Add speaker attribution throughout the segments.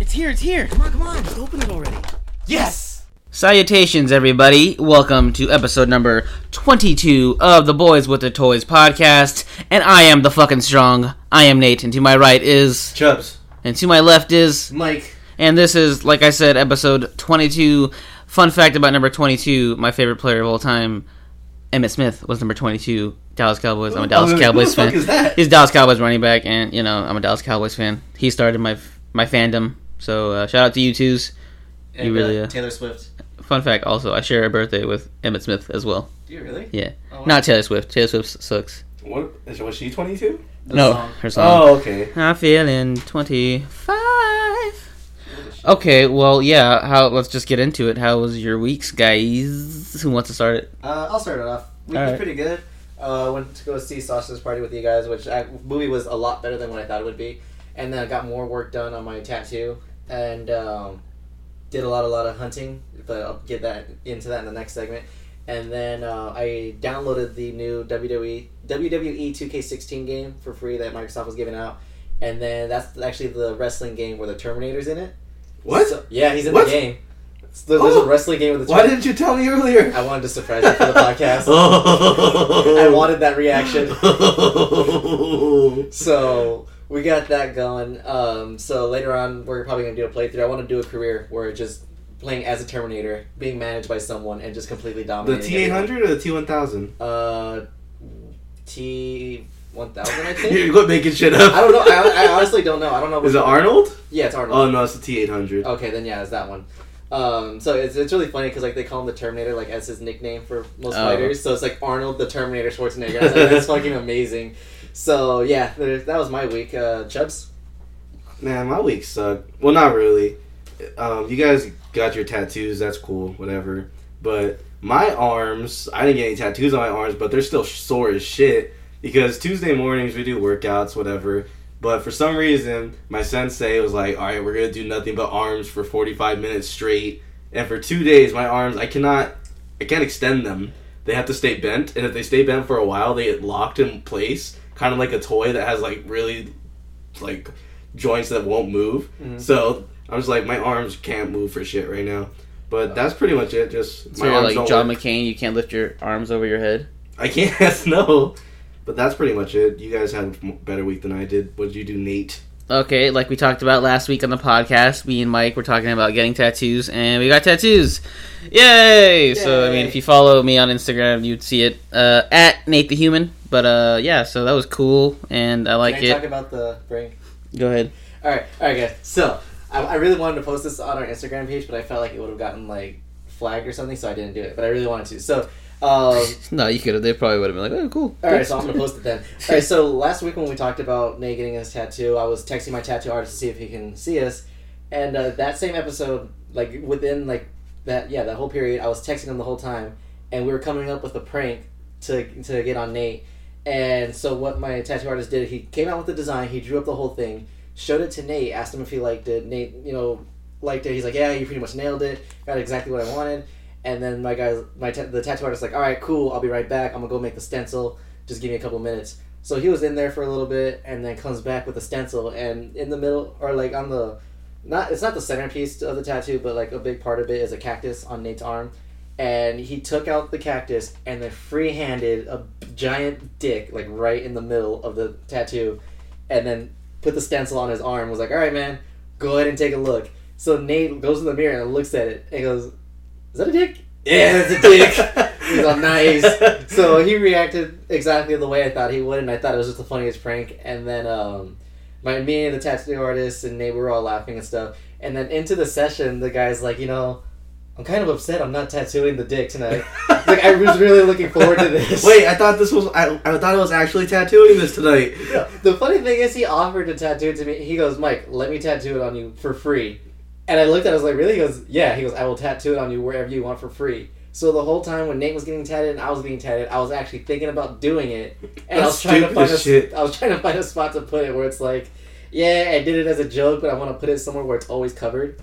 Speaker 1: It's here, it's here.
Speaker 2: Come on, come on. Just open it already.
Speaker 1: Yes!
Speaker 3: Salutations, everybody. Welcome to episode number 22 of the Boys with the Toys podcast. And I am the fucking strong. I am Nate. And to my right is.
Speaker 1: Chubs.
Speaker 3: And to my left is.
Speaker 1: Mike.
Speaker 3: And this is, like I said, episode 22. Fun fact about number 22 my favorite player of all time, Emmett Smith, was number 22. Dallas Cowboys. I'm a Dallas
Speaker 1: Oh, who
Speaker 3: Cowboys
Speaker 1: the fuck
Speaker 3: fan.
Speaker 1: is that?
Speaker 3: He's a Dallas Cowboys running back, and, you know, I'm a Dallas Cowboys fan. He started my my fandom. So uh, shout out to you twos.
Speaker 1: And,
Speaker 3: really,
Speaker 1: uh,
Speaker 3: uh,
Speaker 1: Taylor Swift.
Speaker 3: Fun fact also, I share a birthday with Emmett Smith as well.
Speaker 1: Do you really?
Speaker 3: Yeah.
Speaker 1: Oh, wow.
Speaker 3: Not Taylor Swift. Taylor Swift sucks.
Speaker 4: What is, was she 22?
Speaker 1: The
Speaker 3: no,
Speaker 1: song.
Speaker 3: her song.
Speaker 4: Oh, okay.
Speaker 3: I'm feeling 25. Okay, well, yeah. How? Let's just get into it. How was your weeks, guys? Who wants to start it?
Speaker 2: Uh, I'll start it off. We
Speaker 3: All
Speaker 2: did
Speaker 3: right.
Speaker 2: pretty good. Uh, went to go see Sausage Party with you guys, which I, movie was a lot better than what I thought it would be. And then I got more work done on my tattoo and um, did a lot, a lot of hunting. But I'll get that into that in the next segment. And then uh, I downloaded the new E, WWE WWE 2K16 game for free that Microsoft was giving out. And then that's actually the wrestling game where the Terminator's in it. So- yeah, he's in
Speaker 4: What?
Speaker 2: the game. So there's there's
Speaker 4: Oh.
Speaker 2: a wrestling game with the
Speaker 4: Why didn't you tell me earlier?
Speaker 2: I wanted to surprise you for the podcast.
Speaker 4: oh.
Speaker 2: I wanted that reaction.
Speaker 4: Oh.
Speaker 2: So we got that going. Um, so later on, we're probably gonna do a playthrough. I want to do a career where it's just playing as a Terminator, being managed by someone, and just completely
Speaker 4: The
Speaker 2: dominating.
Speaker 4: T eight hundred or the T one thousand?
Speaker 2: everyone. Uh, T one thousand, I think.
Speaker 4: You quit making shit up.
Speaker 2: I don't know. I, I honestly don't know. I don't know.
Speaker 4: Is
Speaker 2: which
Speaker 4: it
Speaker 2: one.
Speaker 4: Arnold?
Speaker 2: Yeah, it's Arnold.
Speaker 4: Oh no, it's the T eight hundred.
Speaker 2: Okay, then yeah, it's that one. Um, so it's, it's really funny because like they call him the Terminator like as his nickname for most
Speaker 3: Oh.
Speaker 2: fighters. So it's like Arnold the Terminator Schwarzenegger. I was like, That's fucking amazing. So yeah, there, that was my week. Uh, Chubbs.
Speaker 4: Man, my week sucked. Well, not really. Um, you guys got your tattoos. That's cool. Whatever. But my arms, I didn't get any tattoos on my arms, but they're still sore as shit because Tuesday mornings we do workouts, whatever. But for some reason, my sensei was like, "All right, we're gonna do nothing but arms for 45 minutes straight." And for two days, my arms, I cannot, I can't extend them. They have to stay bent, and if they stay bent for a while, they get locked in place, kind of like a toy that has like really, like joints that won't move.
Speaker 2: Mhm.
Speaker 4: So I was like, my arms can't move for shit right now. But that's pretty much it. Just
Speaker 3: So
Speaker 4: my
Speaker 3: you're
Speaker 4: arms
Speaker 3: like
Speaker 4: don't
Speaker 3: John
Speaker 4: work.
Speaker 3: McCain. You can't lift your arms over your head.
Speaker 4: I can't. no. But that's pretty much it. You guys had a m- better week than I did. What did you do, Nate?
Speaker 3: Okay, like we talked about last week on the podcast, me and Mike were talking about getting tattoos, and we got tattoos. Yay! So I mean,
Speaker 2: Yay.
Speaker 3: if you follow me on Instagram, you'd see it uh, at Nate the Human. But uh, yeah, so that was cool, and I like
Speaker 2: Can I
Speaker 3: it.
Speaker 2: talk about the brain?
Speaker 3: Go ahead.
Speaker 2: All right, all right, guys. So I, I really wanted to post this on our Instagram page, but I felt like it would have gotten like flagged or something, so I didn't do it. But I really wanted to. So. Um,
Speaker 3: No, you could have. They probably would have been like, "Oh, cool."
Speaker 2: All right, so I'm gonna post it then. All right, so last week when we talked about Nate getting his tattoo, I was texting my tattoo artist to see if he can see us, and uh, that same episode, like within like that, yeah, that whole period, I was texting him the whole time, and we were coming up with a prank to to get on Nate. And so what my tattoo artist did, he came out with the design, he drew up the whole thing, showed it to Nate, asked him if he liked it. Nate, you know, liked it. He's like, yeah, you pretty much nailed it, got exactly what I wanted. And then my guys, my ta- the tattoo artist, like, all right, cool, I'll be right back. I'm gonna go make the stencil just give me a couple minutes. So he was in there for a little bit and then comes back with a stencil and in the middle or like on the not it's not the centerpiece of the tattoo, but like a big part of it is a cactus on Nate's arm. And he took out the cactus and then free handed a giant dick like right in the middle of the tattoo and then put the stencil on his arm and was like, Alright man, go ahead and take a look. So Nate goes in the mirror and looks at it and goes, Is that a dick? Yeah, it's a dick. He's all nice. so he reacted exactly the way I thought he would, and I thought it was just the funniest prank. And then um, my me and the tattoo artist and Nate we were all laughing and stuff. And then into the session, the guy's like, you know, I'm kind of upset. I'm not tattooing the dick tonight. like I was really looking forward to this.
Speaker 4: Wait, I thought this was. I, I thought I was actually tattooing this tonight.
Speaker 2: The funny thing is, he offered to tattoo it to me. He goes, Mike, let me tattoo it on you for free. And I looked at it, I was like, really? He goes, yeah. He goes, I will tattoo it on you wherever you want for free. So the whole time when Nate was getting tatted and I was getting tatted, I was actually thinking about doing it. And I
Speaker 4: That's
Speaker 2: was trying to
Speaker 4: stupid
Speaker 2: find
Speaker 4: as
Speaker 2: a,
Speaker 4: shit.
Speaker 2: I was trying to find a spot to put it where it's like, yeah, I did it as a joke, but I want to put it somewhere where it's always covered.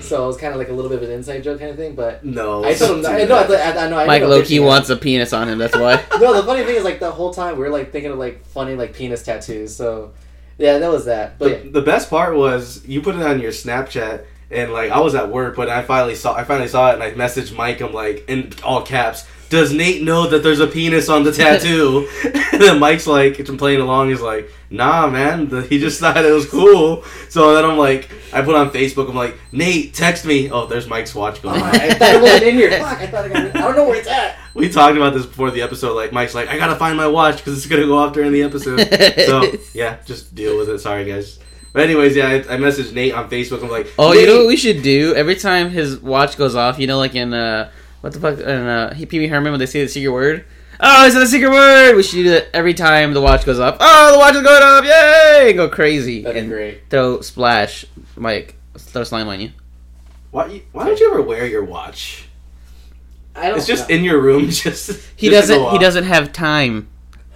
Speaker 2: So it was kind of like a little bit of an inside joke kind of thing, but
Speaker 4: No.
Speaker 2: I told him, I know, I, I, I know, I
Speaker 3: Mike
Speaker 2: ended up
Speaker 3: Loki
Speaker 2: bitching at him.
Speaker 3: wants a penis on him. That's why.
Speaker 2: No, the funny thing is, like the whole time we were like thinking of like funny like penis tattoos. So Yeah, that was that. But
Speaker 4: The, the best part was you put it on your Snapchat, and like I was at work, but I finally saw I finally saw it, and I messaged Mike. I'm like in all caps. Does Nate know that there's a penis on the tattoo? and then Mike's like playing along. He's like, Nah, man. The, he just thought it was cool. So then I'm like, I put on Facebook. I'm like, Nate, text me. Oh, there's Mike's watch going.
Speaker 2: yeah. I thought it wasn't in here. Fuck, I thought it got in. I don't know where it's at.
Speaker 4: We talked about this before the episode. Like Mike's like, I gotta find my watch because it's gonna go off during the episode. so yeah, just deal with it. Sorry guys. But anyways, yeah, I, I messaged Nate on Facebook. I'm like,
Speaker 3: Oh, you know what
Speaker 4: "Nate,
Speaker 3: we should do? Every time his watch goes off, you know, like in uh, what the fuck, in uh, Pee Wee Herman when they say the secret word. Oh, is it the secret word? We should do that every time the watch goes off. Oh, the watch is going off! Yay! And go crazy
Speaker 2: That'd be
Speaker 3: and
Speaker 2: great.
Speaker 3: throw splash, Mike, throw slime on you.
Speaker 4: why, you- why don't you ever wear your watch?
Speaker 2: I don't.
Speaker 4: It's just
Speaker 2: know.
Speaker 4: in your room. Just
Speaker 3: He
Speaker 4: just to go
Speaker 3: doesn't. He
Speaker 4: off.
Speaker 3: doesn't have time.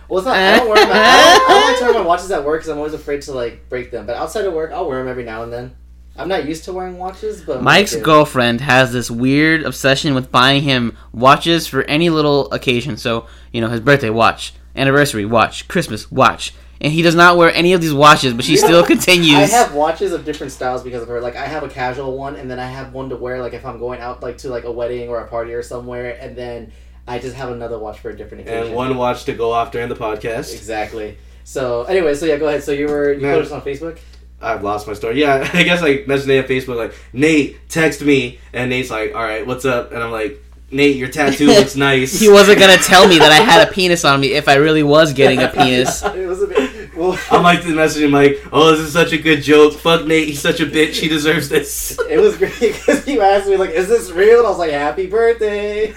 Speaker 2: Well, it's not. I don't wear my. I don't, I don't like to wear my watches at work because I'm always afraid to like break them. But outside of work, I'll wear them every now and then. I'm not used to wearing watches, but
Speaker 3: Mike's
Speaker 2: Mike did.
Speaker 3: girlfriend has this weird obsession with buying him watches for any little occasion. So, you know, his birthday watch, anniversary watch, Christmas watch. And he does not wear any of these watches, but she still continues.
Speaker 2: I have watches of different styles because of her. Like I have a casual one, and then I have one to wear like if I'm going out like to like a wedding or a party or somewhere, and then I just have another watch for a different occasion.
Speaker 4: And one watch to go off during the podcast.
Speaker 2: exactly. So anyway, so yeah, go ahead. So you were you
Speaker 4: No.
Speaker 2: put us on Facebook.
Speaker 4: I've lost my story. Yeah, I guess I messaged Nate on Facebook like, Nate, text me. And Nate's like, all right, what's up? And I'm like, Nate, your tattoo looks nice.
Speaker 3: he wasn't gonna tell me that I had a penis on me if I really was getting a penis.
Speaker 2: it was a bit. Well,
Speaker 4: I'm like to message him like, "Oh, this is such a good joke. Fuck Nate, he's such a bitch. He deserves this."
Speaker 2: it was great because you asked me like, "Is this real?" And I was like, "Happy birthday."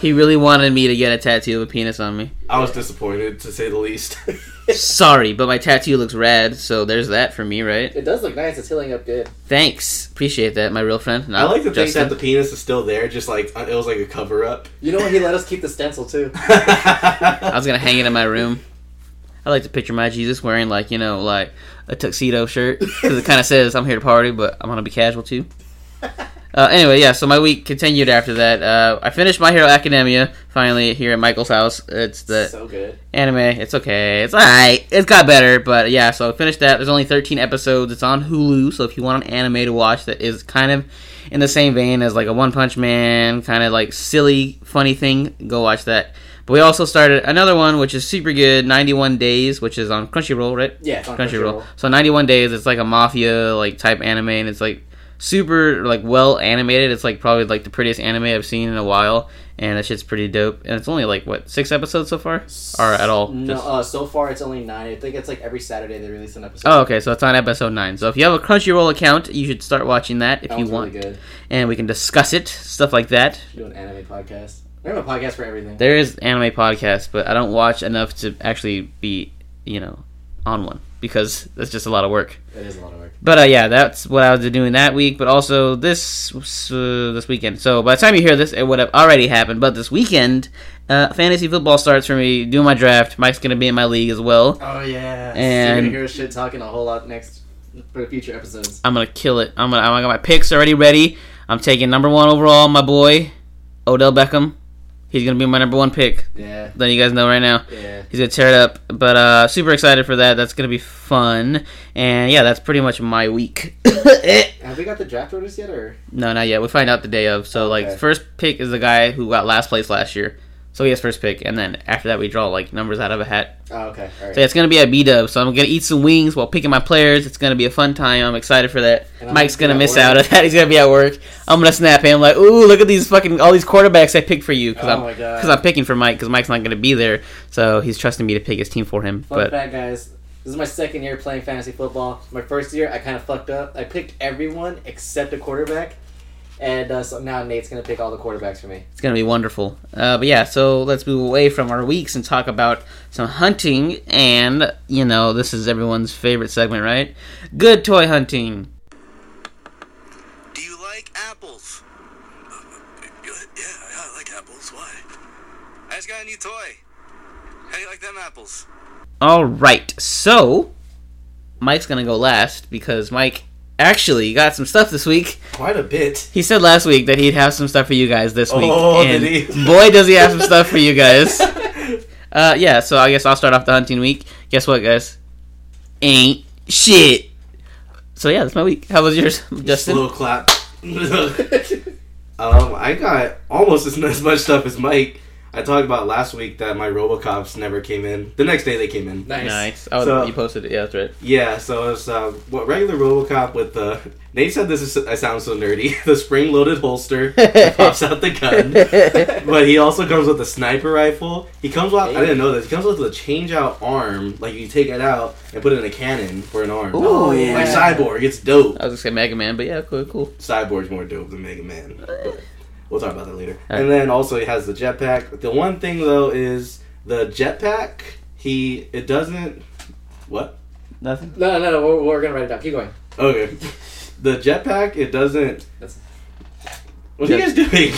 Speaker 3: He really wanted me to get a tattoo of a penis on me.
Speaker 4: I was disappointed to say the least.
Speaker 3: Sorry, but my tattoo looks rad, so there's that for me, right?
Speaker 2: it does look nice. It's healing up good.
Speaker 3: Thanks, appreciate that, my real friend.
Speaker 4: I
Speaker 3: not
Speaker 4: like to think
Speaker 3: Justin.
Speaker 4: that the penis is still there, just like uh, it was like a cover up.
Speaker 2: You know what? He let us keep the stencil too.
Speaker 3: I was gonna hang it in my room. I like to picture my Jesus wearing like you know like a tuxedo shirt because it kind of says I'm here to party, but I'm gonna be casual too. Uh, anyway, yeah. So my week continued after that. Uh, I finished My Hero Academia finally here at Michael's house. It's the
Speaker 2: so good.
Speaker 3: anime. It's okay. It's alright. It's got better, but yeah, so I finished that. There's only 13 episodes. It's on Hulu, so if you want an anime to watch that is kind of in the same vein as like a One Punch Man, kind of like silly, funny thing, go watch that. But we also started another one, which is super good, 91 Days, which is on Crunchyroll, right?
Speaker 2: Yeah, it's on
Speaker 3: Crunchyroll. So 91 Days, it's like a mafia like type anime, and it's like super like well animated. It's like probably like the prettiest anime I've seen in a while, and that shit's pretty dope. And it's only like what six episodes so far, or at all?
Speaker 2: No,
Speaker 3: Just-
Speaker 2: uh, so far it's only nine. I think it's like every Saturday they release an episode.
Speaker 3: Oh, okay. So it's on episode nine. So if you have a Crunchyroll account, you should start watching that if
Speaker 2: That
Speaker 3: you
Speaker 2: one's
Speaker 3: want,
Speaker 2: really good.
Speaker 3: and we can discuss it, stuff like that.
Speaker 2: Should do an anime podcast. We have a podcast for everything.
Speaker 3: There is anime podcasts, but I don't watch enough to actually be, you know, on one because that's just a lot of work.
Speaker 2: It is a lot of work.
Speaker 3: But uh, yeah, that's what I was doing that week. But also this uh, this weekend. So by the time you hear this, it would have already happened. But this weekend, uh, fantasy football starts for me. Doing my draft. Mike's gonna be in my league as well.
Speaker 2: Oh yeah.
Speaker 3: And-
Speaker 2: you're gonna hear us shit talking a whole lot next for future episodes.
Speaker 3: I'm gonna kill it. I'm gonna. I got my picks already ready. I'm taking number one overall, my boy Odell Beckham. He's gonna be my number one pick.
Speaker 2: Yeah.
Speaker 3: Then you guys know right now.
Speaker 2: Yeah.
Speaker 3: He's gonna tear it up. But uh, super excited for that. That's gonna be fun. And yeah, that's pretty much my week. Eh.
Speaker 2: Have we got the draft orders yet, or
Speaker 3: No, not yet. We find out the day of. So
Speaker 2: Okay.
Speaker 3: like first pick is the guy who got last place last year. So he has first pick, and then after that we draw like numbers out of a hat.
Speaker 2: oh, okay, all right.
Speaker 3: So yeah, it's gonna be at B Dub. So I'm gonna eat some wings while picking my players. It's gonna be a fun time. I'm excited for that.
Speaker 2: And I'm
Speaker 3: Mike's
Speaker 2: gonna
Speaker 3: gonna
Speaker 2: be at
Speaker 3: miss
Speaker 2: work.
Speaker 3: out on that. He's gonna be at work. I'm gonna snap him like, ooh, look at these fucking all these quarterbacks I picked for you because
Speaker 2: Oh
Speaker 3: I'm
Speaker 2: my God.
Speaker 3: because I'm picking for Mike because Mike's not gonna be there. So he's trusting me to pick his team for him.
Speaker 2: Fun
Speaker 3: but
Speaker 2: fact, guys. This is my second year playing fantasy football. My first year, I kind of fucked up. I picked everyone except a quarterback, and uh, so now Nate's gonna pick all the quarterbacks for me.
Speaker 3: It's gonna be wonderful. Uh, but yeah, so let's move away from our weeks and talk about some hunting. And you know, this is everyone's favorite segment, right? Good toy hunting.
Speaker 1: Do you like apples? Uh, yeah, yeah, I like apples. Why? I just got a new toy. How do you like them apples?
Speaker 3: All right, so Mike's gonna go last because Mike actually got some stuff this week.
Speaker 4: Quite a bit.
Speaker 3: He said last week that he'd have some stuff for you guys this week,
Speaker 4: Oh,
Speaker 3: and
Speaker 4: did he?
Speaker 3: boy, does he have some stuff for you guys. Uh, yeah, so I guess I'll start off the hunting week. Guess what, guys? ain't shit. So yeah, that's my week. How was yours, Justin?
Speaker 4: Slow clap. um, I got almost as, as much stuff as Mike. I talked about last week that my RoboCops never came in. The next day they came in.
Speaker 2: Nice.
Speaker 3: Nice. Oh,
Speaker 4: So-
Speaker 3: you posted it. Yeah, that's right.
Speaker 4: Yeah, so it's uh, what regular RoboCop with the. Nate said this is. I sound so nerdy. The spring-loaded holster that pops out the gun, but he also comes with a sniper rifle. He comes with. I didn't know this. He comes with a change-out arm. Like you take it out and put it in a cannon for an arm.
Speaker 3: Ooh. Oh,
Speaker 2: yeah.
Speaker 4: Like cyborg, it's dope.
Speaker 3: I was gonna say Mega Man, but yeah, cool, cool.
Speaker 4: Cyborg's more dope than Mega Man. But we'll talk about that later. And then also he has the jetpack. The one thing though is the jetpack. He it doesn't. What?
Speaker 3: Nothing.
Speaker 2: No, no, no. We're, we're gonna write it down. Keep going.
Speaker 4: Okay. The jetpack it doesn't.
Speaker 2: That's-
Speaker 4: What are you guys doing?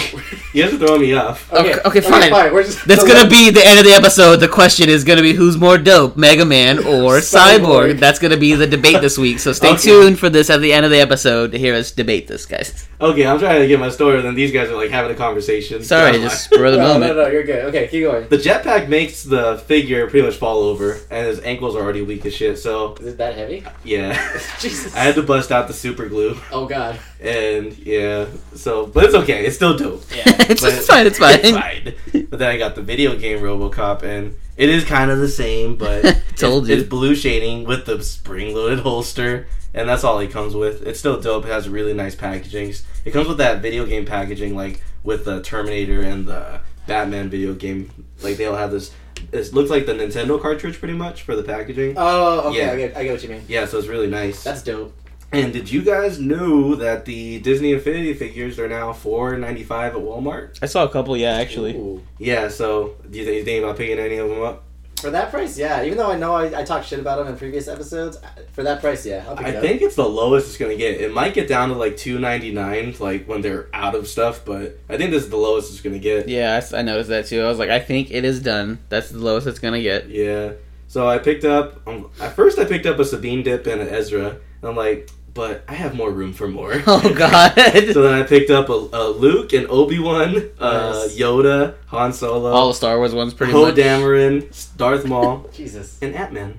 Speaker 4: you guys are throwing me off.
Speaker 3: Okay, okay, fine.
Speaker 2: We're just.
Speaker 3: That's
Speaker 2: so
Speaker 3: gonna
Speaker 2: let-
Speaker 3: be the end of the episode. The question is gonna be who's more dope, Mega Man or
Speaker 2: Cyborg.
Speaker 3: Cyborg. That's gonna be the debate this week. So stay
Speaker 4: Okay.
Speaker 3: tuned for this at the end of the episode to hear us debate this, guys.
Speaker 4: Okay, I'm trying to get my story, and then these guys are like having a conversation.
Speaker 3: Sorry, just for the
Speaker 2: No, no,
Speaker 3: moment.
Speaker 2: no. You're good. Okay, keep going.
Speaker 4: The jetpack makes the figure pretty much fall over, and his ankles are already weak as shit. So
Speaker 2: Is it that heavy?
Speaker 4: yeah,
Speaker 2: Jesus.
Speaker 4: I had to bust out the super glue.
Speaker 2: Oh God.
Speaker 4: And yeah, so but it's okay. It's still dope.
Speaker 3: it's,
Speaker 4: But-
Speaker 3: it's fine. It's fine.
Speaker 4: It's fine. But then I got the video game RoboCop, and it is kind of the same, but
Speaker 3: Told
Speaker 4: it's,
Speaker 3: you.
Speaker 4: it's blue shading with the spring-loaded holster, and that's all it comes with. It's still dope. It has really nice packaging. It comes with that video game packaging, like with the Terminator and the Batman video game. Like they all have this. It looks like the Nintendo cartridge, pretty much, for the packaging.
Speaker 2: Oh, okay.
Speaker 4: Yeah.
Speaker 2: I, get, I get what you mean.
Speaker 4: Yeah, so it's really nice.
Speaker 2: That's dope.
Speaker 4: And did you guys know that the Disney Infinity figures are now four ninety five at Walmart?
Speaker 3: I saw a couple. Yeah, actually.
Speaker 2: Ooh.
Speaker 4: Yeah, so do you think, you think about picking any of them up?
Speaker 2: For that price, yeah. Even though I know I, I talked shit about them in previous episodes, I- for that price, yeah. I'll pick
Speaker 4: I
Speaker 2: it up.
Speaker 4: think it's the lowest it's gonna get. It might get down to like two ninety nine, like when they're out of stuff, but I think this is the lowest it's gonna get.
Speaker 3: Yeah, I s- I, noticed that too. I was like, I think it is done. That's the lowest it's gonna get.
Speaker 4: Yeah. So I picked up um, at first I picked up a Sabine dip and an Ezra, and I'm like, but I have more room for more.
Speaker 3: Oh God!
Speaker 4: So then I picked up a, a Luke and Obi Wan, uh,
Speaker 2: Nice.
Speaker 4: Yoda, Han Solo,
Speaker 3: All the Star Wars ones, pretty
Speaker 4: Poe
Speaker 3: much.
Speaker 4: Dameron, Darth Maul.
Speaker 2: Jesus.
Speaker 4: an Ant Man.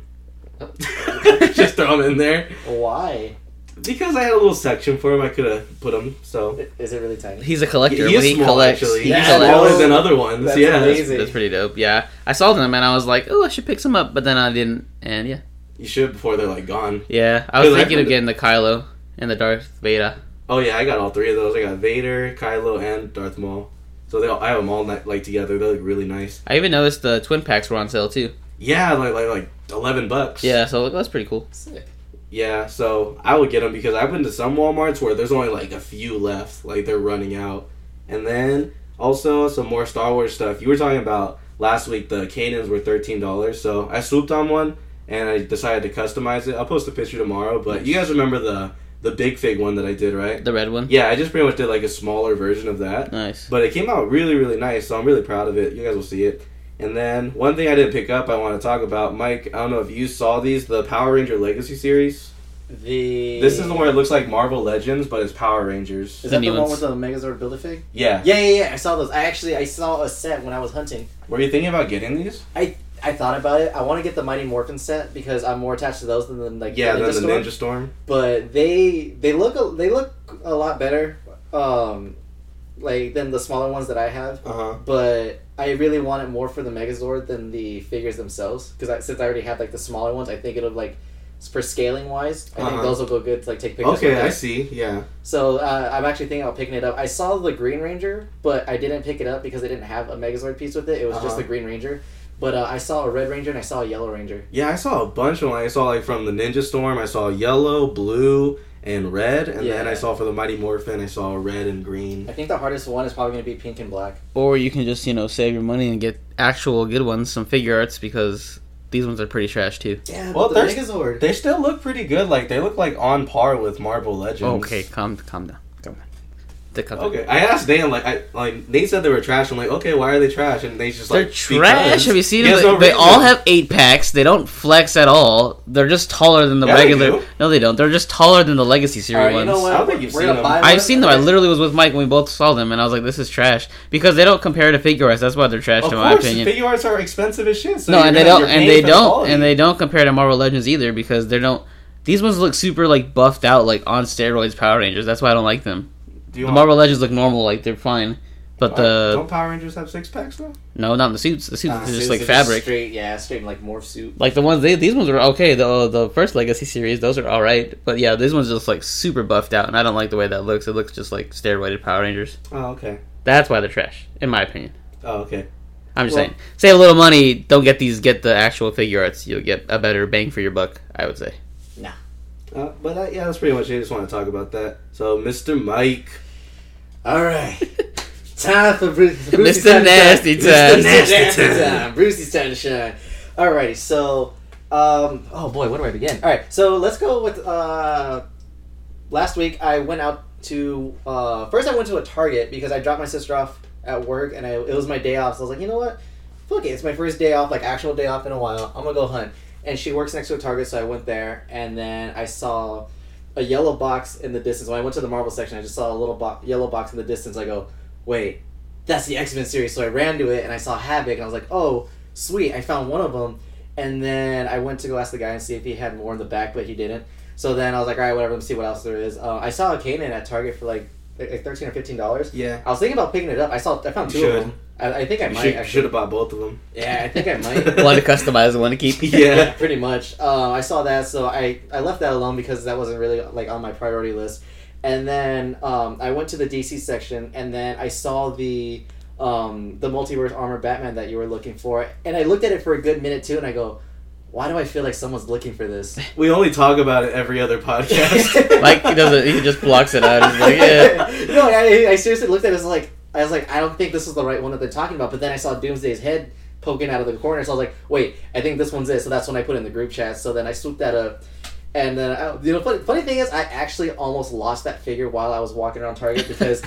Speaker 3: Oh.
Speaker 4: Just throw him in there
Speaker 2: Why?
Speaker 4: because I had a little section for him. I could have put him. So
Speaker 2: I- Is it really tiny?
Speaker 3: He's a collector.
Speaker 4: he
Speaker 3: What
Speaker 4: is
Speaker 3: he
Speaker 4: small
Speaker 3: collects.
Speaker 4: actually.
Speaker 3: He
Speaker 4: He's
Speaker 2: Yeah,
Speaker 3: collects.
Speaker 4: smaller
Speaker 2: no.
Speaker 4: than other ones.
Speaker 2: That's
Speaker 4: yeah, that's-
Speaker 2: amazing.
Speaker 3: That's pretty dope. Yeah, I saw them and I was like, oh, I should pick some up, but then I didn't. And yeah,
Speaker 4: you should before they're like gone.
Speaker 3: yeah, I was
Speaker 4: Hey,
Speaker 3: thinking of getting
Speaker 4: Lachlan-
Speaker 3: the Kylo and the Darth Vader.
Speaker 4: Oh yeah, I got all three of those. I got Vader, Kylo, and Darth Maul. So they all, I have them all ni- like together. They look really nice.
Speaker 3: I even noticed the twin packs were on sale too.
Speaker 4: Yeah, like like like eleven bucks.
Speaker 3: Yeah, so like, that's pretty cool.
Speaker 2: Sick.
Speaker 4: yeah. So I would get them because I've been to some WalMarts where there's only like a few left. Like they're running out. And then also some more Star Wars stuff. You were talking about last week the Canons were thirteen dollars, so I swooped on one and I decided to customize it. I'll post a picture tomorrow, but you guys remember the the big fig one that I did, right?
Speaker 3: The red one.
Speaker 4: Yeah, I just pretty much did like a smaller version of that.
Speaker 3: Nice.
Speaker 4: But it came out really, really nice, so I'm really proud of it. You guys will see it. And then one thing I didn't pick up I want to talk about, Mike, I don't know if you saw these, the Power Ranger Legacy series.
Speaker 2: The.
Speaker 4: This is the one where it looks like Marvel Legends, but it's Power Rangers.
Speaker 2: Is that
Speaker 3: The
Speaker 2: the
Speaker 3: new
Speaker 2: one
Speaker 3: ones.
Speaker 2: with the Megazord build a fig?
Speaker 4: Yeah.
Speaker 2: Yeah, yeah, yeah. I saw those. I actually I saw a set when I was hunting.
Speaker 4: Were you thinking about getting these?
Speaker 2: I thought about it. I want to get the Mighty Morphin set because I'm more attached to those than the like
Speaker 4: Yeah,
Speaker 2: the
Speaker 4: then the
Speaker 2: Storm.
Speaker 4: Ninja Storm.
Speaker 2: But they they look a, they look a lot better, um, like than the smaller ones that I have.
Speaker 4: Uh huh.
Speaker 2: But I really want it more for the Megazord than the figures themselves because I, since I already have like the smaller ones, I think it'll like s- for scaling wise, I think
Speaker 4: Uh-huh.
Speaker 2: those will go good to like take pictures.
Speaker 4: Okay,
Speaker 2: with
Speaker 4: I
Speaker 2: them.
Speaker 4: see. Yeah.
Speaker 2: So uh, I'm actually thinking about picking it up. I saw the Green Ranger, but I didn't pick it up because I didn't have a Megazord piece with it. It was
Speaker 4: Uh-huh.
Speaker 2: just the Green Ranger. But uh, I saw a Red Ranger and I saw a Yellow Ranger.
Speaker 4: Yeah, I saw a bunch of them. I saw like from the Ninja Storm, I saw yellow, blue, and red. And then
Speaker 2: Yeah.
Speaker 4: I saw for the Mighty Morphin, I saw red and green.
Speaker 2: I think the hardest one is probably going to be pink and black.
Speaker 3: Or you can just you know save your money and get actual good ones, some figure arts, because these ones are pretty trash too.
Speaker 2: Yeah,
Speaker 4: Well,
Speaker 2: but the
Speaker 4: there's-
Speaker 2: Megazord.
Speaker 4: They still look pretty good. Like they look like on par with Marvel Legends.
Speaker 3: Okay, calm calm down. Calm down. stick up.
Speaker 4: Okay, I asked Dan like I like Nate said they were trash. I'm like, okay, why are they trash? And Nate's just
Speaker 3: They're
Speaker 4: like,
Speaker 3: trash.
Speaker 4: because.
Speaker 3: Have you seen
Speaker 4: He
Speaker 3: them?
Speaker 4: has
Speaker 3: They,
Speaker 4: no
Speaker 3: they
Speaker 4: reason.
Speaker 3: all have eight packs. They don't flex at all. They're just taller than the
Speaker 4: Yeah, they
Speaker 3: regular.
Speaker 4: do.
Speaker 3: no, they don't. They're just taller than the legacy series
Speaker 2: Alright, you
Speaker 3: ones.
Speaker 2: know what?
Speaker 4: I don't think you've
Speaker 2: We're
Speaker 4: seen
Speaker 2: gonna
Speaker 4: them.
Speaker 2: buy one.
Speaker 3: I've seen them. I literally was with Mike when we both saw them, and I was like, "This is trash" because they don't compare to figure arts. That's why they're trash,
Speaker 4: Of
Speaker 3: in my
Speaker 4: course,
Speaker 3: opinion.
Speaker 4: figure arts are expensive as shit. So
Speaker 3: no,
Speaker 4: you're
Speaker 3: and they
Speaker 4: gonna-
Speaker 3: don't,
Speaker 4: you're
Speaker 3: and
Speaker 4: paying
Speaker 3: they
Speaker 4: for the
Speaker 3: don't,
Speaker 4: quality.
Speaker 3: and they don't compare to Marvel Legends either because they don't. These ones look super like buffed out, like on steroids. Power Rangers. That's why I don't like them.
Speaker 4: Do you
Speaker 3: The
Speaker 4: want-
Speaker 3: Marvel Legends look normal, like they're fine, but
Speaker 4: don't
Speaker 3: the
Speaker 4: Power Rangers have six packs though?
Speaker 3: no, not in the suits. The suits
Speaker 4: Ah,
Speaker 3: are
Speaker 4: suits
Speaker 3: just
Speaker 2: They're
Speaker 3: like fabric.
Speaker 2: Straight, yeah, straight like morph suit.
Speaker 3: Like the ones they these ones were okay. The uh, the first Legacy series, those are all right. But yeah, this one's just like super buffed out, and I don't like the way that looks. It looks just like steroided Power Rangers.
Speaker 4: Oh okay.
Speaker 3: That's why they're trash, in my opinion.
Speaker 4: Oh okay.
Speaker 3: I'm just
Speaker 4: Well-
Speaker 3: saying, save a little money. Don't get these. Get the actual figure arts. You'll get a better bang for your buck. I would say.
Speaker 4: Uh, but that, yeah, that's pretty much it. I just want to talk about that. So Mr. Mike,
Speaker 2: All right, time for Bruce. Brucey's
Speaker 3: Mr.
Speaker 2: time to shine.
Speaker 3: Nasty Time.
Speaker 2: Mr.
Speaker 4: Nasty
Speaker 2: Nasty
Speaker 4: Time.
Speaker 2: time. Brucey's time to shine. Alrighty, so um, oh boy, where do I begin? All right, so let's go with uh, last week. I went out to uh, first I went to a Target because I dropped my sister off at work, and I, it was my day off. So I was like, you know what? Fuck it, it's my first day off, like actual day off in a while. I'm gonna go hunt. And she works next to a Target, so I went there, and then I saw a yellow box in the distance. When I went to the Marvel section, I just saw a little bo- yellow box in the distance. I go, wait, that's the X Men series. So I ran to it and I saw Havoc, and I was like, oh, sweet, I found one of them. And then I went to go ask the guy and see if he had more in the back, but he didn't. So then I was like, all right, whatever, let's see what else there is. Uh, I saw a Kanan at Target for like, like like thirteen or fifteen dollars.
Speaker 4: yeah,
Speaker 2: I was thinking about picking it up. I saw I found
Speaker 4: You
Speaker 2: two of
Speaker 4: should.
Speaker 2: them. I, I think I
Speaker 4: you
Speaker 2: might.
Speaker 4: should, you
Speaker 2: actually.
Speaker 4: should have bought both of them.
Speaker 2: Yeah, I think I might.
Speaker 3: Want to customize? Want to keep?
Speaker 4: Yeah.
Speaker 2: pretty much. Uh, I saw that, so I, I left that alone because that wasn't really like on my priority list. And then um, I went to the DC section, and then I saw the um, the multiverse armor Batman that you were looking for, and I looked at it for a good minute too, and I go, why do I feel like someone's looking for this?
Speaker 4: We only talk about it every other podcast.
Speaker 3: Like, he doesn't- he just blocks it out, he's like, "Yeah."
Speaker 2: No, I, I seriously looked at it as like I was like, I don't think this is the right one that they're talking about. But then I saw Doomsday's head poking out of the corner, so I was like, wait, I think this one's it. So that's when I put it in the group chat. So then I swooped that up. And then, I, you know, funny, funny thing is, I actually almost lost that figure while I was walking around Target because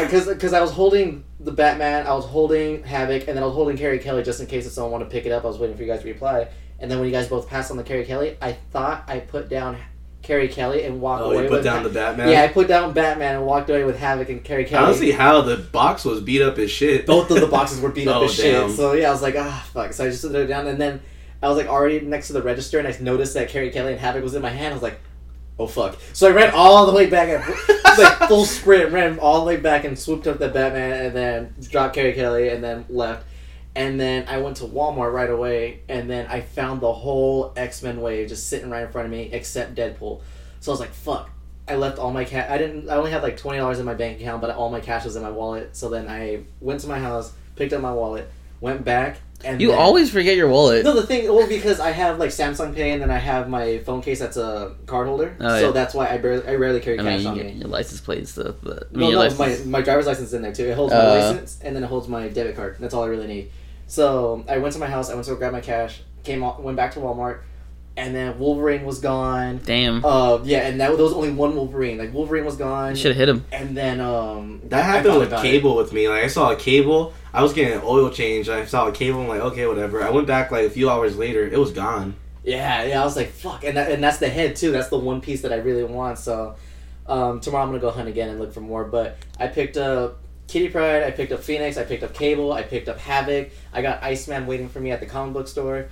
Speaker 2: because because I was holding the Batman, I was holding Havoc, and then I was holding Carrie Kelly just in case if someone wanted to pick it up. I was waiting for you guys to reply. And then when you guys both passed on the Carrie Kelly, I thought I put down Carrie Kelly and walked
Speaker 4: oh,
Speaker 2: away.
Speaker 4: you put
Speaker 2: with
Speaker 4: down
Speaker 2: Ha-
Speaker 4: the Batman.
Speaker 2: Yeah, I put down Batman and walked away with Havoc and Carrie
Speaker 4: I
Speaker 2: Kelly.
Speaker 4: don't see how the box was beat up as shit.
Speaker 2: both of the boxes were beat up
Speaker 4: Oh,
Speaker 2: as shit.
Speaker 4: damn.
Speaker 2: So yeah, I was like, ah, fuck. So I just put it down, and then I was like already next to the register, and I noticed that Carrie Kelly and Havoc was in my hand. I was like, oh fuck. So I ran all the way back, at, like full sprint, ran all the way back and swooped up the Batman, and then dropped Carrie Kelly, and then left. And then I went to Walmart right away, and then I found the whole X Men wave just sitting right in front of me, except Deadpool. So I was like, fuck. I left all my cash. I didn't. I only had like twenty dollars in my bank account, but all my cash was in my wallet. So then I went to my house, picked up my wallet, went back, and
Speaker 3: You
Speaker 2: then-
Speaker 3: always forget your wallet.
Speaker 2: no, the thing, well, because I have like Samsung Pay, and then I have my phone case that's a card holder,
Speaker 3: Oh,
Speaker 2: so
Speaker 3: yeah.
Speaker 2: that's why I barely, I rarely carry
Speaker 3: I mean,
Speaker 2: cash
Speaker 3: you
Speaker 2: on
Speaker 3: get
Speaker 2: me.
Speaker 3: your license plate and stuff, but I mean,
Speaker 2: No,
Speaker 3: your
Speaker 2: no, my,
Speaker 3: license-
Speaker 2: my driver's license is in there too. It holds my
Speaker 3: Uh.
Speaker 2: license, and then it holds my debit card. That's all I really need. So I went to my house. I went to grab my cash. Came, out, went back to Walmart, and then Wolverine was gone.
Speaker 3: damn,
Speaker 2: Uh, yeah, and that there was only one Wolverine. Like Wolverine was gone,
Speaker 3: should have hit him.
Speaker 2: and then um,
Speaker 4: That
Speaker 2: I
Speaker 4: happened
Speaker 2: thought
Speaker 4: with
Speaker 2: about
Speaker 4: cable with me. Like I saw a cable. I was getting an oil change. I saw a cable. I'm like, okay, whatever. I went back like a few hours later. It was gone.
Speaker 2: Yeah, yeah, I was like, fuck, and that, and that's the head too. That's the one piece that I really want. So, um, tomorrow I'm gonna go hunt again and look for more. But I picked up Kitty Pride, I picked up Phoenix, I picked up Cable, I picked up Havoc. I got Iceman waiting for me at the comic book store,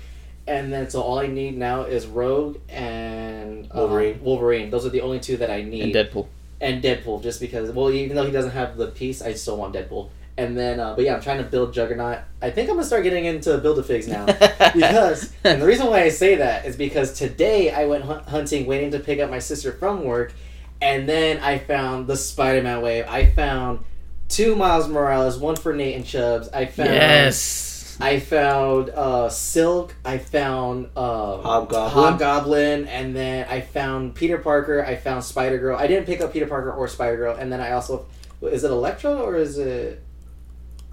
Speaker 2: and then so all I need now is Rogue and um,
Speaker 4: Wolverine.
Speaker 2: Wolverine. Those are the only two that I
Speaker 3: And
Speaker 2: need
Speaker 3: Deadpool.
Speaker 2: and Deadpool, just because. Well, even though he doesn't have the piece, I still want Deadpool. And then, uh, but yeah, I'm trying to build Juggernaut. I think I'm gonna start getting into Build a Figs now because, and the reason why I say that is because today I went hun- hunting, waiting to pick up my sister from work, and then I found the Spider-Man wave. I found two Miles Morales, one for Nate and Chubbs. I found
Speaker 3: yes.
Speaker 2: I found uh, Silk. I found uh,
Speaker 4: Hobgoblin.
Speaker 2: Hobgoblin, and then I found Peter Parker. I found Spider Girl. I didn't pick up Peter Parker or Spider Girl, and then I also is it Electra or is it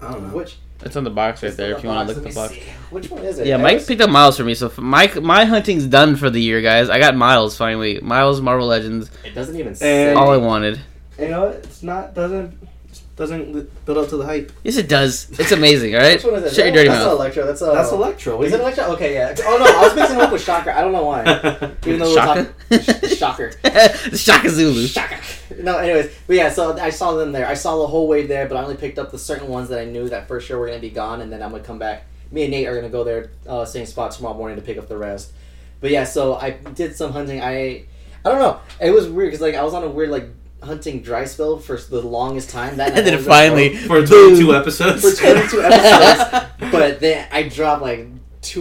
Speaker 4: I don't know.
Speaker 2: which?
Speaker 3: It's on the box right there.
Speaker 2: is
Speaker 3: If you want to look
Speaker 2: box?
Speaker 3: at the
Speaker 2: Let
Speaker 3: box.
Speaker 2: me see. Which one is it?
Speaker 3: Yeah,
Speaker 2: That
Speaker 3: Mike
Speaker 2: was-
Speaker 3: picked up Miles for me, so f- Mike my hunting's done for the year, guys. I got Miles finally. Miles Marvel Legends,
Speaker 2: It doesn't even
Speaker 4: And-
Speaker 2: say.
Speaker 3: all I wanted.
Speaker 4: And you know what? It's not doesn't doesn't li- build up to the hype.
Speaker 3: Yes, it does. It's amazing. All right,
Speaker 2: Which one is
Speaker 3: shut
Speaker 2: it?
Speaker 3: your
Speaker 2: That-
Speaker 3: dirty
Speaker 2: that's not
Speaker 3: mouth.
Speaker 2: Electro. That's a.
Speaker 4: That's Electro. What
Speaker 2: Is
Speaker 4: do
Speaker 2: it Electro? Okay, yeah. Oh no, I was mixing it up with Shocker. I don't know why.
Speaker 4: you-
Speaker 2: Even though we
Speaker 3: Shaka?
Speaker 2: we're talking Sh- Shocker.
Speaker 3: Shaka Zulu.
Speaker 2: Shaka. No, anyways, but yeah, so I saw them there. I saw the whole wave there, but I only picked up the certain ones that I knew that for sure were gonna be gone, and then I'm gonna come back. Me and Nate are gonna go there, uh, same spot tomorrow morning to pick up the rest. But yeah, so I did some hunting. I, I don't know. It was weird because like I was on a weird like hunting dry spell for the longest time. That
Speaker 3: And
Speaker 2: night I
Speaker 3: then
Speaker 2: was-
Speaker 3: finally,
Speaker 4: For
Speaker 3: boom.
Speaker 4: 22 episodes.
Speaker 2: for 22 episodes. but then I dropped like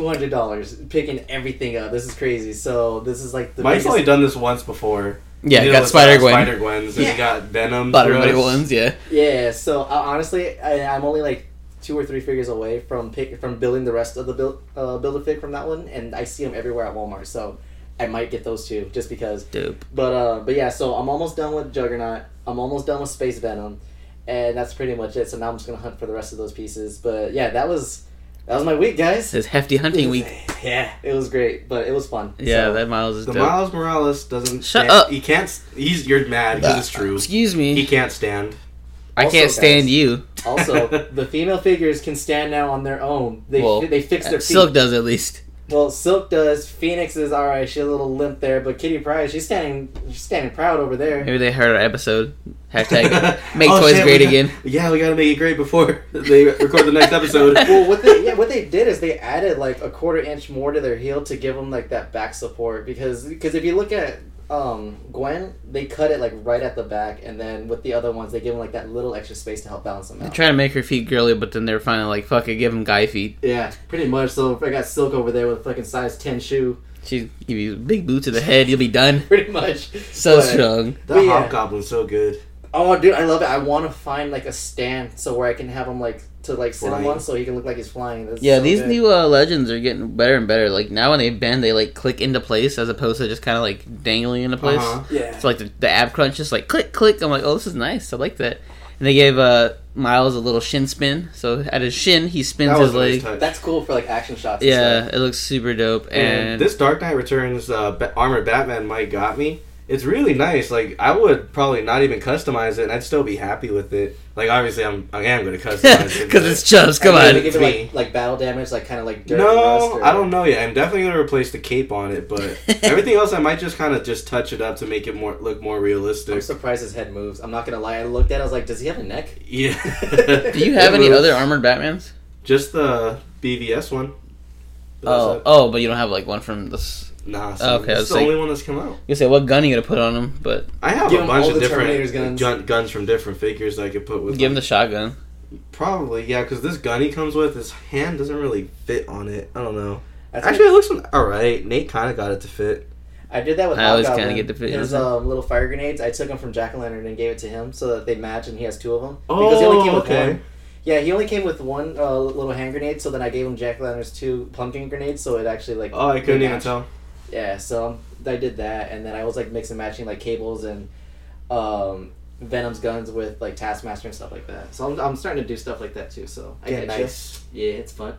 Speaker 2: $200 picking everything up. This is crazy. So this is like the
Speaker 4: Mike's
Speaker 2: biggest-
Speaker 4: only done this once before.
Speaker 3: yeah,
Speaker 4: He did it
Speaker 3: got
Speaker 4: with, uh,
Speaker 3: Spider Gwen.
Speaker 4: Spider Gwen's, and he
Speaker 2: Yeah.
Speaker 4: got Venom.
Speaker 3: Spider Gwen
Speaker 4: Thrust.
Speaker 3: ones. Yeah,
Speaker 2: Yeah, so uh, honestly, I, I'm only like two or three figures away from pick, from building the rest of the build uh, build a fig from that one and I see them everywhere at Walmart. So I might get those two just because
Speaker 3: dope.
Speaker 2: But uh, but yeah, so I'm almost done with Juggernaut. I'm almost done with Space Venom, and that's pretty much it. So now I'm just gonna hunt for the rest of those pieces. But yeah, that was that was my week, guys.
Speaker 3: This is hefty hunting week.
Speaker 2: Yeah, it was great, but it was fun.
Speaker 3: Yeah,
Speaker 2: So-
Speaker 3: that Miles is
Speaker 4: The
Speaker 3: dope.
Speaker 4: Miles Morales doesn't.
Speaker 3: Shut
Speaker 4: can't-
Speaker 3: up.
Speaker 4: He can't. s- He's you're mad because it's true.
Speaker 3: Excuse
Speaker 4: He
Speaker 3: me.
Speaker 4: can't stand.
Speaker 3: I
Speaker 2: Also,
Speaker 3: can't stand
Speaker 2: guys,
Speaker 3: you.
Speaker 2: also, the female figures can stand now on their own. They
Speaker 3: Well,
Speaker 2: they fixed their feet.
Speaker 3: Uh, Silk does at least.
Speaker 2: Well, Silk does. Phoenix is all right. She's a little limp there, but Kitty Pryde, she's standing, she's standing proud over there.
Speaker 3: Maybe they heard our episode. Hashtag make
Speaker 4: Oh,
Speaker 3: toys
Speaker 4: shit, we
Speaker 3: great
Speaker 4: got-
Speaker 3: again.
Speaker 4: Yeah, we gotta make it great before they record the next episode.
Speaker 2: well, what they yeah, what they did is they added like a quarter inch more to their heel to give them like that back support because because if you look at um Gwen, they cut it like right at the back, and then with the other ones, they give them like that little extra space to help balance them
Speaker 3: They're
Speaker 2: out.
Speaker 3: trying to make her feet girly, but then they're finally like, "Fuck it, give him guy feet."
Speaker 2: yeah, pretty much. So I got Silk over there with a fucking size ten shoe,
Speaker 3: She give you a big boot to the head. You'll be done.
Speaker 2: pretty much.
Speaker 3: So
Speaker 2: But-
Speaker 3: strong.
Speaker 4: The
Speaker 2: But yeah.
Speaker 4: Hobgoblin's so good.
Speaker 2: Oh, dude, I love it. I want to find like a stand so where I can have him like to like sit on
Speaker 4: Flying.
Speaker 2: one so he can look like he's flying. That's
Speaker 3: Yeah,
Speaker 2: so
Speaker 3: these
Speaker 2: good.
Speaker 3: new uh, legends are getting better and better. Like now when they bend, they like click into place as opposed to just kind of like dangling into place.
Speaker 4: Uh-huh.
Speaker 2: yeah.
Speaker 3: So like the, the ab crunch just like click click. I'm like, oh, this is nice. I like that. And they gave uh, Miles a little shin spin. So at his shin, he spins
Speaker 4: That was
Speaker 3: his
Speaker 4: a nice
Speaker 3: leg.
Speaker 4: touch.
Speaker 2: That's cool for like action shots. and
Speaker 3: Yeah,
Speaker 2: stuff.
Speaker 3: it looks super dope.
Speaker 4: And
Speaker 3: And
Speaker 4: this Dark Knight Returns uh, ba- armored Batman Mike got me. It's really nice. Like I would probably not even customize it, and I'd still be happy with it. Like obviously, I'm I am going to customize it
Speaker 3: because
Speaker 4: but-
Speaker 3: it's chubs. Come
Speaker 2: I mean,
Speaker 3: on.
Speaker 2: they give it,
Speaker 4: me.
Speaker 2: like, like battle damage, like kind of like dirt
Speaker 4: no,
Speaker 2: and rust or-
Speaker 4: I don't know yet. I'm definitely gonna replace the cape on it, but everything else I might just kind of just touch it up to make it more look more
Speaker 2: I'm
Speaker 4: realistic.
Speaker 2: surprised his head moves. I'm not gonna lie. I looked at, it, I was like, does he have a neck?
Speaker 4: Yeah.
Speaker 3: Do you have
Speaker 4: It
Speaker 3: any
Speaker 4: moves.
Speaker 3: other armored Batmans?
Speaker 4: Just the BVS one.
Speaker 3: Oh, oh, but you don't have like one from this.
Speaker 4: nah.
Speaker 3: Oh,
Speaker 4: So
Speaker 3: okay, I was
Speaker 4: It's the
Speaker 3: like-
Speaker 4: only one that's come out.
Speaker 3: You say what gun are you gonna put on him? But
Speaker 4: I have
Speaker 2: Give
Speaker 4: a
Speaker 2: him
Speaker 4: bunch
Speaker 2: all
Speaker 4: of
Speaker 2: the
Speaker 4: different
Speaker 2: Terminator's guns.
Speaker 4: Gun, guns from different figures that I could put with.
Speaker 3: give him
Speaker 4: my-
Speaker 3: the shotgun.
Speaker 4: probably yeah, because this gun he comes with, his hand doesn't really fit on it. I don't know.
Speaker 2: That's
Speaker 4: Actually, it looks all right. Nate kind of got it to fit.
Speaker 2: what- I did that with.
Speaker 3: I always
Speaker 2: Hobgoblin.
Speaker 3: kinda get the fit-
Speaker 2: his
Speaker 3: yeah.
Speaker 2: um, little fire grenades. I took them from Jack o' Lantern and gave it to him so that they match, and he has two of them
Speaker 4: Oh, okay.
Speaker 2: one. Yeah, he only came with one uh, little hand grenade, so then I gave him Jack o' Lantern's two pumpkin grenades, so it actually like.
Speaker 4: Oh, I couldn't
Speaker 2: they
Speaker 4: even
Speaker 2: matched.
Speaker 4: tell.
Speaker 2: Yeah, so I did that, and then I was like mixing matching like cables and um, Venom's guns with like Taskmaster and stuff like that. So I'm, I'm starting to do stuff like that too. So I
Speaker 4: Yeah,
Speaker 2: get
Speaker 4: nice.
Speaker 2: You. Yeah, it's fun.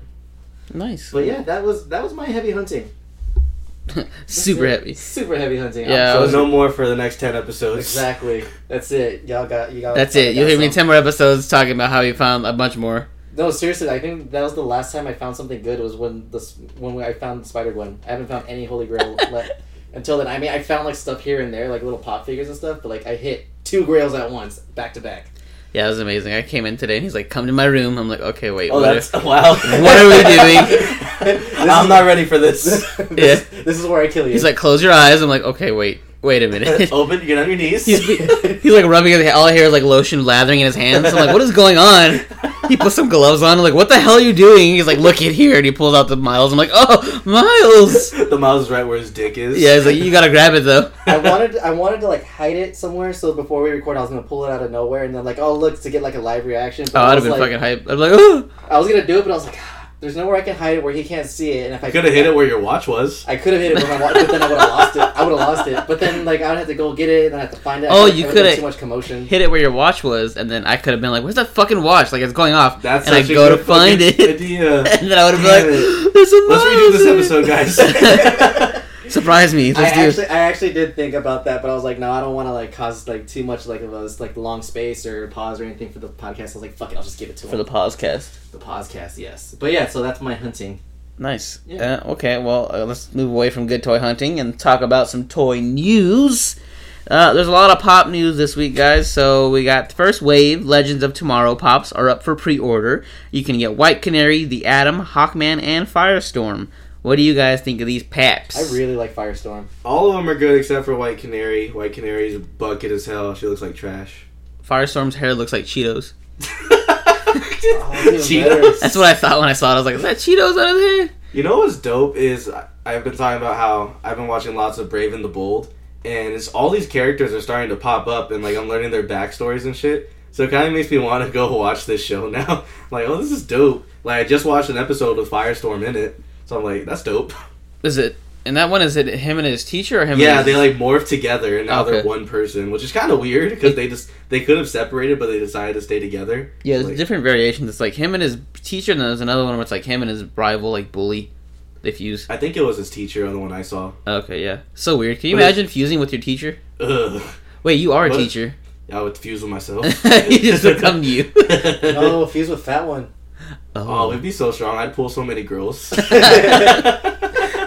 Speaker 3: Nice.
Speaker 2: But yeah, that was that was my heavy hunting. That's
Speaker 3: super
Speaker 2: it.
Speaker 3: heavy.
Speaker 2: Super heavy hunting.
Speaker 3: Yeah, I
Speaker 4: So
Speaker 3: was-
Speaker 4: no more for the next ten episodes.
Speaker 2: Exactly. That's it. Y'all got you got.
Speaker 3: That's
Speaker 2: y'all
Speaker 3: it.
Speaker 2: got
Speaker 3: You'll hear me in
Speaker 2: some.
Speaker 3: ten more episodes talking about how we found a bunch more.
Speaker 2: No, seriously, I think that was the last time I found something good. Was when this when I found Spider Gwen. I haven't found any Holy Grail left until then. I mean, I found like stuff here and there, like little pop figures and stuff. But like, I hit two Grails at once, back to back.
Speaker 3: Yeah, it was amazing. I came in today and he's like, "Come to my room." I'm like, "Okay, wait,
Speaker 4: Oh,
Speaker 3: what?" if-
Speaker 4: wow.
Speaker 3: What are we doing?
Speaker 2: This
Speaker 4: I'm
Speaker 2: is-
Speaker 4: not ready for this.
Speaker 2: this, this is where I kill you.
Speaker 3: He's like, "Close your eyes." I'm like, "Okay, wait, wait a minute."
Speaker 4: Open, get on your knees.
Speaker 3: he's, he's like rubbing his all I hear is like lotion lathering in his hands. I'm like, "What is going on?" He puts some gloves on. I'm like, "What the hell are you doing?" He's like, "Look at here," and he pulls out the miles. I'm like, "Oh, miles."
Speaker 4: the mouse is right where his dick is.
Speaker 3: Yeah, he's like, "You gotta grab it though."
Speaker 2: I wanted, I wanted to like hide it somewhere. So before we record, I was gonna pull it out of nowhere and then like, oh look, to get like a live reaction.
Speaker 3: Oh,
Speaker 2: I
Speaker 3: I'd have
Speaker 2: was
Speaker 3: been
Speaker 2: like,
Speaker 3: fucking hype. I'm like, "Oh,
Speaker 2: I was gonna do it, but I was like, "Ah, there's nowhere I can hide it where he can't see it. And if I
Speaker 4: You could have hit it where your watch was.
Speaker 2: I could have hit it, with my wa- but then I would have lost it. I would have lost it. But then like I would have to go get it, and then I have to find it. I
Speaker 3: Oh,
Speaker 2: would've-
Speaker 3: you
Speaker 2: it would've been
Speaker 3: coulda-
Speaker 2: too much commotion.
Speaker 3: hit it where your watch was," and then I could have been like, "Where's that fucking watch?" Like it's going off,
Speaker 4: That's
Speaker 3: and I
Speaker 4: such a
Speaker 3: go to
Speaker 4: good
Speaker 3: find
Speaker 4: fucking
Speaker 3: it.
Speaker 4: Idea.
Speaker 3: and then I would have been
Speaker 4: Damn
Speaker 3: like, "There's a
Speaker 4: Let's redo
Speaker 3: miles
Speaker 4: this
Speaker 3: in it."
Speaker 4: episode, guys.
Speaker 3: Surprise me.
Speaker 2: I
Speaker 3: Let's do this.
Speaker 2: actually, I actually did think about that, but I was like, no, I don't want to like cause like too much like of a like long space or pause or anything for the podcast. I was like, fuck it, I'll just give it to
Speaker 3: for
Speaker 2: him.
Speaker 3: the podcast.
Speaker 2: the podcast, yes. But yeah, so that's my hunting.
Speaker 3: Nice.
Speaker 2: Yeah.
Speaker 3: Uh, okay, well, uh, let's move away from good toy hunting and talk about some toy news. Uh, there's a lot of pop news this week, guys. So we got the first wave Legends of Tomorrow pops are up for pre-order. You can get White Canary, The Atom, Hawkman, and Firestorm. What do you guys think of these paps?
Speaker 2: I really like Firestorm.
Speaker 4: All of them are good except for White Canary. White Canary's bucket as hell. She looks like trash.
Speaker 3: Firestorm's hair looks like Cheetos.
Speaker 2: Oh, even
Speaker 4: Cheetos.
Speaker 3: That's what I thought when I saw it. I was like, "Is that Cheetos out of there?"
Speaker 4: You know what's dope is I- I've been talking about how I've been watching lots of Brave and the Bold, and it's all these characters are starting to pop up, and like I'm learning their backstories and shit. So it kind of makes me want to go watch this show now. like, oh, this is dope. Like I just watched an episode with Firestorm in it, so I'm like, that's dope.
Speaker 3: Is it? And that one is it him and his teacher or him?
Speaker 4: Yeah,
Speaker 3: and
Speaker 4: they
Speaker 3: his...
Speaker 4: like morph together, and now they're
Speaker 3: Okay.
Speaker 4: one person, which is kind of weird because they just they could have separated, but they decided to stay together.
Speaker 3: Yeah, there's
Speaker 4: Like-
Speaker 3: different variations. It's like him and his teacher, and then there's another one where it's like him and his rival, like bully. They fuse.
Speaker 4: I think it was his teacher on the one I saw.
Speaker 3: Okay, yeah. So weird. Can you
Speaker 4: But it-
Speaker 3: imagine fusing with your teacher?
Speaker 4: Ugh,
Speaker 3: Wait, you are a
Speaker 4: What?
Speaker 3: teacher.
Speaker 4: I would fuse with myself.
Speaker 3: he just succumbed to you.
Speaker 2: Oh, fuse with Fat One.
Speaker 4: Oh, it'd be so strong. I'd pull so many girls.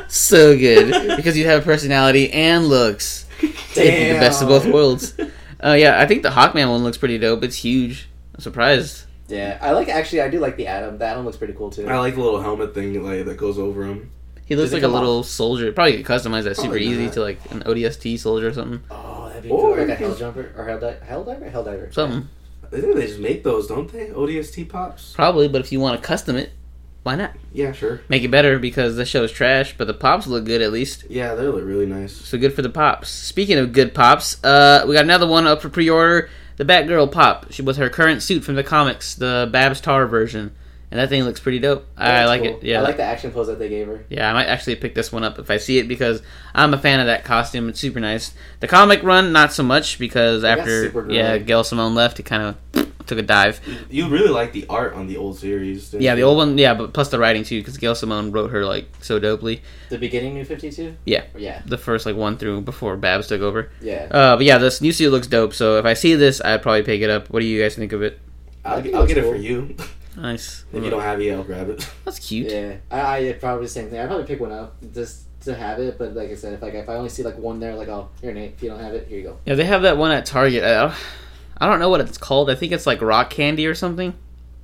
Speaker 3: so good because you have personality and looks. Taking the best of both worlds. Oh yeah, I think the Hawkman one looks pretty dope. It's huge. I'm surprised.
Speaker 2: Yeah, I like actually. I do like the Atom. The Atom looks pretty cool too.
Speaker 4: I like the little helmet thing like that goes over him.
Speaker 3: He looks
Speaker 2: it
Speaker 3: like a
Speaker 2: come off?
Speaker 3: little soldier. Probably could customize that super
Speaker 4: Probably
Speaker 3: easy
Speaker 4: not.
Speaker 3: to like an ODST soldier or something.
Speaker 2: Oh, that'd be
Speaker 4: Or
Speaker 2: cool. Like
Speaker 4: you
Speaker 2: a
Speaker 4: can-
Speaker 2: hell jumper or hell di- hell diver, hell diver.
Speaker 3: Something
Speaker 4: I think they just make those, don't they? ODST pops.
Speaker 3: probably, but if you want to custom it, why not?
Speaker 4: Yeah, sure.
Speaker 3: make it better because the show's trash, but the pops look good at least.
Speaker 4: Yeah, they look really nice.
Speaker 3: So good for the pops. Speaking of good pops, uh, we got another one up for pre-order. The Batgirl pop. She was her current suit from the comics, the Babstar version, and that thing looks pretty dope. I
Speaker 2: That's
Speaker 3: like
Speaker 2: cool.
Speaker 3: it. Yeah,
Speaker 2: I like the action pose that they gave her.
Speaker 3: yeah, I might actually pick this one up if I see it because I'm a fan of that costume. It's super nice. The comic run, not so much because
Speaker 2: got
Speaker 3: after
Speaker 2: Supergirl.
Speaker 3: yeah, Gail Simone left, it kind of took a dive.
Speaker 4: You really like the art on the old series. didn't
Speaker 3: Yeah, the
Speaker 4: you?
Speaker 3: old one. Yeah, but plus the writing too, because Gail Simone wrote her like so dopely.
Speaker 2: The beginning New Fifty Two.
Speaker 3: Yeah.
Speaker 2: Yeah.
Speaker 3: The first like one through before Babs took over.
Speaker 2: Yeah.
Speaker 3: Uh, but yeah, this new suit looks dope. So if I see this, I'd probably pick it up. What do you guys think of it?
Speaker 2: I think
Speaker 4: I'll, I'll
Speaker 2: it looks
Speaker 4: get it for
Speaker 2: cool.
Speaker 4: you.
Speaker 3: Nice.
Speaker 4: if you don't have it, I'll grab it.
Speaker 3: That's cute.
Speaker 2: Yeah, I, I probably the same thing. I probably pick one up just to have it, but like I said, if like if I only see like one there, like oh here Nate, if you don't have it, here you go.
Speaker 3: Yeah, they have that one at Target. I don't, I don't know what it's called. I think it's like rock candy or something.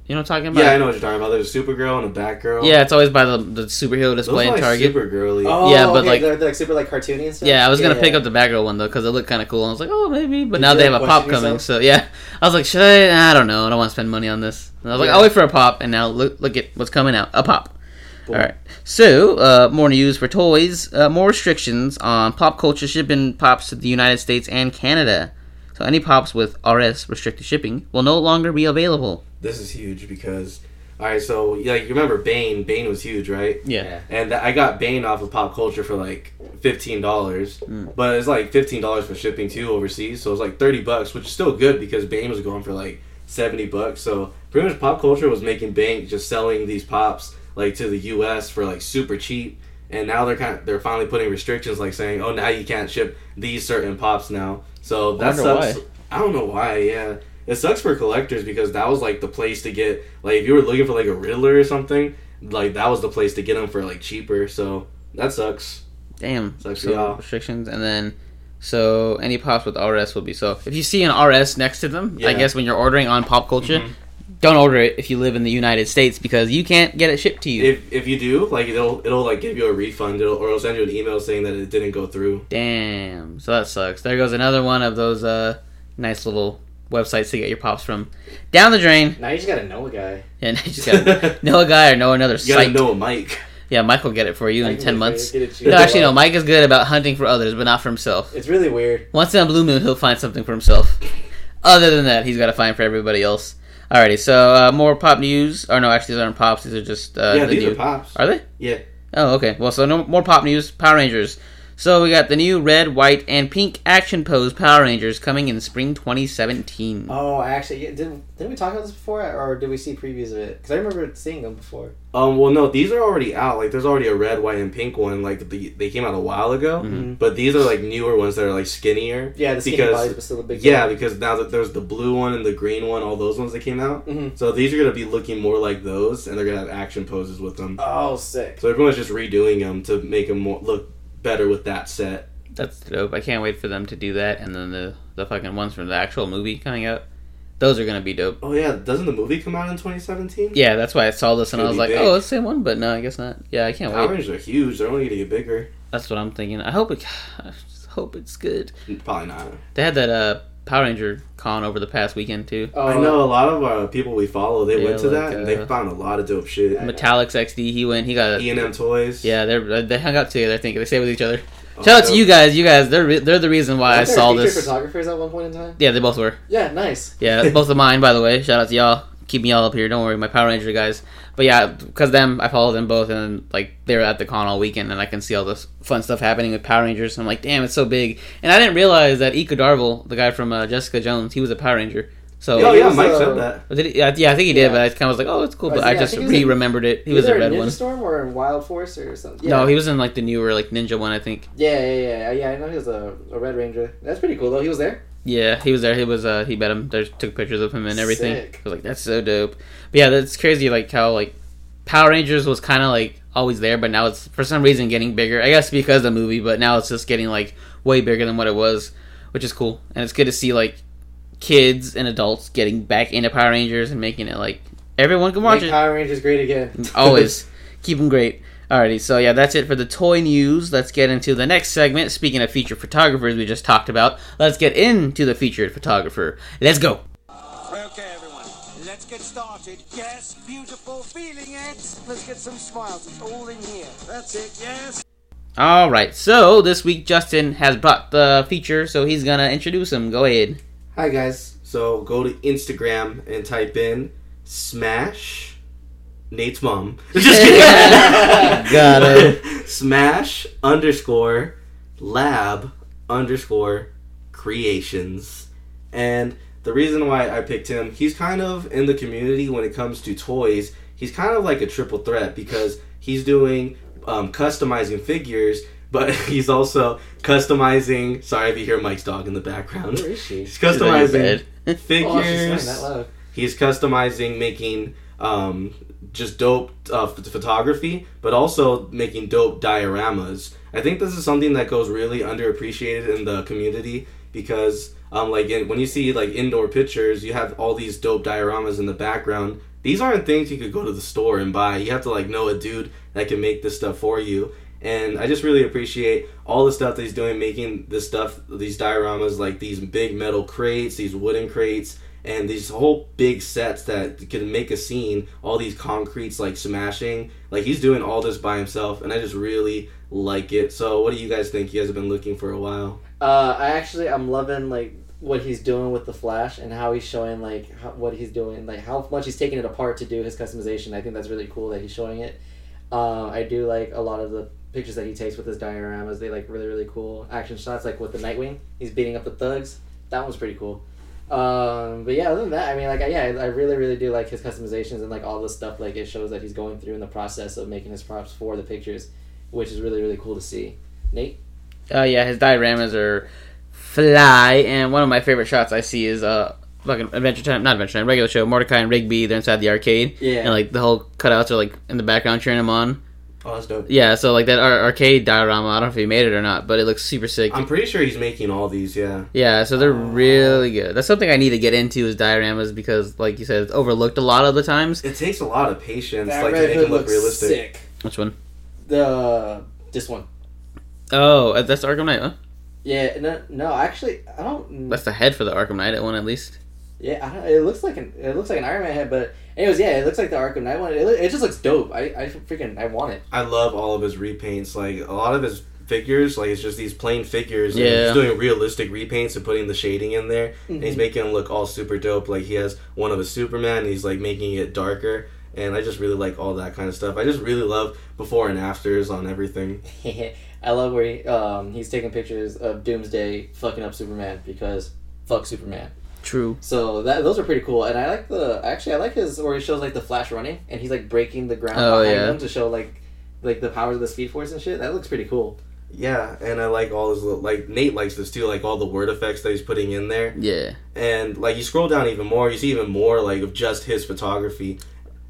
Speaker 3: You know what I'm talking about?
Speaker 4: yeah, I know what you're talking about. There's a Supergirl and a Batgirl.
Speaker 3: Yeah, it's always by the, the superhero
Speaker 4: those
Speaker 3: display
Speaker 4: are
Speaker 3: in
Speaker 4: like
Speaker 3: Target. Oh.
Speaker 4: super girly.
Speaker 3: Yeah, but, like-
Speaker 2: Oh, they're, they're, like super like cartoony and stuff.
Speaker 3: Yeah, I was gonna
Speaker 2: Yeah,
Speaker 3: pick
Speaker 2: yeah.
Speaker 3: up the Batgirl one though because it looked kind of cool. I was like, oh maybe, but
Speaker 2: Did
Speaker 3: now
Speaker 2: you,
Speaker 3: they have
Speaker 2: like,
Speaker 3: a pop
Speaker 2: question
Speaker 3: coming.
Speaker 2: yourself?
Speaker 3: So yeah, I was like, should I? Nah, I don't know. I don't want to spend money on this. And I was like,
Speaker 2: Yeah.
Speaker 3: I'll wait for a pop. And now look, look at what's coming out. A pop. All right. So uh, more news for toys. Uh, more restrictions on pop culture shipping pops to the United States and Canada. So any pops with RS restricted shipping will no longer be available.
Speaker 4: This is huge because, all right, so like you remember Bane? Bane was huge, right?
Speaker 2: Yeah.
Speaker 4: and I got Bane off of Pop Culture for like fifteen dollars,
Speaker 3: Mm.
Speaker 4: but it's like fifteen dollars for shipping too overseas, so it's like thirty bucks, which is still good because Bane was going for like seventy bucks. So pretty much Pop Culture was making bank just selling these pops like to the U.S. for like super cheap, and now they're kind of, they're finally putting restrictions like saying, oh, now you can't ship these certain pops now. So that
Speaker 3: wonder
Speaker 4: sucks.
Speaker 3: why.
Speaker 4: I don't know why. Yeah. It sucks for collectors because that was like the place to get like if you were looking for like a Riddler or something, like that was the place to get them for like cheaper. So that sucks.
Speaker 3: Damn.
Speaker 4: Sucks for
Speaker 3: so
Speaker 4: y'all.
Speaker 3: restrictions and then. So any pops with RS will be so. If you see an RS next to them, I
Speaker 4: Yeah.
Speaker 3: guess when you're ordering on pop culture,
Speaker 4: Mhm.
Speaker 3: don't order it if you live in the United States because you can't get it shipped to you.
Speaker 4: If if you do, like it'll it'll like give you a refund, it'll, or it'll send you an email saying that it didn't go through.
Speaker 3: Damn. So that sucks. There goes another one of those uh nice little websites to get your pops from. Down the drain.
Speaker 2: Now you just gotta know a guy.
Speaker 3: And you just gotta know a guy or know another
Speaker 4: You gotta
Speaker 3: site.
Speaker 4: know a mic.
Speaker 3: Yeah, Mike will get it for you
Speaker 2: I
Speaker 3: in
Speaker 2: can
Speaker 3: ten
Speaker 2: get-
Speaker 3: months.
Speaker 2: get it cheap.
Speaker 3: No, actually no, Mike is good about hunting for others, but not for himself.
Speaker 2: It's really weird.
Speaker 3: Once in a blue moon he'll find something for himself. Other than that, he's gotta find for everybody else. Alrighty, so uh, more pop news. Or no, actually these aren't pops, these are just uh
Speaker 4: yeah,
Speaker 3: the
Speaker 4: these
Speaker 3: new-
Speaker 4: are pops.
Speaker 3: Are they?
Speaker 4: Yeah.
Speaker 3: Oh, okay. Well, so no more pop news. Power Rangers. So we got the new red, white, and pink action pose Power Rangers coming in spring 2017.
Speaker 2: Oh, actually, yeah, did did we talk about this before, or did we see previews of it? Because I remember seeing them before.
Speaker 4: Um, well, no, these are already out. Like, there's already a red, white, and pink one. Like, the, they came out a while ago.
Speaker 2: Mhm.
Speaker 4: But these are like newer ones that are like skinnier.
Speaker 2: Yeah, the skinny
Speaker 4: Because-
Speaker 2: bodies, but still the big.
Speaker 4: Yeah, because now that there's the blue one and the green one, all those ones that came out.
Speaker 2: hmm
Speaker 4: So these are gonna be looking more like those, and they're gonna have action poses with them.
Speaker 2: Oh, sick.
Speaker 4: So everyone's just redoing them to make them more, look better with that set.
Speaker 3: That's dope. I can't wait for them to do that. And then the, the fucking ones from the actual movie coming out. Those are going to be dope.
Speaker 4: Oh yeah, doesn't the movie come out in 2017?
Speaker 3: Yeah, that's why I saw this and I
Speaker 4: It'll
Speaker 3: was
Speaker 4: be
Speaker 3: like,
Speaker 4: big.
Speaker 3: oh, it's the same one, but no, I guess not. Yeah, I can't
Speaker 4: Power
Speaker 3: wait.
Speaker 4: Rangers are huge. They're only gonna get bigger.
Speaker 3: That's what I'm thinking. I hope it. I just hope it's good.
Speaker 4: Mm, Probably not.
Speaker 3: They had that uh, Power Ranger con over the past weekend too.
Speaker 2: Oh,
Speaker 4: I know a lot of uh, people we follow. They
Speaker 3: Yeah,
Speaker 4: went to
Speaker 3: like,
Speaker 4: that and they
Speaker 3: uh,
Speaker 4: found a lot of dope shit.
Speaker 2: I know.
Speaker 3: Metallics XD, he went. He got.
Speaker 4: E
Speaker 3: A,
Speaker 4: and M Toys.
Speaker 3: yeah, they are they hung out together. I think they stayed with each other.
Speaker 4: Oh,
Speaker 3: Shout out to
Speaker 4: dope.
Speaker 3: you guys. You guys, they're re- they're the reason why I
Speaker 2: Weren't there
Speaker 3: saw
Speaker 2: featured
Speaker 3: this.
Speaker 2: Photographers at one point in time.
Speaker 3: Yeah, they both were.
Speaker 2: Yeah, nice.
Speaker 3: Yeah, both of mine, by the way. Shout out to y'all. Keep me all up here. Don't worry, my Power Ranger guys. But yeah, because them, I follow them both, and like they were at the con all weekend, and I can see all this fun stuff happening with Power Rangers. I'm like, damn, it's so big. And I didn't realize that Eko Darvel, the guy from uh, Jessica Jones, he was a Power Ranger. So
Speaker 4: Oh
Speaker 2: He
Speaker 4: yeah,
Speaker 2: was,
Speaker 4: Mike
Speaker 2: uh,
Speaker 4: said that.
Speaker 3: But did he- yeah, yeah, I think he did,
Speaker 2: Yeah.
Speaker 3: but I kind of was like, oh, it's cool.
Speaker 2: Oh,
Speaker 3: But
Speaker 2: yeah,
Speaker 3: I
Speaker 2: I
Speaker 3: just
Speaker 2: think he was in-
Speaker 3: re-remembered it. He was
Speaker 2: Either
Speaker 3: a red
Speaker 2: Ninja
Speaker 3: one.
Speaker 2: Storm or in Wild Force or something. Yeah.
Speaker 3: No, he was in like the newer like ninja one, I think.
Speaker 2: Yeah, yeah, yeah, yeah, yeah. I know he was a, a Red Ranger. That's pretty cool though. He was there.
Speaker 3: Yeah, he was there. He was uh he met him. There took pictures of him and everything.
Speaker 2: Sick.
Speaker 3: I was like, that's so dope. But yeah, that's crazy. Like how like Power Rangers was kind of like always there, but now it's for some reason getting bigger. I guess because of the movie, but now it's just getting like way bigger than what it was, which is cool. And it's good to see like kids and adults getting back into Power Rangers and making it like everyone can watch
Speaker 2: Make
Speaker 3: it.
Speaker 2: Power Rangers great again.
Speaker 3: Always keep them great. Alrighty, so yeah, that's it for the toy news. Let's get into the next segment. Speaking of featured photographers we just talked about, let's get into the featured photographer. Let's go.
Speaker 5: Okay, everyone, let's get started. Yes, beautiful, feeling it. Let's get some smiles. It's all in here. That's it, yes.
Speaker 3: Alright, so this week Justin has brought the feature, so he's gonna introduce him. Go ahead.
Speaker 4: Hi guys. So go to Instagram and type in smash Nate's mom. Just kidding.
Speaker 3: Got
Speaker 4: Smash underscore lab underscore creations. And the reason why I picked him, he's kind of in the community when it comes to toys. He's kind of like a triple threat because he's doing um, customizing figures, but he's also customizing. Sorry if you hear Mike's dog in the background.
Speaker 2: Where is she?
Speaker 4: He's
Speaker 3: She's on your
Speaker 4: customizing
Speaker 3: bed.
Speaker 2: Oh, she's saying
Speaker 4: figures.
Speaker 2: that loud.
Speaker 4: He's customizing, making um, just dope uh, ph- photography, but also making dope dioramas. I think this is something that goes really underappreciated in the community because, um, like, in, when you see like indoor pictures, you have all these dope dioramas in the background. These aren't things you could go to the store and buy. You have to like know a dude that can make this stuff for you. And I just really appreciate all the stuff that he's doing, making this stuff, these dioramas, like these big metal crates, these wooden crates, and these whole big sets that can make a scene all these concretes like smashing like he's doing all this by himself and i just really like it so what do you guys think you guys have been looking for a while
Speaker 2: Uh, I actually I'm loving like what he's doing with the Flash and how he's showing like how, what he's doing, like how much he's taking it apart to do his customization. I think that's really cool that he's showing it. Uh, I do like a lot of the pictures that he takes with his dioramas. They like really really cool action shots, like with the Nightwing. He's beating up the thugs. That one's pretty cool. Um, but yeah, other than that, I mean, like, I, yeah, I, I really, really do like his customizations and like all the stuff. Like, it shows that he's going through in the process of making his props for the pictures, which is really, really cool to see. Nate,
Speaker 3: Uh, yeah, his dioramas are fly, and one of my favorite shots I see is uh fucking Adventure Time, not Adventure Time, regular show. Mordecai and Rigby, they're inside the arcade,
Speaker 2: Yeah.
Speaker 3: and like the whole cutouts are like in the background cheering him on.
Speaker 4: oh that's dope
Speaker 3: Yeah, so like that ar- arcade diorama, I don't know if he made it or not, but it looks super sick.
Speaker 4: i'm pretty sure he's making all these yeah
Speaker 3: yeah, so they're really good. That's something I need to get into is dioramas because, like you said, it's overlooked a lot of the times.
Speaker 4: it takes a lot of patience like to make it look realistic
Speaker 2: sick.
Speaker 3: Which one?
Speaker 2: The this one.
Speaker 3: Oh, uh, that's Arkham Knight. Huh?
Speaker 2: Yeah, no, no. Actually, I don't.
Speaker 3: That's the head for the Arkham Knight one, at least.
Speaker 2: Yeah, I don't, it looks like an it looks like an Iron Man head, but anyways, yeah, it looks like the Arkham Knight one. It, loo- it just looks dope. I, I freaking I want it.
Speaker 4: i love all of his repaints like a lot of his figures like it's just these plain figures and
Speaker 3: Yeah.
Speaker 4: he's doing realistic repaints and putting the shading in there and he's making them look all super dope like he has one of a superman and he's like making it darker and I just really like all that kind of stuff. I just really love before and afters on everything.
Speaker 2: I love where he, um, he's taking pictures of Doomsday fucking up Superman because fuck Superman.
Speaker 3: True.
Speaker 2: So that those are pretty cool, and I like the actually I like his where he shows like the Flash running and he's like breaking the ground
Speaker 3: Oh,
Speaker 2: behind
Speaker 3: yeah.
Speaker 2: him to show like like the powers of the Speed Force and shit. That looks pretty cool.
Speaker 4: Yeah, and I like all his little, like Nate likes this too, like all the word effects that he's putting in there.
Speaker 3: Yeah.
Speaker 4: And like you scroll down even more, you see even more like of just his photography,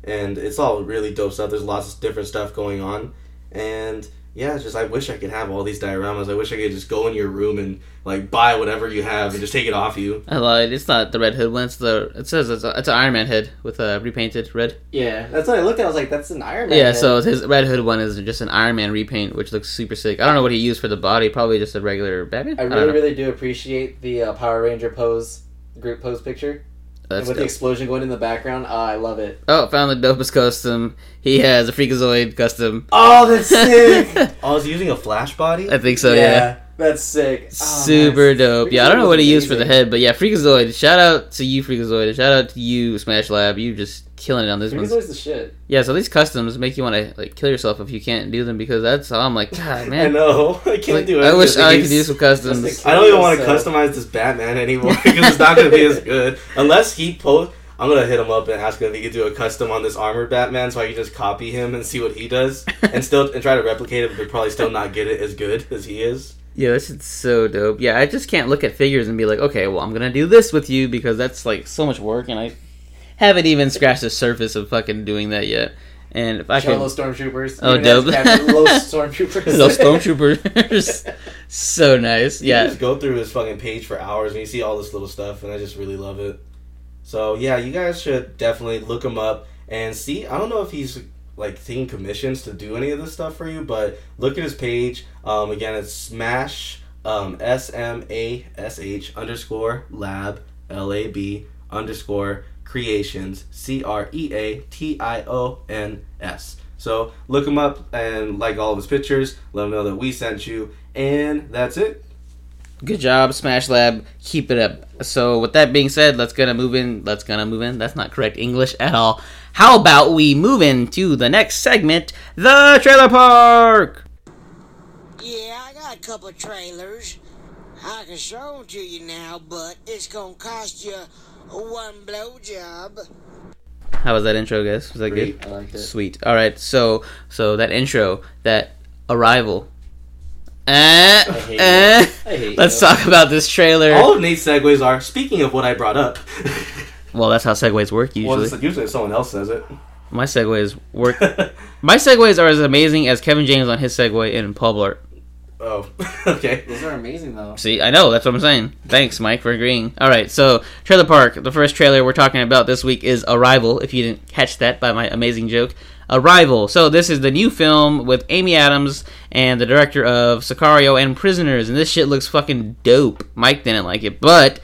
Speaker 4: and it's all really dope stuff. There's lots of different stuff going on, and yeah, it's just I wish I could have all these dioramas. I wish I could just go in your room and like buy whatever you have and just take it off you.
Speaker 3: I lied. It's not the red hood one. It's the it says it's, a, it's an Iron Man head with a repainted red.
Speaker 2: Yeah, that's what I looked at. I was like, that's an Iron Man.
Speaker 3: Yeah.
Speaker 2: head.
Speaker 3: So his red hood one is just an Iron Man repaint, which looks super sick. I don't know what he used for the body. Probably just a regular Batman. I
Speaker 2: I
Speaker 3: don't
Speaker 2: really
Speaker 3: know.
Speaker 2: really do appreciate the uh, Power Ranger pose group pose picture and
Speaker 3: That's
Speaker 2: with the
Speaker 3: dope.
Speaker 2: explosion going in the background. Ah, I love it.
Speaker 3: Oh, found the dopest custom. He has a Freakazoid custom.
Speaker 2: Oh, that's sick.
Speaker 4: Oh, I was using a flash body.
Speaker 3: I think so.
Speaker 2: yeah,
Speaker 3: yeah.
Speaker 2: that's sick. Ah,
Speaker 3: Super
Speaker 2: man.
Speaker 3: dope. Yeah, I don't know
Speaker 2: Freakazoid's
Speaker 3: what he used for the
Speaker 2: amazing.
Speaker 3: head, but yeah, Freakazoid. Shout out to you, Freakazoid. and Shout out to you, Smash Lab. You just killing it on this one.
Speaker 2: Freakazoid's the shit.
Speaker 3: Yeah, so these customs make you want to like kill yourself if you can't do them because that's how I'm like, God,
Speaker 4: I
Speaker 3: man.
Speaker 4: know. I can't
Speaker 3: Like,
Speaker 4: do it.
Speaker 3: I wish I could do
Speaker 4: use.
Speaker 3: some customs.
Speaker 2: That's the
Speaker 4: I don't even want to
Speaker 2: Kill yourself.
Speaker 4: customize this Batman anymore because it's not going to be as good unless he post. I'm gonna hit him up and ask him if he could do a custom on this armored Batman, so I can just copy him and see what he does, and still and try to replicate it, but probably still not get it as good as he is.
Speaker 3: Yeah, this is so dope. Yeah, I just can't look at figures and be like, okay, well, I'm gonna do this with you because that's like so much work, and I haven't even scratched the surface of fucking doing that yet. And if I
Speaker 2: Shout out
Speaker 3: could,
Speaker 2: those stormtroopers.
Speaker 3: Oh,
Speaker 2: Even that's
Speaker 3: dope.
Speaker 2: captured Those stormtroopers.
Speaker 3: those stormtroopers, so nice.
Speaker 4: You
Speaker 3: Yeah,
Speaker 4: just go through his fucking page for hours and you see all this little stuff, and I just really love it. So yeah, you guys should definitely look him up and see. I don't know if he's like taking commissions to do any of this stuff for you, but look at his page. Um, again, it's Smash um, S M A S H underscore Lab L A B underscore Creations C R E A T I O N S. So look him up and like all of his pictures. Let him know that we sent you, and that's it.
Speaker 3: good job, Smash Lab. Keep it up. So, with that being said, let's gonna move in. Let's gonna move in. That's not correct English at all. How about we move into the next segment, the trailer park?
Speaker 5: Yeah, I got a couple of trailers. I can show 'em to you now, but it's gonna cost you one blowjob.
Speaker 3: How was that intro, guys? Was that
Speaker 4: Great.
Speaker 3: good?
Speaker 2: I liked it.
Speaker 3: Sweet. All right. So, so that intro, that arrival. Eh,
Speaker 2: hate
Speaker 3: eh.
Speaker 2: I hate
Speaker 3: Let's
Speaker 2: you.
Speaker 3: talk about this trailer.
Speaker 4: All of Nate's segues are speaking of what I brought up.
Speaker 3: Well, that's how segues work
Speaker 4: well,
Speaker 3: usually.
Speaker 4: it's usually if someone else says it.
Speaker 3: My segues work. My segues are as amazing as Kevin James on his segue in Paul Blart.
Speaker 4: oh, okay.
Speaker 2: Those are amazing though.
Speaker 3: See, I know that's what I'm saying. Thanks, Mike, for agreeing. All right, so Trailer Park. The first trailer we're talking about this week is Arrival. If you didn't catch that by my amazing joke, Arrival. So this is the new film with Amy Adams and the director of Sicario and Prisoners, and this shit looks fucking dope. Mike didn't like it, but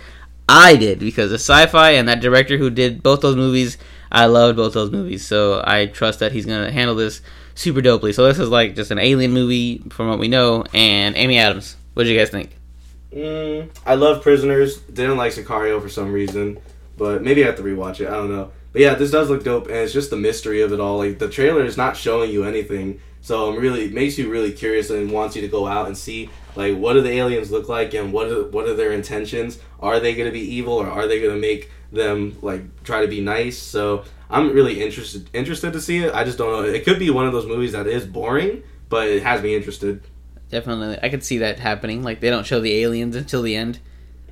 Speaker 3: I did because the sci-fi and that director who did both those movies, I loved both those movies. So I trust that he's gonna handle this super dopely. So this is like just an alien movie from what we know, and Amy Adams. What did you guys think?
Speaker 4: Mm, I love Prisoners. Didn't like Sicario for some reason, but maybe I have to rewatch it. I don't know. But yeah, this does look dope, and it's just the mystery of it all. Like the trailer is not showing you anything, so I'm really it makes you really curious and wants you to go out and see like what do the aliens look like and what are, what are their intentions? Are they going to be evil or are they going to make them like try to be nice? So I'm really interested interested to see it. I just don't know. It could be one of those movies that is boring, but it has me interested.
Speaker 3: Definitely, I could see that happening. Like they don't show the aliens until the end.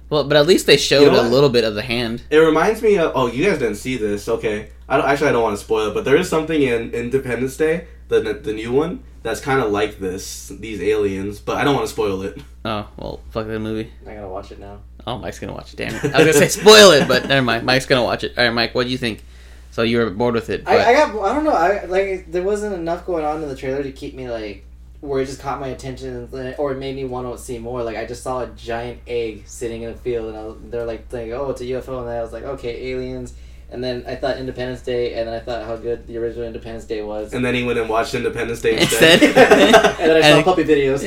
Speaker 3: Well, but at least they showed
Speaker 4: know
Speaker 3: a
Speaker 4: what?
Speaker 3: little bit of the hand.
Speaker 4: It reminds me of. Oh, you guys didn't see this. Okay. I don't, actually, I don't want to spoil it, but there is something in Independence Day, the the new one, that's kind of like this. These aliens, but I don't want to spoil it.
Speaker 3: Oh well, fuck that movie.
Speaker 2: I gotta watch it now.
Speaker 3: Oh, Mike's gonna watch it. Damn it! I was gonna say spoil it, but never mind. Mike's gonna watch it. All right, Mike, what do you think? So you were bored with it, but
Speaker 2: I, I got I don't know I like there wasn't enough going on in the trailer to keep me like where it just caught my attention and- or it made me want to see more. Like I just saw a giant egg sitting in a field and I was, they're like thinking oh it's a UFO and then I was like okay aliens and then I thought Independence Day and then I thought how good the original Independence Day was.
Speaker 4: And then he went and watched Independence Day
Speaker 3: Instead?
Speaker 4: instead.
Speaker 2: and then I saw
Speaker 3: And-
Speaker 2: puppy videos.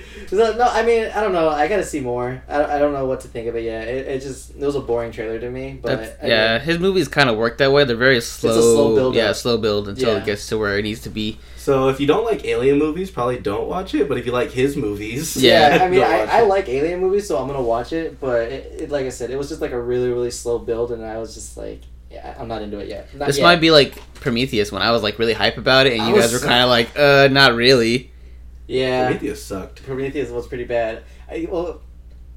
Speaker 2: So, no, I mean, I don't know. I gotta see more. I, I don't know what to think of it yet. It, it just it was a boring trailer to me, but
Speaker 3: That's-
Speaker 2: I
Speaker 3: yeah,
Speaker 2: mean,
Speaker 3: his movies kind of work that way. They're very slow.
Speaker 2: slow build
Speaker 3: yeah,
Speaker 2: up.
Speaker 3: slow build until
Speaker 2: Yeah.
Speaker 3: it gets to where it needs to be.
Speaker 4: So if you don't like alien movies, probably don't watch it. But if you like his movies,
Speaker 3: Yeah.
Speaker 2: yeah. I mean,
Speaker 4: don't
Speaker 2: I,
Speaker 4: watch
Speaker 2: I
Speaker 4: it.
Speaker 2: like alien movies, so I'm gonna watch it. But it, it, like I said, it was just like a really really slow build, and I was just like, yeah, I'm not into it yet. Not
Speaker 3: This
Speaker 2: yet.
Speaker 3: might be like Prometheus when I was like really hype about it, and
Speaker 2: I
Speaker 3: you guys were
Speaker 2: was-
Speaker 3: kind of like, uh, not really.
Speaker 2: yeah.
Speaker 4: Prometheus sucked.
Speaker 2: Prometheus was pretty bad. I, well,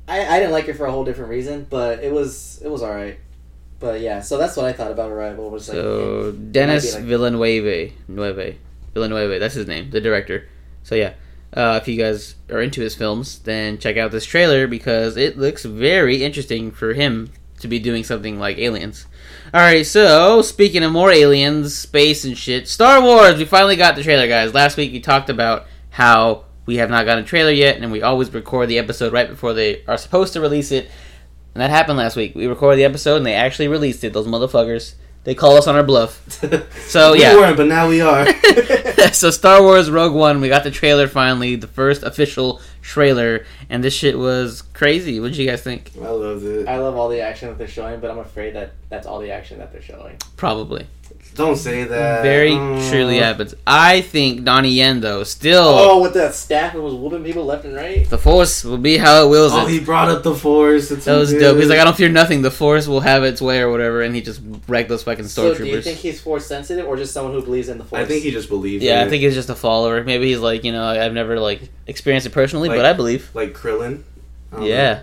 Speaker 2: I, I didn't like it for a whole different reason, but it was it was all right. But yeah, so that's what I thought about Arrival. Was like,
Speaker 3: So Dennis
Speaker 2: might be like-
Speaker 3: Villeneuve, Nueve, Villeneuve, that's his name, the director. So yeah, uh, if you guys are into his films, then check out this trailer because it looks very interesting for him to be doing something like Aliens. All right, so speaking of more aliens, space and shit, Star Wars. We finally got the trailer, guys. Last week we talked about how we have not gotten a trailer yet, and we always record the episode right before they are supposed to release it. And that happened last week. We recorded the episode, and they actually released it. Those motherfuckers. They call us on our bluff. So,
Speaker 4: we
Speaker 3: yeah.
Speaker 4: weren't, but now we are.
Speaker 3: so Star Wars Rogue One, we got the trailer finally, the first official trailer, and this shit was crazy. What did you guys think?
Speaker 4: I loved it.
Speaker 2: I love all the action that they're showing, but I'm afraid that that's all the action that they're showing.
Speaker 3: Probably.
Speaker 4: Don't say that.
Speaker 3: Very
Speaker 4: Mm.
Speaker 3: truly happens. I think Donnie Yen though, still
Speaker 2: Oh, with that staff, it was whooping people left and right.
Speaker 3: the force will be how it wills
Speaker 4: Oh,
Speaker 3: it.
Speaker 4: he brought up the force. It's
Speaker 3: that was
Speaker 4: good.
Speaker 3: dope. He's like, I don't fear nothing. The force will have its way or whatever, and he just wrecked those fucking
Speaker 2: So, do you
Speaker 3: stormtroopers.
Speaker 2: think he's force sensitive or just someone who believes in the force?
Speaker 4: I think he just believed.
Speaker 3: yeah,
Speaker 4: in
Speaker 3: I think he's just a follower. Maybe he's like, you know, I- I've never like experienced it personally,
Speaker 4: Like-
Speaker 3: but I believe.
Speaker 4: it. like Krillin. I don't
Speaker 3: yeah,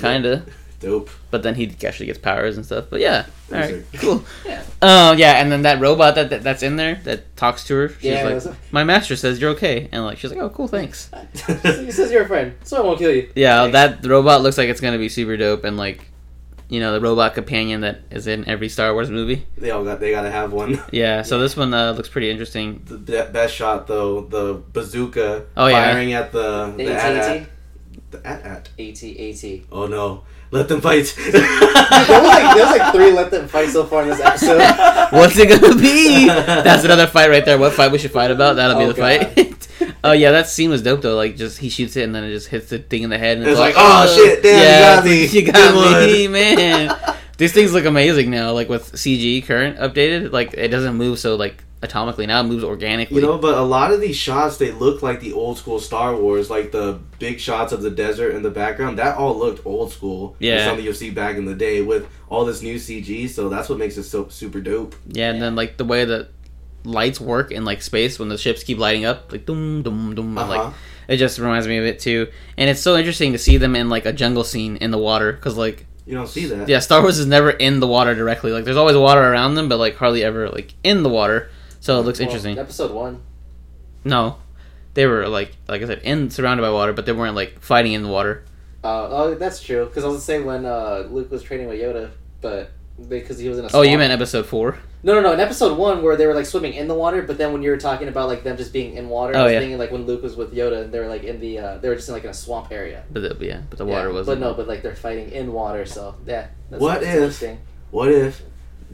Speaker 3: kinda.
Speaker 4: know. dope.
Speaker 3: But then he actually gets powers and stuff. But yeah, all right,
Speaker 4: Loser.
Speaker 3: cool.
Speaker 2: Yeah.
Speaker 3: Oh yeah, and then that robot that, that that's in there that talks to her. She's
Speaker 2: Yeah, it
Speaker 3: like,
Speaker 2: was-
Speaker 3: "My master says you're okay," and like she's like, "Oh, cool, thanks."
Speaker 2: he says you're a friend, so I won't kill you.
Speaker 3: Yeah,
Speaker 2: Thanks.
Speaker 3: that the robot looks like it's gonna be super dope, and like, you know, the robot companion that is in every Star Wars movie.
Speaker 4: they all got. They gotta have one.
Speaker 3: Yeah, so this one uh, looks pretty interesting.
Speaker 4: The be- best shot though, the bazooka
Speaker 3: Oh, yeah.
Speaker 4: firing at the the at
Speaker 2: AT,
Speaker 4: the at.
Speaker 2: AT, AT, AT.
Speaker 4: Oh no! Let them fight.
Speaker 2: There was like there was like three let them fight so far in this episode.
Speaker 3: What's it gonna be? That's another fight right there. What fight we should fight about? That'll be
Speaker 2: Oh,
Speaker 3: the fight. Oh yeah, that scene was dope though. Like, just he shoots it and then it just hits the thing in the head. And
Speaker 4: It's like, "Oh, shit, damn, you got me.
Speaker 3: you got
Speaker 4: Good
Speaker 3: me, man. These things look amazing now. Like with CG current updated, like it doesn't move so like atomically now. It moves organically.
Speaker 4: You know, but a lot of these shots they look like the old school Star Wars, like the big shots of the desert in the background. That all looked old school. It's
Speaker 3: Yeah.
Speaker 4: something you'll see back in the day with all this new CG. So that's what makes it so super dope.
Speaker 3: yeah, and then like the way that lights work in like space when the ships keep lighting up, like dum dum dum, and,
Speaker 4: Uh-huh.
Speaker 3: like it just reminds me of it too. And it's so interesting to see them in like a jungle scene in the water because like
Speaker 4: You don't see that.
Speaker 3: Yeah, Star Wars is never in the water directly. Like there's always water around them, but like hardly ever like in the water. So Oh, it looks
Speaker 2: Well,
Speaker 3: interesting.
Speaker 2: Episode one.
Speaker 3: No. They were like like I said, in surrounded by water, but they weren't like fighting in the water.
Speaker 2: Uh, oh, that's true. Because I was gonna say when uh, Luke was training with Yoda, but because he was in a
Speaker 3: Oh, you
Speaker 2: swamp.
Speaker 3: meant episode four?
Speaker 2: no, no, no. In episode one, where they were like swimming in the water, but then when you were talking about like them just being in water,
Speaker 3: Oh,
Speaker 2: I was
Speaker 3: yeah.
Speaker 2: thinking, like when Luke was with Yoda, they were like in the uh, they were just in like in a swamp area.
Speaker 3: But the, yeah, but the water
Speaker 2: Yeah,
Speaker 3: wasn't.
Speaker 2: But no, but like they're fighting in water, so yeah. That's,
Speaker 4: What
Speaker 2: that's
Speaker 4: if-
Speaker 2: interesting.
Speaker 4: What if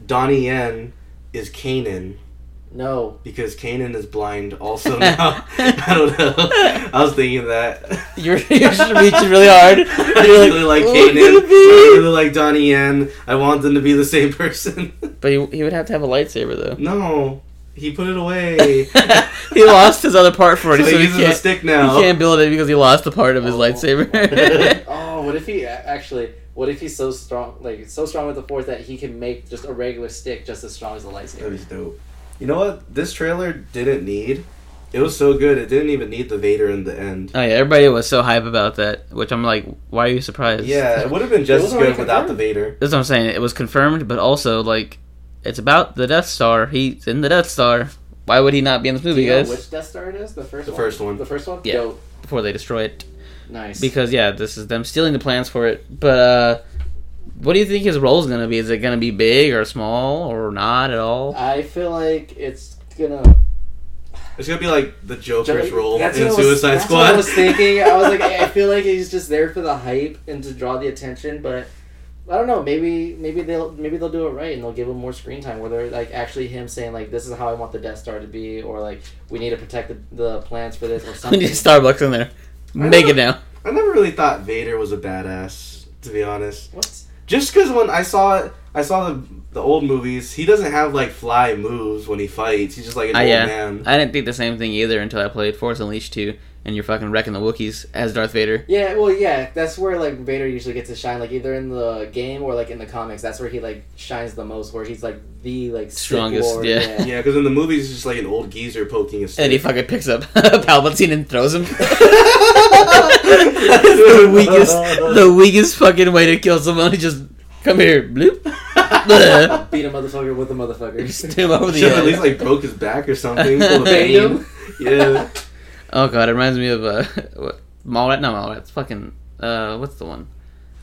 Speaker 4: Donnie Yen is Kanan
Speaker 2: No,
Speaker 4: because Kanan is blind also now? I don't know. I was thinking that.
Speaker 3: You're, you're just reaching really hard.
Speaker 4: I
Speaker 3: You're like,
Speaker 4: really like
Speaker 3: "Oh,
Speaker 4: Kanan.
Speaker 3: baby."
Speaker 4: I really like Donnie Yen. I want them to be the same person.
Speaker 3: But he, he would have to have a lightsaber though.
Speaker 4: no, he put it away.
Speaker 3: he lost his other part for it,
Speaker 4: So
Speaker 3: so,
Speaker 4: he
Speaker 3: he
Speaker 4: uses a
Speaker 3: can't.
Speaker 4: stick
Speaker 3: He
Speaker 4: now.
Speaker 3: can't build it because he lost the part of his
Speaker 2: Oh.
Speaker 3: lightsaber.
Speaker 2: Oh, what if he a- actually? What if he's so strong, like so strong with the force that he can make just a regular stick just as strong as a
Speaker 4: That
Speaker 2: lightsaber?
Speaker 4: was dope. You know what? This trailer didn't need. It was so good. It didn't even need the Vader in the end.
Speaker 3: oh yeah, everybody was so hype about that, which I'm like, why are you surprised?
Speaker 4: Yeah, it would have been
Speaker 2: It
Speaker 4: just
Speaker 2: was
Speaker 4: as
Speaker 2: already
Speaker 4: good without the
Speaker 2: confirmed.
Speaker 4: Vader.
Speaker 3: That's what I'm saying. It was confirmed, but also like, it's about the Death Star. He's in the Death Star. Why would he not be in this
Speaker 2: Do
Speaker 3: movie,
Speaker 2: you know
Speaker 3: guys?
Speaker 2: which Death Star it is? The first.
Speaker 4: The
Speaker 2: one?
Speaker 4: first one.
Speaker 2: The first one.
Speaker 3: Yeah.
Speaker 2: Dope.
Speaker 3: Before they destroy it,
Speaker 2: Nice.
Speaker 3: because yeah, this is them stealing the plans for it. But uh, what do you think his role's gonna be? Is it gonna be big or small or not at all?
Speaker 2: I feel like it's gonna.
Speaker 4: It's gonna be like the Joker's
Speaker 2: That's
Speaker 4: role
Speaker 2: what I
Speaker 4: in
Speaker 2: was-
Speaker 4: Suicide
Speaker 2: that's
Speaker 4: Squad.
Speaker 2: What I was thinking. I was like, I I feel like he's just there for the hype and to draw the attention, but. I don't know. Maybe, maybe they'll, maybe they'll do it right, and they'll give him more screen time. Where they're like actually him saying like, "This is how I want the Death Star to be," or like, "We need to protect the, the plans for this," or
Speaker 3: We
Speaker 2: something.
Speaker 3: need Starbucks in there. Make it
Speaker 4: never-
Speaker 3: now.
Speaker 4: I never really thought Vader was a badass, to be honest.
Speaker 2: What?
Speaker 4: Just because when I saw it, I saw the the old movies. He doesn't have like fly moves when he fights. He's just like an
Speaker 3: I,
Speaker 4: old
Speaker 3: Ah, yeah,
Speaker 4: man.
Speaker 3: I didn't think the same thing either until I played Force Unleashed 2 and you're fucking wrecking the Wookiees as Darth Vader.
Speaker 2: Yeah, well, yeah, that's where like Vader usually gets his shine, like either in the game or like in the comics. That's where he like shines the most, where he's like the like Sith
Speaker 3: Strongest,
Speaker 2: Lord,
Speaker 3: yeah.
Speaker 4: yeah, because in the movies, he's just like an old geezer poking his.
Speaker 3: And then he fucking picks up Palpatine and throws him. the
Speaker 4: the
Speaker 3: weakest, the weakest fucking way to kill someone. is Just come here, bloop. Bleh.
Speaker 2: Beat a motherfucker with a motherfucker.
Speaker 3: Just him over the
Speaker 4: Should at
Speaker 3: head.
Speaker 4: least like broke his back or something. Pulled a
Speaker 2: Banged
Speaker 4: vein.
Speaker 2: him.
Speaker 4: Yeah.
Speaker 3: Oh god, it reminds me of uh, what, Mallrat. No, Mallrat. It's fucking uh, what's the one?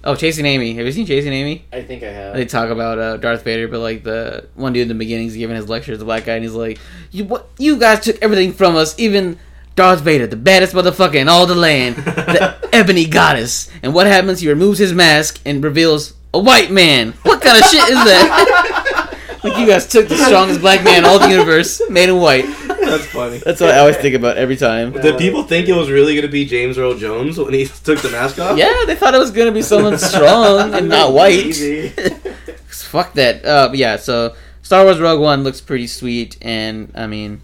Speaker 3: Oh, Chasing Amy. Have you seen Chasing Amy?
Speaker 2: I think I have.
Speaker 3: They talk about uh, Darth Vader, but like the one dude in the beginning's giving his lecture to the black guy, and he's like, "You what? You guys took everything from us, even Darth Vader, the baddest motherfucker in all the land, the ebony goddess." And what happens? He removes his mask and reveals a white man. What kind of shit is that? like you guys took the strongest black man in all the universe, made him white.
Speaker 4: That's funny.
Speaker 3: That's what I always think about every time.
Speaker 4: Did people think it was really gonna be James Earl Jones when he took the mask off?
Speaker 3: Yeah, they thought it was gonna be someone strong and not white.
Speaker 4: Easy.
Speaker 3: Fuck that. Uh, but yeah, so Star Wars Rogue One looks pretty sweet, and I mean,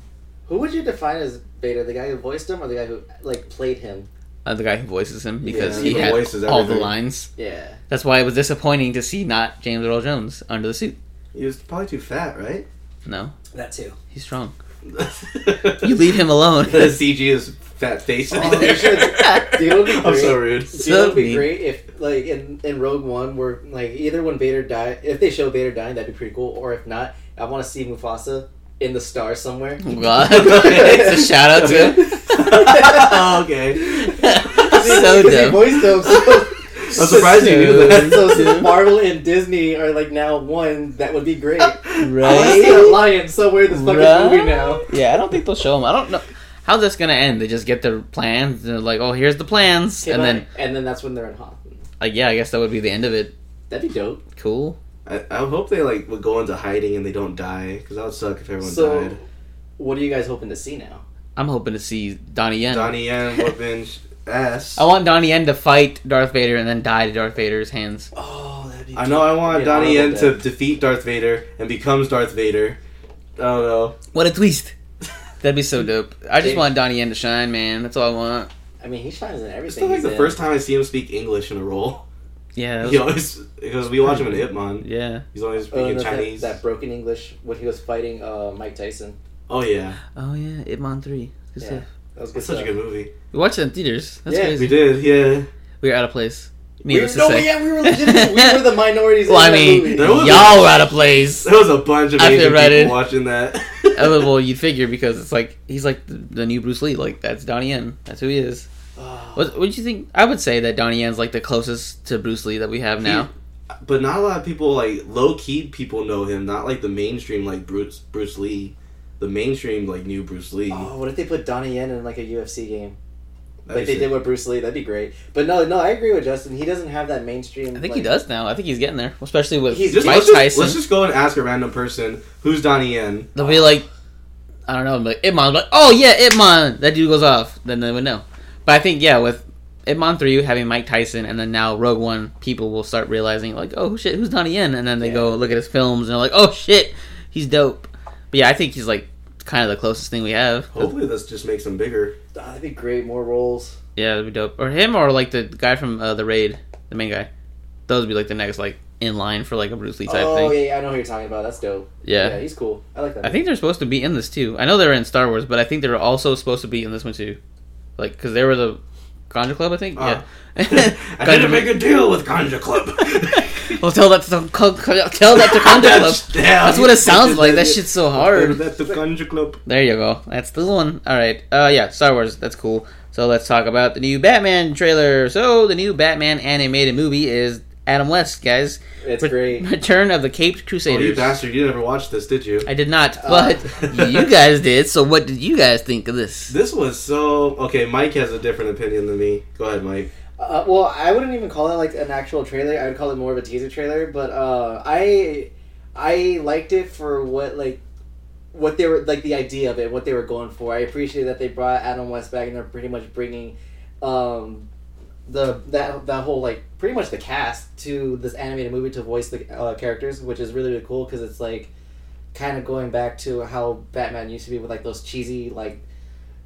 Speaker 2: Who would you define as Vader? The guy who voiced him, or the guy who like played him?
Speaker 3: uh, the guy who voices him because
Speaker 2: Yeah,
Speaker 3: he
Speaker 2: he
Speaker 3: had
Speaker 4: voices
Speaker 3: all the
Speaker 4: everything.
Speaker 3: lines.
Speaker 2: Yeah.
Speaker 3: That's why it was disappointing to see not James Earl Jones under the suit.
Speaker 4: He was probably too fat, right?
Speaker 3: No,
Speaker 2: That too.
Speaker 3: he's strong. You leave him alone.
Speaker 4: the CG is fat face. in
Speaker 2: Oh,
Speaker 4: there.
Speaker 2: you should- dude, it would be
Speaker 4: I'm so
Speaker 2: great.
Speaker 4: rude.
Speaker 2: Do you know what'd
Speaker 3: So
Speaker 2: be
Speaker 3: mean.
Speaker 2: great if like in, in Rogue One where like either when Vader died if they show Vader dying that'd be pretty cool or if not I want to see Mufasa in the stars somewhere.
Speaker 3: Oh, God, it's a shout out to him.
Speaker 4: Oh, okay.
Speaker 3: so
Speaker 2: Because They
Speaker 3: dumb.
Speaker 2: voiced him. So,
Speaker 4: I'm surprised you knew that.
Speaker 2: so since Marvel and Disney are like now one. That would be great.
Speaker 4: Oh,
Speaker 2: I want to see a
Speaker 3: Right?
Speaker 2: lion somewhere in this fucking
Speaker 3: Right?
Speaker 2: movie now.
Speaker 3: Yeah, I don't think they'll show him. I don't know. How's this gonna end? They just get their plans. They're like, "Oh, here's the plans," and then,
Speaker 2: and then that's when they're in Hotham.
Speaker 3: like, yeah, I guess that would be the end of it.
Speaker 2: That'd be dope.
Speaker 3: Cool.
Speaker 4: I, I hope they like would go into hiding and they don't die because that would suck if everyone
Speaker 2: so,
Speaker 4: died.
Speaker 2: what are you guys hoping to see now?
Speaker 3: I'm hoping to see Donnie Yen.
Speaker 4: Donnie Yen whooping sh- ass.
Speaker 3: I want Donnie Yen to fight Darth Vader and then die to Darth Vader's hands.
Speaker 2: Oh, that'd be.
Speaker 4: I know I want
Speaker 2: Yeah,
Speaker 4: Donnie Yen
Speaker 2: honorable
Speaker 4: to
Speaker 2: death.
Speaker 4: defeat Darth Vader and becomes Darth Vader. I don't know.
Speaker 3: What a twist! That'd be so dope. I just
Speaker 2: Dude.
Speaker 3: want Donnie Yen to shine, man. That's all I want.
Speaker 2: I mean, he shines in everything.
Speaker 4: It's still like
Speaker 2: he's
Speaker 4: the
Speaker 2: in.
Speaker 4: first time I see him speak English in a role.
Speaker 3: Yeah. that was-
Speaker 4: He always because we watch him in Ip Man.
Speaker 3: yeah.
Speaker 4: He's always
Speaker 2: Oh,
Speaker 4: speaking
Speaker 2: no, that-
Speaker 4: Chinese.
Speaker 2: That, broken English when he was fighting uh, Mike Tyson.
Speaker 4: Oh yeah,
Speaker 3: Oh yeah, Ip Man three. Good
Speaker 2: Yeah.
Speaker 3: stuff.
Speaker 2: That was good.
Speaker 4: it's such a
Speaker 2: stuff.
Speaker 4: good movie.
Speaker 3: We watched it in theaters. That's
Speaker 2: Yeah,
Speaker 3: crazy.
Speaker 4: We did, yeah.
Speaker 3: We were out of place.
Speaker 2: We were,
Speaker 3: Needless
Speaker 2: no,
Speaker 3: to say.
Speaker 2: yeah, we were legit. we were the minorities.
Speaker 3: Well,
Speaker 2: in
Speaker 3: I
Speaker 2: that
Speaker 3: mean,
Speaker 2: movie.
Speaker 4: There was-
Speaker 3: y'all were out of place.
Speaker 4: There was a bunch of
Speaker 3: I feel
Speaker 4: Asian people
Speaker 3: righted.
Speaker 4: watching that.
Speaker 3: Oh, well, you'd figure because it's like he's like the, the new Bruce Lee. Like that's Donnie Yen. That's who he is. What would you think? I would say that Donnie Yen's like the closest to Bruce Lee that we have now.
Speaker 4: But not a lot of people like low key people know him. Not like the mainstream like Bruce Bruce Lee. The mainstream like knew Bruce Lee.
Speaker 2: Oh, what if they put Donnie Yen in like a UFC game,
Speaker 4: That'd
Speaker 2: like
Speaker 4: be
Speaker 2: they did
Speaker 4: sick.
Speaker 2: with Bruce Lee? That'd be great. But no, no, I agree with Justin. He doesn't have that mainstream.
Speaker 3: I think he
Speaker 2: like-
Speaker 3: does now. I think he's getting there, especially with
Speaker 2: He's-
Speaker 4: Just,
Speaker 3: Mike
Speaker 4: let's, just,
Speaker 3: Tyson.
Speaker 4: let's just go and ask a random person who's Donnie Yen.
Speaker 3: They'll be like, I don't know, like Itmon. Like, oh yeah, Itmon. That dude goes off. Then they would know. But I think yeah, with Itmon three having Mike Tyson, and then now Rogue One, people will start realizing like, oh shit, who's Donnie Yen? And then they go look at his films and they're like, oh shit, he's dope. But yeah, I think he's like kind of the closest thing we have.
Speaker 4: Hopefully this just makes him bigger.
Speaker 2: Oh, that'd be great. More roles.
Speaker 3: Yeah, that'd be dope. Or him, or like the guy from uh, the Raid, the main guy. Those would be like the next like in line for like a Bruce Lee type
Speaker 2: oh
Speaker 3: thing.
Speaker 2: yeah, yeah, I know who you're talking about. That's dope.
Speaker 3: Yeah.
Speaker 2: he's cool. I like that.
Speaker 3: I think they're supposed to be in this too. I know they're in Star Wars, but I think they're also supposed to be in this one too. Like, because they were the Conjure Club, I think. yeah.
Speaker 4: Ah. I had to
Speaker 3: Conjure-
Speaker 4: make a deal with Conja Club.
Speaker 3: well, tell that to the con- con- tell that to Oh, Conjure Club. That's what it sounds like. That shit's so hard.
Speaker 4: That's the Conja Club.
Speaker 3: There you go. That's the one. All right. Uh, yeah, Star Wars. That's cool. So let's talk about the new Batman trailer. So the new Batman animated movie is Adam West, guys.
Speaker 2: It's
Speaker 3: Re-
Speaker 2: great.
Speaker 3: Return of the Caped
Speaker 4: Oh, you
Speaker 3: Crusaders.
Speaker 4: bastard! Uh, You never watched this, did you?
Speaker 3: I did not, but you guys did. So what did you guys think of this?
Speaker 4: This was so okay. Mike has a different opinion than me. Go ahead, Mike.
Speaker 2: Uh, well, I wouldn't even call it like an actual trailer. I would call it more of a teaser trailer. But uh, I, I liked it for what like, what they were like the idea of it, what they were going for. I appreciate that they brought Adam West back and they're pretty much bringing, um, the that that whole like pretty much the cast to this animated movie to voice the uh, characters, which is really really cool because it's like kind of going back to how Batman used to be with like those cheesy like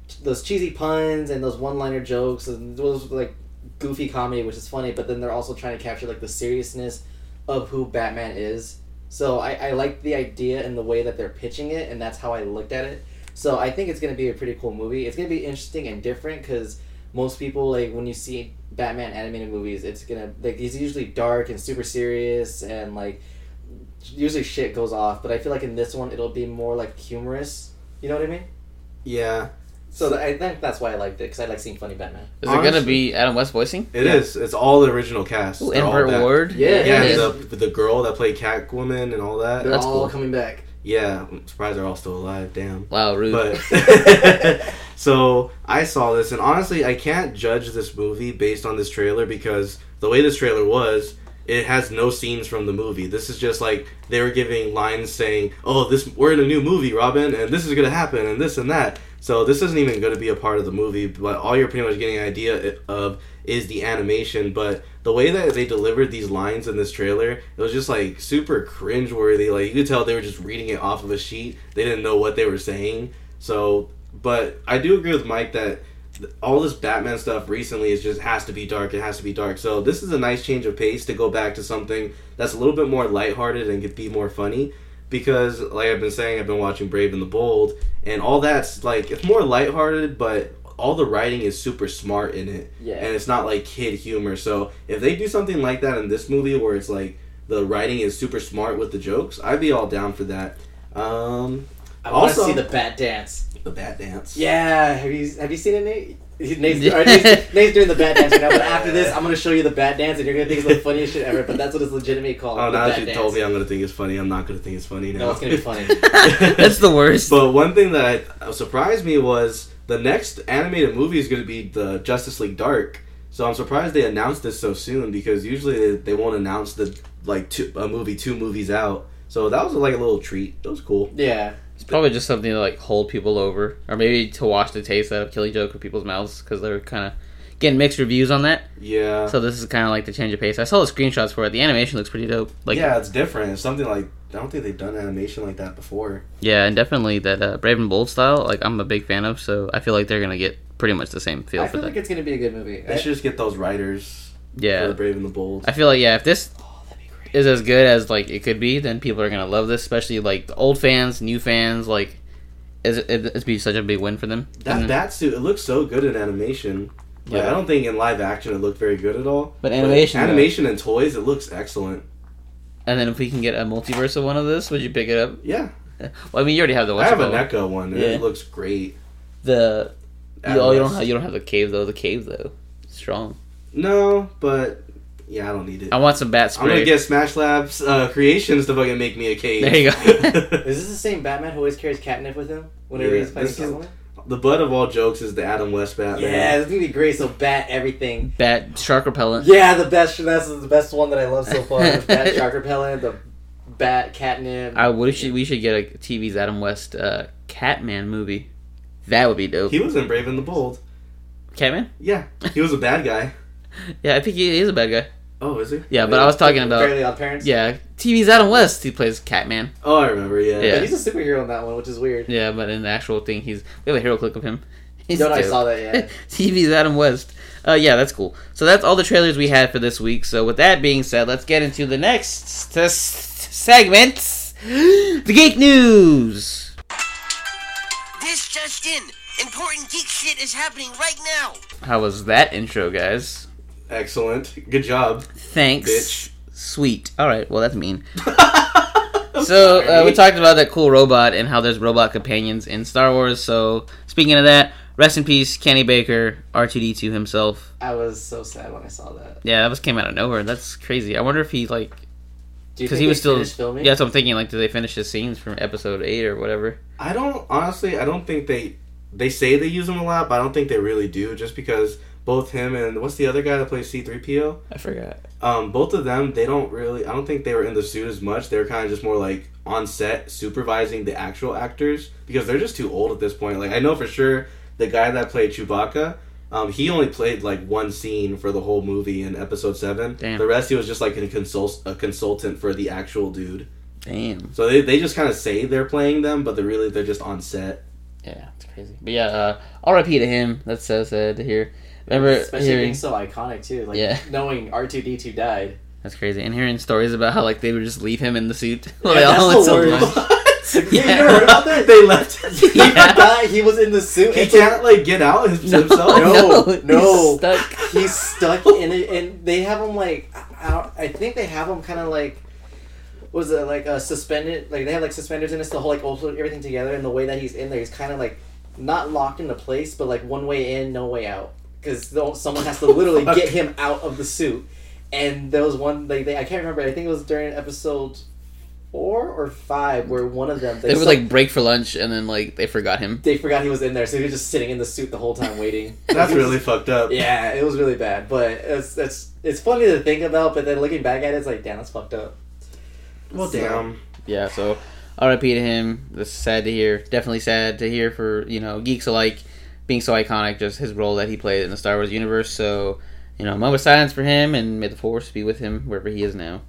Speaker 2: t- those cheesy puns and those one liner jokes and those like goofy comedy, which is funny. But then they're also trying to capture like the seriousness of who Batman is. So I, I like the idea and the way that they're pitching it, and that's how I looked at it. So I think it's gonna be a pretty cool movie. It's gonna be interesting and different because most people like when you see Batman animated movies, it's gonna like it's usually dark and super serious and like usually shit goes off. But I feel like in this one it'll be more like humorous. You know what I mean?
Speaker 4: Yeah,
Speaker 2: So th- I think that's why I liked it because I like seeing funny Batman.
Speaker 3: Is it gonna
Speaker 4: Honestly-
Speaker 3: be Adam West voicing?
Speaker 4: it is. It's all the original cast.
Speaker 3: Ooh,
Speaker 4: They're all
Speaker 3: Invert
Speaker 4: back.
Speaker 3: Ward.
Speaker 2: Yeah,
Speaker 4: Yeah,
Speaker 2: it
Speaker 3: it
Speaker 4: and
Speaker 2: is.
Speaker 3: is.
Speaker 4: the, the girl that played Catwoman and all that.
Speaker 2: They're
Speaker 3: That's
Speaker 2: all
Speaker 3: cool.
Speaker 2: coming back.
Speaker 4: Yeah, I'm surprised they're all still alive. Damn.
Speaker 3: Wow, rude.
Speaker 4: But so I saw this, and honestly, I can't judge this movie based on this trailer because the way this trailer was, it has no scenes from the movie. This is just like they were giving lines saying, "Oh, this we're in a new movie, Robin, and this is gonna happen, and this and that." So this isn't even going to be a part of the movie, but all you're pretty much getting an idea i- of is the animation. But the way that they delivered these lines in this trailer, it was just like super cringeworthy. Like you could tell they were just reading it off of a sheet. They didn't know what they were saying. So, but I do agree with Mike that th- all this Batman stuff recently is just has to be dark. It has to be dark. So this is a nice change of pace to go back to something that's a little bit more lighthearted and could be more funny. Because, like I've been saying, I've been watching Brave and the Bold, and all that's like it's more lighthearted, but all the writing is super smart in it,
Speaker 2: Yeah.
Speaker 4: and it's not like kid humor. So if they do something like that in this movie, where it's like the writing is super smart with the jokes, I'd be all down for that. Um,
Speaker 2: I want to
Speaker 4: Also-
Speaker 2: see the Bat dance.
Speaker 4: the Bat Dance.
Speaker 2: Yeah, have you have you seen it, Nate? Nate's, or Nate's, Nate's doing the bat dance right now, but after this, I'm gonna show you the bat dance, and you're gonna think it's the funniest shit ever. But that's what it's legitimately called.
Speaker 4: Oh,
Speaker 2: the
Speaker 4: now
Speaker 2: bat
Speaker 4: that you
Speaker 2: dance.
Speaker 4: told me, I'm gonna think it's funny. I'm not gonna think it's funny now.
Speaker 2: No, it's gonna be funny.
Speaker 3: That's the worst.
Speaker 4: But one thing that uh, surprised me was the next animated movie is going to be the Justice League Dark. So I'm surprised they announced this so soon because usually they, they won't announce the like two, a movie two movies out. So that was like a little treat. It was cool.
Speaker 2: yeah,
Speaker 3: It's probably just something to like hold people over, or maybe to wash the taste out of Killing Joke in people's mouths because they're kind of getting mixed reviews on that.
Speaker 4: Yeah.
Speaker 3: So this is kind of like the change of pace. I saw the screenshots for it. The animation looks pretty dope. Like yeah,
Speaker 4: yeah, it's different. It's something like I don't think they've done animation like that before.
Speaker 3: and definitely that uh, Brave and Bold style. Like I'm a big fan of, so I feel like they're gonna get pretty much the same feel
Speaker 2: I
Speaker 3: for
Speaker 2: feel
Speaker 3: that.
Speaker 2: like it's gonna be a good movie.
Speaker 4: They should just get those writers for
Speaker 3: yeah,
Speaker 4: the Brave and the Bold.
Speaker 3: I feel like yeah, if this
Speaker 2: Oh, that'd be great.
Speaker 3: is as good as like it could be, then people are gonna love this, especially like the old fans, new fans. Like, is it, it, it'd be such a big win for them.
Speaker 4: That
Speaker 3: And-
Speaker 4: bat suit, it looks so good in animation. Like,
Speaker 3: Mm-hmm. Yeah.
Speaker 4: I don't think in live action it looked very good at all.
Speaker 3: But animation, though.
Speaker 4: animation and toys, it looks excellent.
Speaker 3: and then if we can get a multiverse of one of this, would you pick it up?
Speaker 4: Yeah,
Speaker 3: Well, I mean, you already have the
Speaker 4: I have a
Speaker 3: one.
Speaker 4: NECA one. and
Speaker 3: Yeah.
Speaker 4: It looks great.
Speaker 3: the
Speaker 4: At
Speaker 3: you, oh, you don't
Speaker 4: best.
Speaker 3: have you don't have the cave though. The cave though, strong.
Speaker 4: No, but yeah, I don't need it.
Speaker 3: I want some bat
Speaker 4: I'm gonna
Speaker 3: spray.
Speaker 4: get Smash Labs uh, Creations to fucking make me a cage.
Speaker 3: There you go.
Speaker 2: Is this the same Batman who always carries catnip with him whenever
Speaker 4: Yeah,
Speaker 2: he's fighting
Speaker 4: this is-
Speaker 2: Catwoman?
Speaker 4: the butt of all jokes is the Adam West Batman.
Speaker 2: Yeah, it's gonna be great. So bat everything.
Speaker 3: bat shark repellent.
Speaker 2: Yeah, the best. That's the best one that I love so far. The bat shark repellent. The bat catnip.
Speaker 3: I wish we should get a TV's Adam West uh, Catman movie. That would be dope.
Speaker 4: He was in Brave and the Bold.
Speaker 3: Catman?
Speaker 4: Yeah, he was a bad guy.
Speaker 3: Yeah, I think he is a bad guy.
Speaker 4: Oh, is he?
Speaker 3: Yeah, but I was talking about
Speaker 2: Fairly Odd Parents.
Speaker 3: yeah TV's Adam West. He plays Catman.
Speaker 4: Oh, I remember. Yeah.
Speaker 3: Yeah.
Speaker 2: he's a superhero in that one, which is weird.
Speaker 3: Yeah, but in the actual thing, he's we have a hero clip of him. He's
Speaker 2: No, no, I
Speaker 3: dope.
Speaker 2: saw that, yeah.
Speaker 3: TV's Adam West. Uh, yeah, that's cool. So that's all the trailers we had for this week. So with that being said, let's get into the next s- segment, the geek news.
Speaker 5: This just in. Important geek shit is happening right now.
Speaker 3: How was that intro, guys?
Speaker 4: Excellent. Good job.
Speaker 3: Thanks.
Speaker 4: Bitch.
Speaker 3: Sweet. All right. Well, that's mean. so uh, we
Speaker 4: Sorry.
Speaker 3: talked about that cool robot and how there's robot companions in Star Wars. So speaking of that, rest in peace, Kenny Baker, R2D2 himself.
Speaker 2: I was so sad when I saw that.
Speaker 3: Yeah, that was came out of nowhere. That's crazy. I wonder if he like
Speaker 2: Do you
Speaker 3: because
Speaker 2: think
Speaker 3: he was still
Speaker 2: finished filming?
Speaker 3: Yeah, so I'm thinking like, did they finish his scenes from episode eight or whatever?
Speaker 4: I don't honestly. I don't think they they say they use him a lot, but I don't think they really do. Just because both him and what's the other guy that plays C3PO?
Speaker 3: I forgot.
Speaker 4: um, both of them, they don't really. I don't think they were in the suit as much. They were kind of just more like on set supervising the actual actors because they're just too old at this point. Like I know for sure the guy that played Chewbacca, Um, he only played like one scene for the whole movie in episode seven.
Speaker 3: Damn.
Speaker 4: The rest, he was just like a consult a consultant for the actual dude.
Speaker 3: Damn.
Speaker 4: So they, they just kind of say they're playing them, but they're really they're just on set.
Speaker 3: Yeah, it's crazy. But yeah, uh, I'll repeat to him. That's so sad to hear. Remember
Speaker 2: Especially
Speaker 3: hearing
Speaker 2: being so iconic too. Like
Speaker 3: Yeah.
Speaker 2: knowing R two D two died.
Speaker 3: that's crazy, and hearing stories about how like they would just leave him in the suit. Well,
Speaker 2: Yeah,
Speaker 3: they
Speaker 2: that's
Speaker 3: all
Speaker 2: the
Speaker 3: look so
Speaker 2: worst.
Speaker 3: blind.
Speaker 2: You
Speaker 3: Yeah.
Speaker 2: never heard about that?
Speaker 4: they left. Him.
Speaker 2: He
Speaker 3: Yeah.
Speaker 2: forgot he was in the suit.
Speaker 4: He
Speaker 2: It's like,
Speaker 4: can't like get out his-
Speaker 3: No,
Speaker 4: himself.
Speaker 2: No,
Speaker 3: no,
Speaker 2: no.
Speaker 3: he's stuck.
Speaker 2: he's stuck in it, and they have him like I, don't- I think they have him kind of like was it like uh, suspended? Like they have like suspenders in it to hold like also everything together. And the way that he's in there, he's kind of like not locked into place, but like one way in, no way out. Because someone has to literally
Speaker 4: Fuck.
Speaker 2: get him out of the suit. And there was one like they, I can't remember. I think it was during episode four or five where one of them
Speaker 3: They would
Speaker 2: some-
Speaker 3: like break for lunch, and then like they forgot him.
Speaker 2: they forgot he was in there, so he was just sitting in the suit the whole time waiting.
Speaker 4: That's really fucked up.
Speaker 2: Yeah, it was really bad, but it's it's it's funny to think about. But then looking back at it, it's like, damn, that's fucked up.
Speaker 4: Well,
Speaker 2: So-
Speaker 4: damn.
Speaker 3: Yeah, so R.I.P. to him. That's sad to hear. Definitely sad to hear for you know geeks alike being so iconic, just his role that he played in the Star Wars universe. So you know, moment of silence for him, and may the force be with him wherever he is now.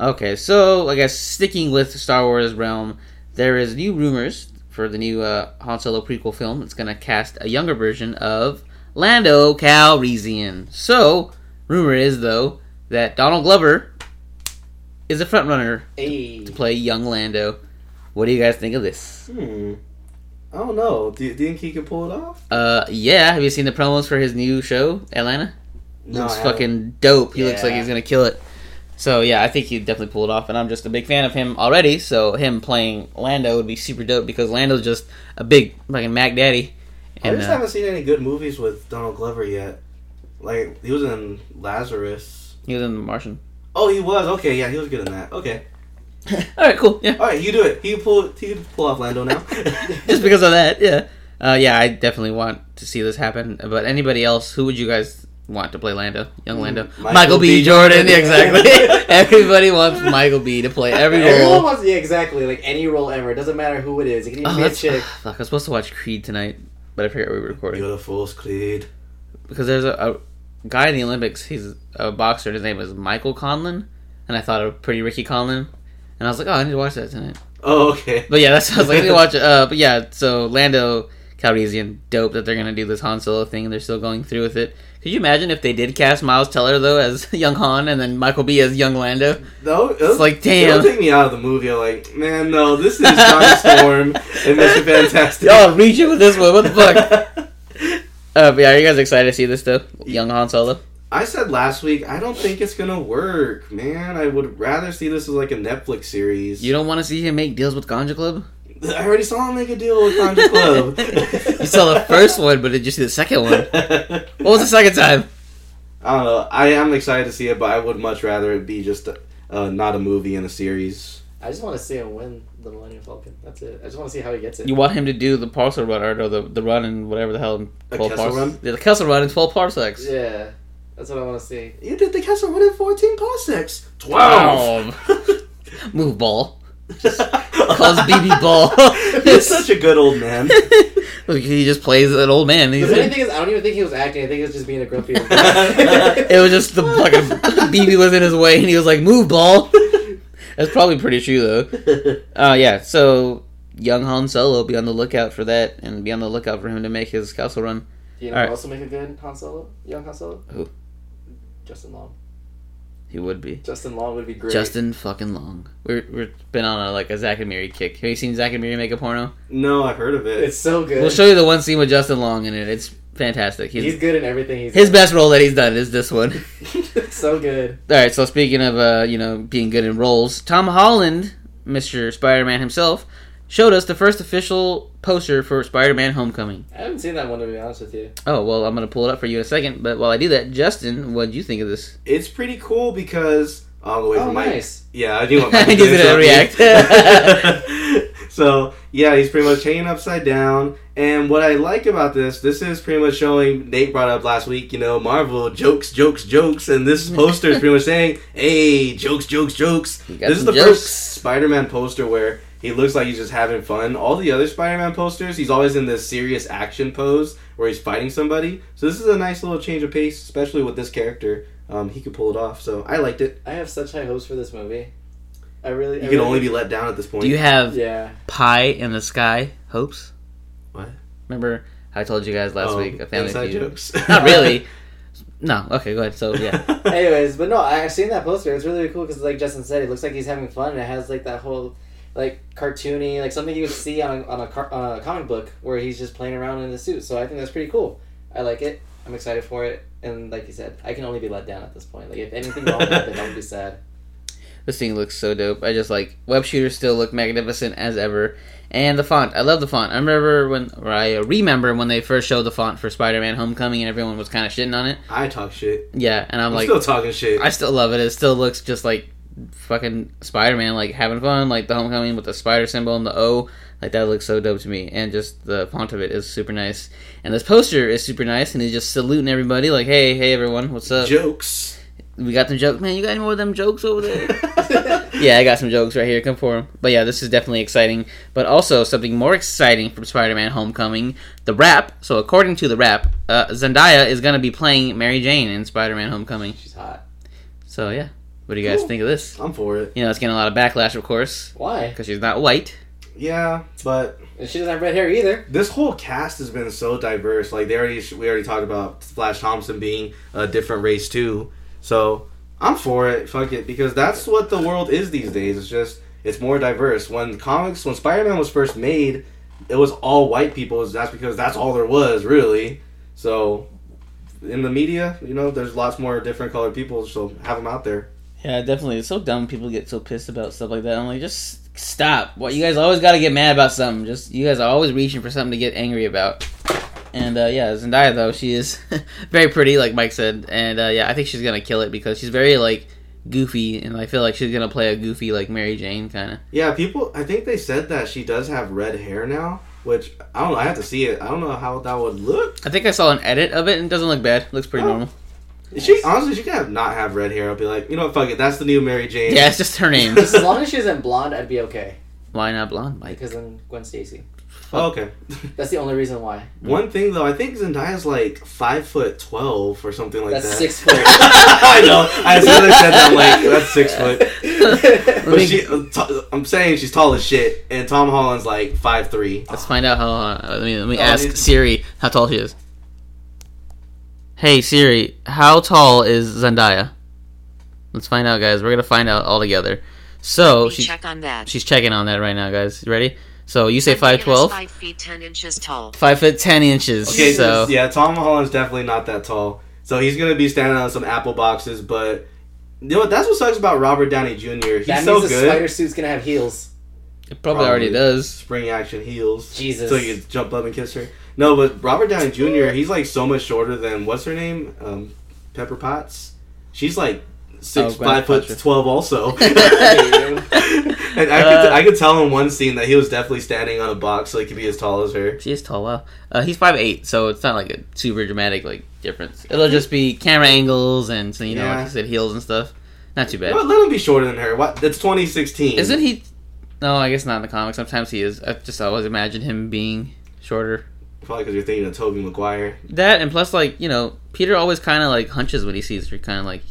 Speaker 3: Okay, so I guess sticking with the Star Wars realm, there is new rumors for the new uh, Han Solo prequel film. It's gonna cast a younger version of Lando Calrissian. So rumor is though that Donald Glover is a frontrunner
Speaker 2: Hey,
Speaker 3: to play young Lando. What do you guys think of this?
Speaker 4: Hmm. I don't know. Do you, do you think he could pull it off?
Speaker 3: Uh, yeah. Have you seen the promos for his new show, Atlanta?
Speaker 4: I
Speaker 3: looks
Speaker 4: haven't.
Speaker 3: fucking dope. He looks like
Speaker 2: Yeah.
Speaker 3: he's gonna kill it. So yeah, I think he definitely pulled it off, and I'm just a big fan of him already. So him playing Lando would be super dope because Lando's just a big fucking Mac Daddy.
Speaker 4: I
Speaker 3: And
Speaker 4: just
Speaker 3: uh,
Speaker 4: haven't seen any good movies with Donald Glover yet. Like he was in Lazarus.
Speaker 3: he was in The Martian.
Speaker 4: Oh, he was okay. Yeah, he was good in that. Okay.
Speaker 3: All right, cool. Yeah,
Speaker 4: All right, you do it. He pull. He can pull off Lando now.
Speaker 3: just because of that. Yeah, uh, yeah. I definitely want to see this happen. But anybody else? Who would you guys want to play Lando? Young Lando. Mm, Michael,
Speaker 4: Michael
Speaker 3: B.
Speaker 4: B.
Speaker 3: Jordan.
Speaker 4: Jordan.
Speaker 3: Exactly. Everybody wants Michael B. to play every role.
Speaker 2: everyone wants yeah, exactly like any role ever. It doesn't matter who it is. It can even
Speaker 3: Oh,
Speaker 2: be a
Speaker 3: that's,
Speaker 2: chick.
Speaker 3: fuck, I was supposed to watch Creed tonight, but I forgot we were recording.
Speaker 4: Beautiful Creed.
Speaker 3: Because there's a, a guy in the Olympics, he's a boxer, and his name is Michael Conlon, and I thought of Pretty Ricky Conlon, and I was like, oh, I need to watch that tonight.
Speaker 4: Oh, okay.
Speaker 3: But yeah, that's what I was like, I need to watch it. Uh, but yeah, so Lando Calrissian, dope that they're going to do this Han Solo thing, and they're still going through with it. Could you imagine if they did cast Miles Teller, though, as young Han, and then Michael B. as young Lando?
Speaker 4: No,
Speaker 3: It's like,
Speaker 4: It'll
Speaker 3: damn.
Speaker 4: take me out of the movie. I'm like, man, no. This is Johnny Storm and Mr. Fantastic.
Speaker 3: Y'all reaching with this one, what the fuck? Uh, but yeah, are you guys excited to see this, though? Young Han Solo?
Speaker 4: I said last week. I don't think it's gonna work, man. I would rather see this as like a Netflix series.
Speaker 3: You don't want to see him make deals with Ganja Club?
Speaker 4: I already saw him make a deal with Conjure Club.
Speaker 3: You saw the first one, but did you see the second one? What was the second time?
Speaker 4: I don't know. I am excited to see it, but I would much rather it be just uh, not a movie and a series.
Speaker 2: I just want to see him win the Millennium Falcon. That's it. I just want to see how he gets it.
Speaker 3: You want him to do the parcel run or the, the run and whatever the hell in
Speaker 4: The
Speaker 3: twelve
Speaker 4: Kessel
Speaker 3: parsecs.
Speaker 4: Run?
Speaker 3: Yeah, the Kessel run in twelve parsecs.
Speaker 2: yeah, that's what I want to see.
Speaker 4: You did the Castle Run in 14 parsecs.
Speaker 3: Move ball.
Speaker 4: Calls
Speaker 3: Calls BB ball.
Speaker 4: He's such a good old man.
Speaker 3: Look, he just plays an old man.
Speaker 2: The
Speaker 3: He's
Speaker 2: funny thing is, I don't even think he was acting. I think he was just being a grumpy. old man.
Speaker 3: it was just the fucking BB was in his way, and he was like, "Move ball." That's probably pretty true though. Uh, yeah, so young Han Solo, be on the lookout for that, and be on the lookout for him to make his castle run.
Speaker 2: you know,
Speaker 3: All
Speaker 2: who
Speaker 3: right.
Speaker 2: also make a good Han Solo, young Han Solo.
Speaker 3: Who?
Speaker 2: Justin Long.
Speaker 3: He would be.
Speaker 2: Justin Long would be great.
Speaker 3: Justin fucking Long. We're we're been on a like a Zach and Miri kick. Have you seen Zach and Miri make a porno?
Speaker 4: no, I've heard of it.
Speaker 2: It's so good.
Speaker 3: We'll show you the one scene with Justin Long in it. It's fantastic. He's,
Speaker 2: he's good in everything. He's
Speaker 3: his best role that he's done is this one.
Speaker 2: so good.
Speaker 3: All right. So speaking of uh, you know being good in roles, Tom Holland, Mister Spider-Man himself, showed us the first official poster for Spider-Man: Homecoming.
Speaker 2: I haven't seen that one to be honest with you.
Speaker 3: Oh well, I'm gonna pull it up for you in a second. But while I do that, Justin, what do you think of this?
Speaker 4: it's pretty cool because all the way
Speaker 2: Oh,
Speaker 4: from Mike.
Speaker 2: nice.
Speaker 4: Yeah, I do want Mike
Speaker 3: He's
Speaker 4: do
Speaker 3: gonna
Speaker 4: interrupt me. so yeah, he's pretty much hanging upside down. And what I like about this, this is pretty much showing Nate brought up last week. You know, Marvel jokes, jokes, jokes, and this poster is pretty much saying, "Hey, jokes, jokes, jokes."
Speaker 3: You got
Speaker 4: This is
Speaker 3: some
Speaker 4: the
Speaker 3: jokes.
Speaker 4: first Spider-Man poster where He looks like he's just having fun. All the other Spider-Man posters, he's always in this serious action pose where he's fighting somebody. So this is a nice little change of pace, especially with this character. Um, he could pull it off. So I liked it.
Speaker 2: I have such high hopes for this movie. I really.
Speaker 4: You can only be let down at this point.
Speaker 3: Do you have
Speaker 2: Yeah.
Speaker 3: pie in the sky hopes?
Speaker 4: What?
Speaker 3: Remember how I told you guys last
Speaker 4: Oh,
Speaker 3: week a family
Speaker 4: inside
Speaker 3: feud.
Speaker 4: jokes.
Speaker 3: Not really. No. Okay. Go ahead. So yeah.
Speaker 2: Anyways, but no, I- I've seen that poster. It's really, really cool because, like Justin said, it looks like he's having fun. And it has like that whole, like cartoony, like something you would see on a, on a, car- on a comic book where he's just playing around in the suit. So I think that's pretty cool. I like it. I'm excited for it. And like you said, I can only be let down at this point. Like if anything wrong happened, I would be sad.
Speaker 3: This thing looks so dope. I just like web shooters still look magnificent as ever, and the font. I love the font. I remember when, or I remember when they first showed the font for Spider-Man: Homecoming, and everyone was kind of shitting on it.
Speaker 4: I talk shit.
Speaker 3: Yeah, and I'm,
Speaker 4: I'm
Speaker 3: like,
Speaker 4: still talking shit.
Speaker 3: I still love it. It still looks just like fucking Spider-Man, like having fun, like the Homecoming with the spider symbol and the O. Like that looks so dope to me, and just the font of it is super nice. And this poster is super nice, and he's just saluting everybody, like, "Hey, hey, everyone, what's up?
Speaker 4: jokes.
Speaker 3: we got them jokes, man. You got any more of them jokes over there?" yeah, I got some jokes right here. Come for 'em. But yeah, this is definitely exciting. But also something more exciting from Spider-Man: Homecoming, the rap. So according to the rap, uh, Zendaya is going to be playing Mary Jane in Spider-Man: Homecoming.
Speaker 2: She's hot.
Speaker 3: So yeah, what do you guys
Speaker 4: Cool.
Speaker 3: think of this?
Speaker 4: I'm for it.
Speaker 3: You know, it's getting a lot of backlash, of course,
Speaker 2: Why?
Speaker 3: because she's not white.
Speaker 4: Yeah, but
Speaker 2: And she doesn't have red hair either.
Speaker 4: this whole cast has been so diverse. Like they already we already talked about Flash Thompson being a different race too. So I'm for it. Fuck it, because that's what the world is these days. It's just it's more diverse. When comics, when Spider Man was first made, it was all white people. That's because that's all there was really. So in the media, you know, there's lots more different colored people. So have them out there.
Speaker 3: Yeah, definitely. It's so dumb. People get so pissed about stuff like that. I'm like, just stop. What you guys always got to get mad about something. Just you guys are always reaching for something to get angry about. And uh, yeah, Zendaya though she is very pretty, like Mike said, and uh, yeah, I think she's gonna kill it because she's very like goofy, and I feel like she's gonna play a goofy like Mary Jane kind of.
Speaker 4: Yeah, people. I think they said that she does have red hair now, which I don't. know. I have to see it. I don't know how that would look.
Speaker 3: I think I saw an edit of it, and it doesn't look bad. looks pretty
Speaker 4: Oh.
Speaker 3: normal.
Speaker 4: She honestly, she could have not have red hair. I'll be like, you know what, fuck it. That's the new Mary Jane.
Speaker 3: Yeah, it's just her name.
Speaker 2: Just as long as she isn't blonde, I'd be okay.
Speaker 3: Why not blonde, Mike?
Speaker 2: Because then Gwen Stacy.
Speaker 4: Oh, okay.
Speaker 2: That's the only reason why.
Speaker 4: One thing though, I think Zendaya's like five foot twelve or something like
Speaker 2: That's
Speaker 4: that.
Speaker 2: six foot.
Speaker 4: I know. As soon as I said that, I'm like, that's six foot.
Speaker 3: Let
Speaker 4: But
Speaker 3: me-
Speaker 4: she, uh, t- I'm saying she's tall as shit, and Tom Holland's like five three.
Speaker 3: Let's find out how. Uh, let me let me
Speaker 4: Oh,
Speaker 3: ask
Speaker 4: dude.
Speaker 3: Siri how tall she is. Hey Siri, how tall is Zendaya? Let's find out, guys. We're gonna find out all together. So
Speaker 6: Let me
Speaker 3: she,
Speaker 6: check on that.
Speaker 3: she's checking on that right now, guys. You ready? So you say
Speaker 6: Zendaya
Speaker 3: five
Speaker 6: is
Speaker 3: twelve,
Speaker 6: Five feet ten inches tall.
Speaker 3: five foot ten inches.
Speaker 4: Okay,
Speaker 3: so
Speaker 4: so yeah, Tom Holland's definitely not that tall. So he's gonna be standing on some apple boxes, but you know what? That's what sucks about Robert Downey Jr. He's
Speaker 2: that
Speaker 4: so
Speaker 2: means the
Speaker 4: good.
Speaker 2: spider suit's gonna have heels.
Speaker 3: it probably, already does.
Speaker 4: Spring action heels.
Speaker 2: Jesus.
Speaker 4: So you jump up and kiss her. No, but Robert Downey Jr. He's like so much shorter than what's her name, um, Pepper Potts. She's like six
Speaker 3: Oh, Gwyneth
Speaker 4: five foot
Speaker 3: Paltrow.
Speaker 4: twelve also.
Speaker 2: Ew.
Speaker 4: and I
Speaker 3: Uh.
Speaker 4: could I could tell in one scene that he was definitely standing on a box so he could be as tall as her.
Speaker 3: She is tall. Wow. Uh, he's five eight, so it's not like a super dramatic like difference. It'll just be camera angles and so you know,
Speaker 4: Yeah.
Speaker 3: like I said, heels and stuff. Not too bad.
Speaker 4: Well, let him be shorter than her. What? It's 2016.
Speaker 3: Isn't he? No, I guess not in the comics. Sometimes he is. I just always imagine him being shorter.
Speaker 4: Probably because you're thinking of Toby Maguire.
Speaker 3: That and plus, like you know, Peter always kind of like hunches when he sees her, kind of like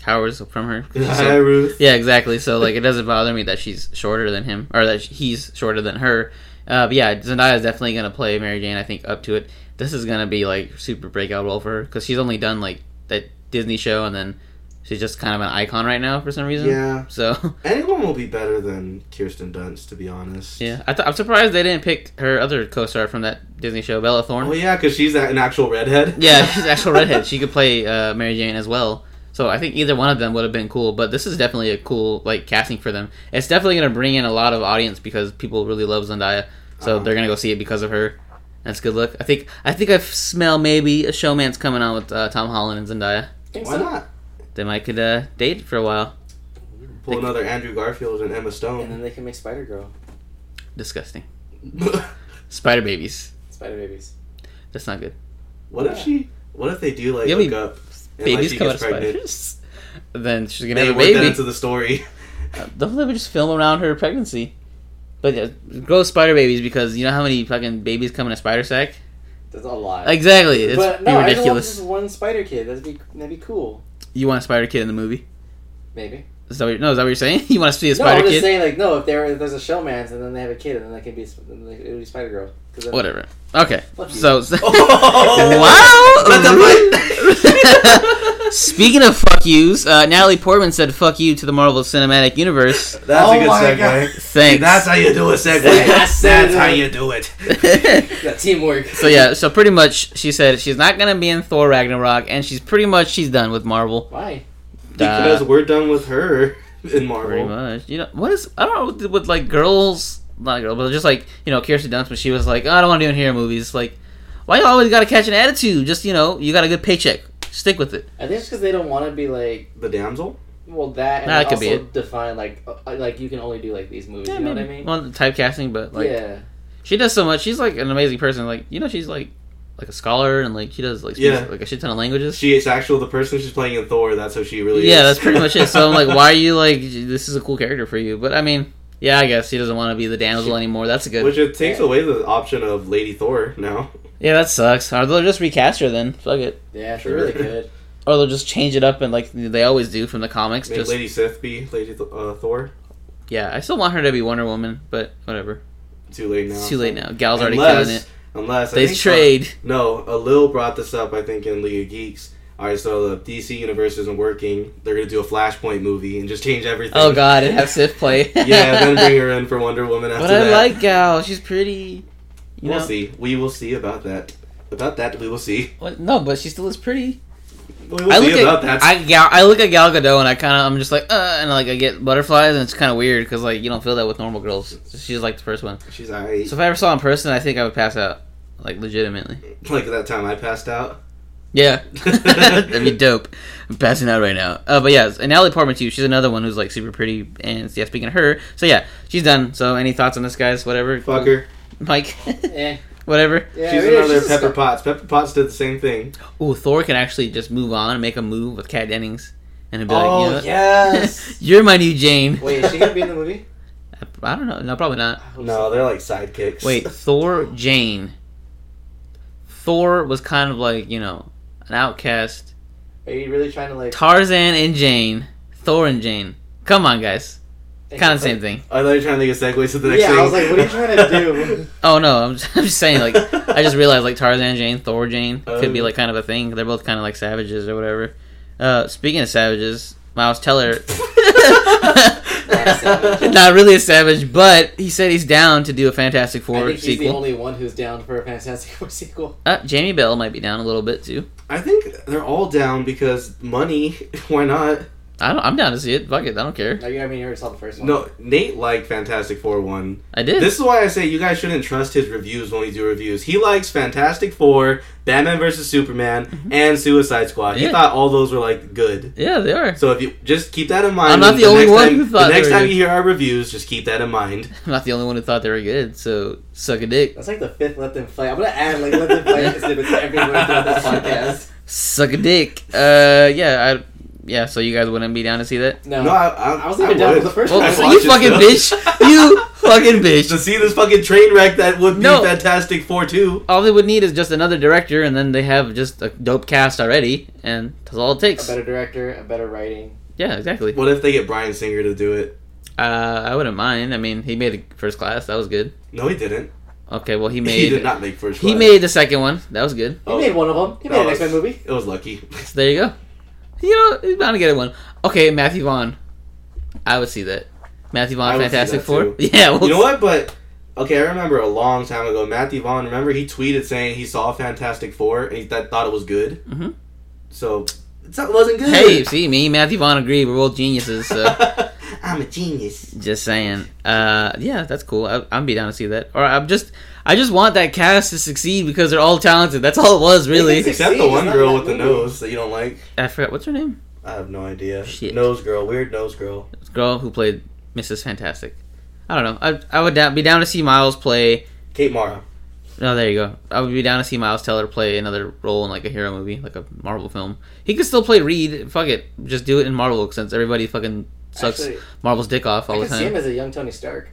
Speaker 3: cowers from her.
Speaker 4: Hi,
Speaker 3: So-
Speaker 4: Ruth.
Speaker 3: yeah, exactly. So like, it doesn't bother me that she's shorter than him, or that he's shorter than her. Uh, but yeah, Zendaya is definitely gonna play Mary Jane. I think up to it. This is gonna be like super breakout role for her because she's only done like that Disney show, and then she's just kind of an icon right now for some reason.
Speaker 4: Yeah.
Speaker 3: So
Speaker 4: Anyone will be better than Kirsten Dunst, to be honest.
Speaker 3: Yeah, I th- I'm surprised they didn't pick her other co-star from that Disney show, Bella Thorne.
Speaker 4: Well, Oh, yeah, because she's a- an actual redhead.
Speaker 3: yeah, she's an actual redhead. She could play uh, Mary Jane as well. So I think either one of them would have been cool. But this is definitely a cool like casting for them. It's definitely gonna bring in a lot of audience because people really love Zendaya, so
Speaker 4: Uh-huh.
Speaker 3: they're gonna go see it because of her. That's good look. I think I think I smell maybe a showman's coming on with uh, Tom Holland and Zendaya.
Speaker 2: Think
Speaker 4: Why
Speaker 2: so?
Speaker 4: not?
Speaker 3: They might could uh, date for a while.
Speaker 4: Pull another Andrew Garfield and Emma
Speaker 2: And then
Speaker 4: Stone.
Speaker 2: they can make Spider Girl,
Speaker 3: Disgusting. Spider babies.
Speaker 2: Spider Babies.
Speaker 3: That's not good.
Speaker 4: what if she? What if they do like
Speaker 3: Yeah,
Speaker 4: hook
Speaker 3: we-
Speaker 4: up and like
Speaker 3: Babies
Speaker 4: she
Speaker 3: come out
Speaker 4: gets
Speaker 3: of
Speaker 4: pregnant?
Speaker 3: spiders. Then she's gonna
Speaker 4: They
Speaker 3: have a
Speaker 4: work that
Speaker 3: baby.
Speaker 4: into the story.
Speaker 3: Don't they would just film around her pregnancy? But yeah, grow spider babies because you know how many fucking babies come in a spider sack?
Speaker 2: That's a lot.
Speaker 3: Exactly. It's
Speaker 2: but
Speaker 3: be
Speaker 2: no, I just want
Speaker 3: ridiculous.
Speaker 2: just one spider kid. That'd be that'd be cool.
Speaker 3: You want a spider kid in the movie?
Speaker 2: Maybe.
Speaker 3: Is that what you're, no, is that what you're saying? You want to see a
Speaker 2: no, I'm
Speaker 3: spider
Speaker 2: just
Speaker 3: kid?
Speaker 2: saying like no. If there if there's a showman's and then they have a kid and then that can be sp- then they- it would be Spider Girl. 'Cause then-
Speaker 3: Whatever. Okay.
Speaker 2: Fuck you.
Speaker 3: So,
Speaker 2: Oh!
Speaker 3: so
Speaker 4: What the
Speaker 3: wow. Speaking of fuck yous, uh, Natalie Portman said "fuck you" to the Marvel Cinematic Universe.
Speaker 4: That's
Speaker 2: Oh
Speaker 4: a good
Speaker 2: my
Speaker 4: segue.
Speaker 2: God.
Speaker 3: Thanks.
Speaker 4: That's how you do a segue.
Speaker 2: That's
Speaker 4: That's,
Speaker 2: it.
Speaker 4: how you do it.
Speaker 2: Yeah, teamwork.
Speaker 3: so yeah, so pretty much she said she's not gonna be in Thor Ragnarok, and she's pretty much she's done with Marvel.
Speaker 2: Why?
Speaker 4: Because we're done with her in Marvel.
Speaker 3: Pretty much. You know what is? I don't know with like girls, not girl, but just like you know Kirsten Dunst when she was like, "Oh, I don't want to do hero movies. Like, why you always gotta catch an attitude? Just you know, you got a good paycheck. Stick with it.
Speaker 2: I think it's because they don't want to be like
Speaker 4: The damsel?
Speaker 2: well that and
Speaker 3: Nah, that could
Speaker 2: also
Speaker 3: be
Speaker 2: define like uh, like you can only do like these movies. you know what I mean?
Speaker 3: Well, typecasting, but like
Speaker 2: yeah.
Speaker 3: she does so much. She's like an amazing person. Like you know, she's like like a scholar and like she does like speaks,
Speaker 4: Yeah.
Speaker 3: like a shit ton of languages.
Speaker 4: She is actual the person she's playing in Thor. That's who she really is.
Speaker 3: yeah, that's pretty much it. So I'm like, why are you like? This is a cool character for you, but I mean, yeah, I guess she doesn't want to be the damsel anymore. That's good.
Speaker 4: Which it takes away the option of Lady Thor now.
Speaker 3: yeah, that sucks. Or they'll just recast her then. Fuck it.
Speaker 2: Yeah, she
Speaker 4: Sure.
Speaker 2: really could.
Speaker 3: Or they'll just change it up and like they always do from the comics.
Speaker 4: Make
Speaker 3: Just
Speaker 4: Lady Sith be Lady Th- uh, Thor.
Speaker 3: yeah, I still want her to be Wonder Woman, but whatever.
Speaker 4: Too late now.
Speaker 3: It's too late now. Gal's already
Speaker 4: Unless,
Speaker 3: killing it.
Speaker 4: unless I
Speaker 3: They
Speaker 4: think-
Speaker 3: trade.
Speaker 4: No, Lil brought this up, I think, in League of Geeks. All right, so the DC universe isn't working. They're gonna do a Flashpoint movie and just change everything.
Speaker 3: Oh god, and have Sith play.
Speaker 4: yeah, then bring her in for Wonder Woman after
Speaker 3: But
Speaker 4: that.
Speaker 3: I like Gal. She's pretty. You
Speaker 4: We'll
Speaker 3: know,
Speaker 4: see. We will see about that. About that, we will see.
Speaker 3: What, no, but she still is pretty.
Speaker 4: We will
Speaker 3: I look
Speaker 4: see about
Speaker 3: at
Speaker 4: that.
Speaker 3: I, Gal, I look at Gal Gadot and I kind of I'm just like uh, and like I get butterflies and it's kind of weird because like you don't feel that with normal girls. She's like the first one.
Speaker 4: She's alright.
Speaker 3: So if I ever saw her in person, I think I would pass out, like legitimately.
Speaker 4: Like that time I passed out.
Speaker 3: Yeah, that'd be dope. I'm passing out right now. Uh, but yeah, and Natalie Portman too. She's another one who's like super pretty. And yeah, speaking of her, so yeah, she's done. So any thoughts on this, guys? Whatever.
Speaker 4: Fuck her.
Speaker 3: Mike.
Speaker 2: Eh.
Speaker 3: Whatever.
Speaker 2: Yeah,
Speaker 4: she's
Speaker 2: I mean,
Speaker 4: another
Speaker 2: just a
Speaker 4: Pepper
Speaker 2: sc-
Speaker 4: Potts. Pepper Potts did the same thing.
Speaker 3: Ooh, Thor can actually just move on and make a move with Kat Dennings, and it'd be like, you know
Speaker 4: Oh
Speaker 3: what?
Speaker 4: yes.
Speaker 3: You're my new Jane.
Speaker 2: Wait, is she gonna be in the movie?
Speaker 3: I don't know. No, probably not.
Speaker 4: no, they're like sidekicks.
Speaker 3: Wait, Thor Jane. Thor was kind of like you know an outcast.
Speaker 2: Are you really trying to like?
Speaker 3: Tarzan and Jane. Thor and Jane. Come on, guys. Kind of the same thing.
Speaker 4: I thought you were trying to think of segues to the next
Speaker 2: Yeah,
Speaker 4: thing.
Speaker 2: I was like, what are you trying to do?
Speaker 3: Oh no, I'm just, I'm just saying. Like, I just realized like Tarzan Jane, Thor Jane could be
Speaker 4: Oh.
Speaker 3: like kind of a thing. They're both kind of like savages or whatever. Uh, speaking of savages, Miles Teller,
Speaker 2: savage.
Speaker 3: not really a savage, but he said he's down to do a Fantastic
Speaker 2: I
Speaker 3: Four
Speaker 2: think he's the
Speaker 3: sequel.
Speaker 2: only one who's down for a Fantastic Four sequel.
Speaker 3: uh, Jamie Bell might be down a little bit too.
Speaker 4: I think they're all down because money. Why not?
Speaker 3: I don't, I'm down to see it. Fuck it, I don't care.
Speaker 2: No, you, I mean, you already saw the first one.
Speaker 4: No, Nate liked Fantastic Four one.
Speaker 3: I did.
Speaker 4: This is why I say you guys shouldn't trust his reviews when we do reviews. He likes Fantastic Four, Batman vs Superman, and Suicide Squad.
Speaker 3: Mm-hmm. Yeah.
Speaker 4: He thought all those were like good.
Speaker 3: yeah, they are.
Speaker 4: So if you just keep that in mind,
Speaker 3: I'm not the only
Speaker 4: next
Speaker 3: one
Speaker 4: time-
Speaker 3: who thought
Speaker 4: The next
Speaker 3: they were
Speaker 4: time
Speaker 3: good.
Speaker 4: you hear our reviews, just keep that in mind.
Speaker 3: I'm not the only one who thought they were good. So suck a dick.
Speaker 2: That's like the fifth Let Them Play. I'm gonna add like Let Them Play exhibits everywhere throughout this podcast.
Speaker 3: Suck a dick. Uh, yeah, I, yeah. So you guys wouldn't be down to see that?
Speaker 2: No,
Speaker 4: No, I, I,
Speaker 2: I was even down
Speaker 4: would.
Speaker 2: with the first
Speaker 3: Well,
Speaker 2: I
Speaker 3: so
Speaker 2: watched
Speaker 3: you
Speaker 4: it,
Speaker 3: fucking
Speaker 4: though.
Speaker 3: bitch. You fucking
Speaker 4: to
Speaker 3: bitch.
Speaker 4: see this fucking train wreck that would be
Speaker 3: No.
Speaker 4: Fantastic Four too.
Speaker 3: All they would need is just another director, and then they have just a dope cast already, and that's all it
Speaker 2: a
Speaker 3: takes.
Speaker 2: better director, a better writing.
Speaker 3: Yeah, exactly.
Speaker 4: What if they get Brian Singer to do it?
Speaker 3: Uh, I wouldn't mind. I mean, he made a first class. That was good.
Speaker 4: No, he didn't.
Speaker 3: Okay, well he made
Speaker 4: he did not make first.
Speaker 3: he
Speaker 4: class.
Speaker 3: made the second one. That was good.
Speaker 2: He
Speaker 4: Oh.
Speaker 2: made one of them. He made
Speaker 4: No,
Speaker 2: an X Men
Speaker 4: that's-
Speaker 2: movie.
Speaker 4: It was lucky.
Speaker 3: So there you go. You know, he's bound to get one. Okay, Matthew Vaughn. I would see that. Matthew Vaughn,
Speaker 4: I would see
Speaker 3: Fantastic
Speaker 4: that
Speaker 3: Four.
Speaker 4: too.
Speaker 3: Yeah. Well,
Speaker 4: You know what? But okay, I remember a long time ago, Matthew Vaughn. Remember he tweeted saying he saw Fantastic Four and he th- thought it was good.
Speaker 3: Mhm.
Speaker 4: So it's not- it wasn't good.
Speaker 3: Hey, see me, and Matthew Vaughn agree. We're both geniuses. So.
Speaker 4: I'm a genius.
Speaker 3: Just saying. Uh, yeah, that's cool. I, I'm be down to see that. Or I'm just, I just want that cast to succeed because they're all talented. That's all it was, really.
Speaker 2: They can-
Speaker 4: Except
Speaker 2: See,
Speaker 4: the
Speaker 2: it's
Speaker 4: one
Speaker 2: not
Speaker 4: girl
Speaker 2: that
Speaker 4: with the
Speaker 2: movie.
Speaker 4: nose that you don't like.
Speaker 3: I forgot what's her name.
Speaker 4: I have no idea.
Speaker 3: Shit.
Speaker 4: Nose girl, weird nose girl.
Speaker 3: This girl who played Mrs. Fantastic. I don't know. I, I would da- be down to see Miles play.
Speaker 4: Kate Mara.
Speaker 3: No, there you go. I would be down to see Miles Teller play another role in like a hero movie, like a Marvel film. He could still play Reed. Fuck it, just do it in Marvel since everybody fucking sucks
Speaker 2: Actually,
Speaker 3: Marvel's dick off all
Speaker 2: I
Speaker 3: the
Speaker 2: can see him
Speaker 3: time.
Speaker 2: as a young Tony Stark.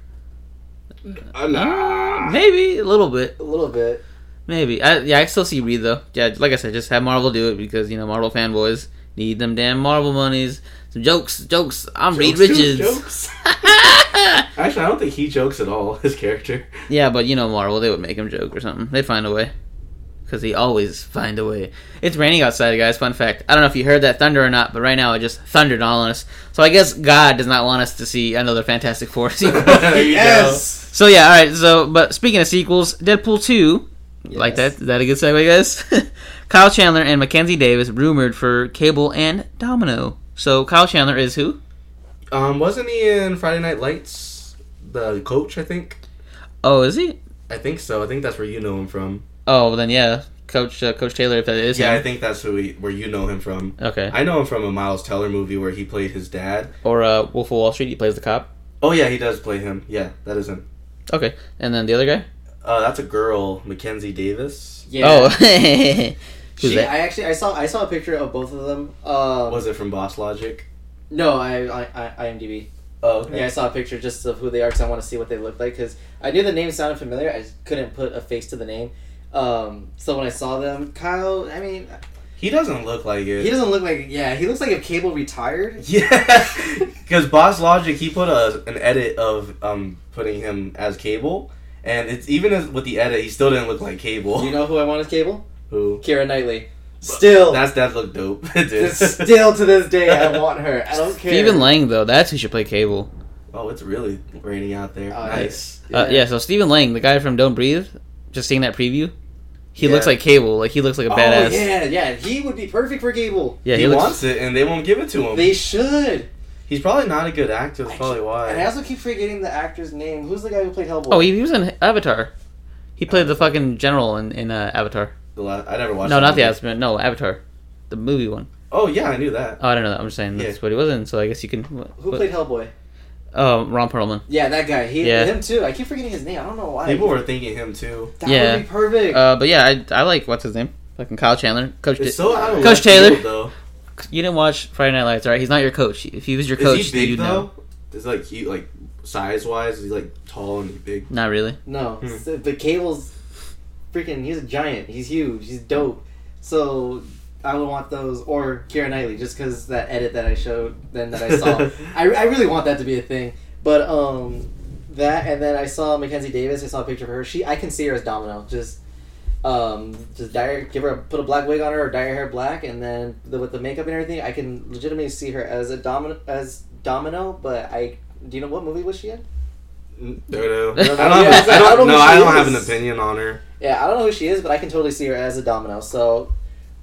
Speaker 4: I'm
Speaker 3: Uh,
Speaker 4: not.
Speaker 3: maybe a little bit.
Speaker 2: A little bit.
Speaker 3: Maybe. I yeah, I still see Reed though. Yeah, like I said, just have Marvel do it because you know Marvel fanboys need them damn Marvel monies. Some jokes, jokes. I'm Reed
Speaker 4: Jokes,
Speaker 3: Richards.
Speaker 4: jokes. Actually, I don't think he jokes at all. His character.
Speaker 3: yeah, but you know Marvel, they would make him joke or something. They find a way. Because they always find a way. It's raining outside, guys. Fun fact. I don't know if you heard that thunder or not, but right now it just thundered all on us. So I guess God does not want us to see another Fantastic Four sequel.
Speaker 4: There you go.
Speaker 2: Yes.
Speaker 3: So yeah, all right. So, but speaking of sequels, Deadpool two, like that.
Speaker 2: Yes.
Speaker 3: Is that a good segue, guys? Kyle Chandler and Mackenzie Davis rumored for Cable and Domino. So Kyle Chandler is who?
Speaker 4: Um, wasn't he in Friday Night Lights? The coach, I think.
Speaker 3: Oh, is he?
Speaker 4: I think so. I think that's where you know him from.
Speaker 3: Oh, then yeah, Coach uh, Coach Taylor, if that is.
Speaker 4: Yeah,
Speaker 3: him.
Speaker 4: I
Speaker 2: Hmm.
Speaker 4: think that's who we, where you know him from.
Speaker 3: Okay.
Speaker 4: I know him from a Miles Teller movie where he played his dad.
Speaker 3: Or uh, Wolf of Wall Street. He plays the cop.
Speaker 4: Oh yeah, he does play him. Yeah, that is him.
Speaker 3: Okay, and then the other guy.
Speaker 4: Uh, that's a girl, Mackenzie Davis.
Speaker 2: Yeah.
Speaker 3: Oh, who's
Speaker 2: she,
Speaker 3: that?
Speaker 2: I actually I saw I saw a picture of both of them. Um,
Speaker 4: Was it from Boss Logic?
Speaker 2: no, I, I I IMDb.
Speaker 4: Oh,
Speaker 2: Yeah, I saw a picture just of who they are because I want to see what they look like. Because I knew the name sounded familiar, I just couldn't put a face to the name. Um, so when I saw them, Kyle, I mean,
Speaker 4: He doesn't look like it.
Speaker 2: he doesn't look like yeah, he looks like if Cable retired.
Speaker 4: Yeah, because Boss Logic he put a, an edit of um putting him as Cable, and it's even as, with the edit he still didn't look like Cable.
Speaker 2: You know who I want as Cable?
Speaker 4: who?
Speaker 2: Kira Knightley. Still,
Speaker 4: That's that looked dope. It did.
Speaker 2: still to this day, I want her. I don't care.
Speaker 3: Stephen Lang though. That's who should play Cable.
Speaker 4: oh, it's really raining out there.
Speaker 2: Oh,
Speaker 4: nice.
Speaker 3: Uh, yeah. So Stephen Lang, the guy from Don't Breathe. Just seeing that preview, he looks
Speaker 4: Yeah.
Speaker 3: like Cable. Like he looks like a
Speaker 4: Oh,
Speaker 3: badass.
Speaker 2: Oh yeah, yeah, he would be perfect for Cable.
Speaker 3: Yeah,
Speaker 4: he,
Speaker 3: looks-
Speaker 4: wants it, and they won't give it to him.
Speaker 2: They should.
Speaker 4: He's probably not a good actor. That's probably
Speaker 2: And I
Speaker 4: why.
Speaker 2: also keep forgetting the actor's name. Who's the guy who played Hellboy?
Speaker 3: Oh, he, he was in Avatar. He played the fucking general in, in uh, Avatar.
Speaker 4: The la- I never watched.
Speaker 3: No,
Speaker 4: that
Speaker 3: not the
Speaker 4: movie.
Speaker 3: Avatar. No, Avatar. The movie one.
Speaker 4: Oh yeah, I knew that.
Speaker 3: Oh, I don't know. That. I'm just saying that's
Speaker 4: Yeah.
Speaker 3: what he was in, so I guess you can. What,
Speaker 2: who
Speaker 3: what-
Speaker 2: played Hellboy?
Speaker 3: Oh, Ron Perlman.
Speaker 2: Yeah, that guy. He,
Speaker 3: Yeah.
Speaker 2: him too. I keep forgetting his name. I don't know
Speaker 3: Uh,
Speaker 2: why.
Speaker 4: People were thinking him too.
Speaker 2: That
Speaker 3: Yeah.
Speaker 2: would be perfect.
Speaker 3: Uh, but yeah, I, I like what's his name? Fucking Kyle Chandler, Coach. Di-
Speaker 4: It's so out
Speaker 3: Coach
Speaker 4: of left field,
Speaker 3: Taylor.
Speaker 4: though.
Speaker 3: you didn't watch Friday Night Lights, right? He's not your coach. If he was your coach,
Speaker 4: Is he
Speaker 3: you'd
Speaker 4: big
Speaker 3: know.
Speaker 4: though? Is like he like size wise? Is he like tall and big?
Speaker 3: Not really.
Speaker 2: no,
Speaker 4: Hmm.
Speaker 2: so- but Cable's freaking. He's a giant. He's huge. He's dope. So I would want those or Kira Knightley just because that edit that I showed then that I saw. I, I really want that to be a thing. But um, that and then I saw Mackenzie Davis. I saw a picture of her. She I can see her as Domino. Just um, just dye her, give her a, put a black wig on her or dye her hair black, and then the, with the makeup and everything, I can legitimately see her as a domino as Domino. But I. Do you know what movie was she in? Mm.
Speaker 4: Don't know. I don't,
Speaker 3: Yeah,
Speaker 4: have, I
Speaker 2: I
Speaker 4: don't
Speaker 2: don't
Speaker 4: know.
Speaker 2: think
Speaker 4: I
Speaker 2: she
Speaker 4: don't have an
Speaker 2: is.
Speaker 4: opinion on her.
Speaker 2: Yeah, I don't know who she is, but I can totally see her as a domino. So,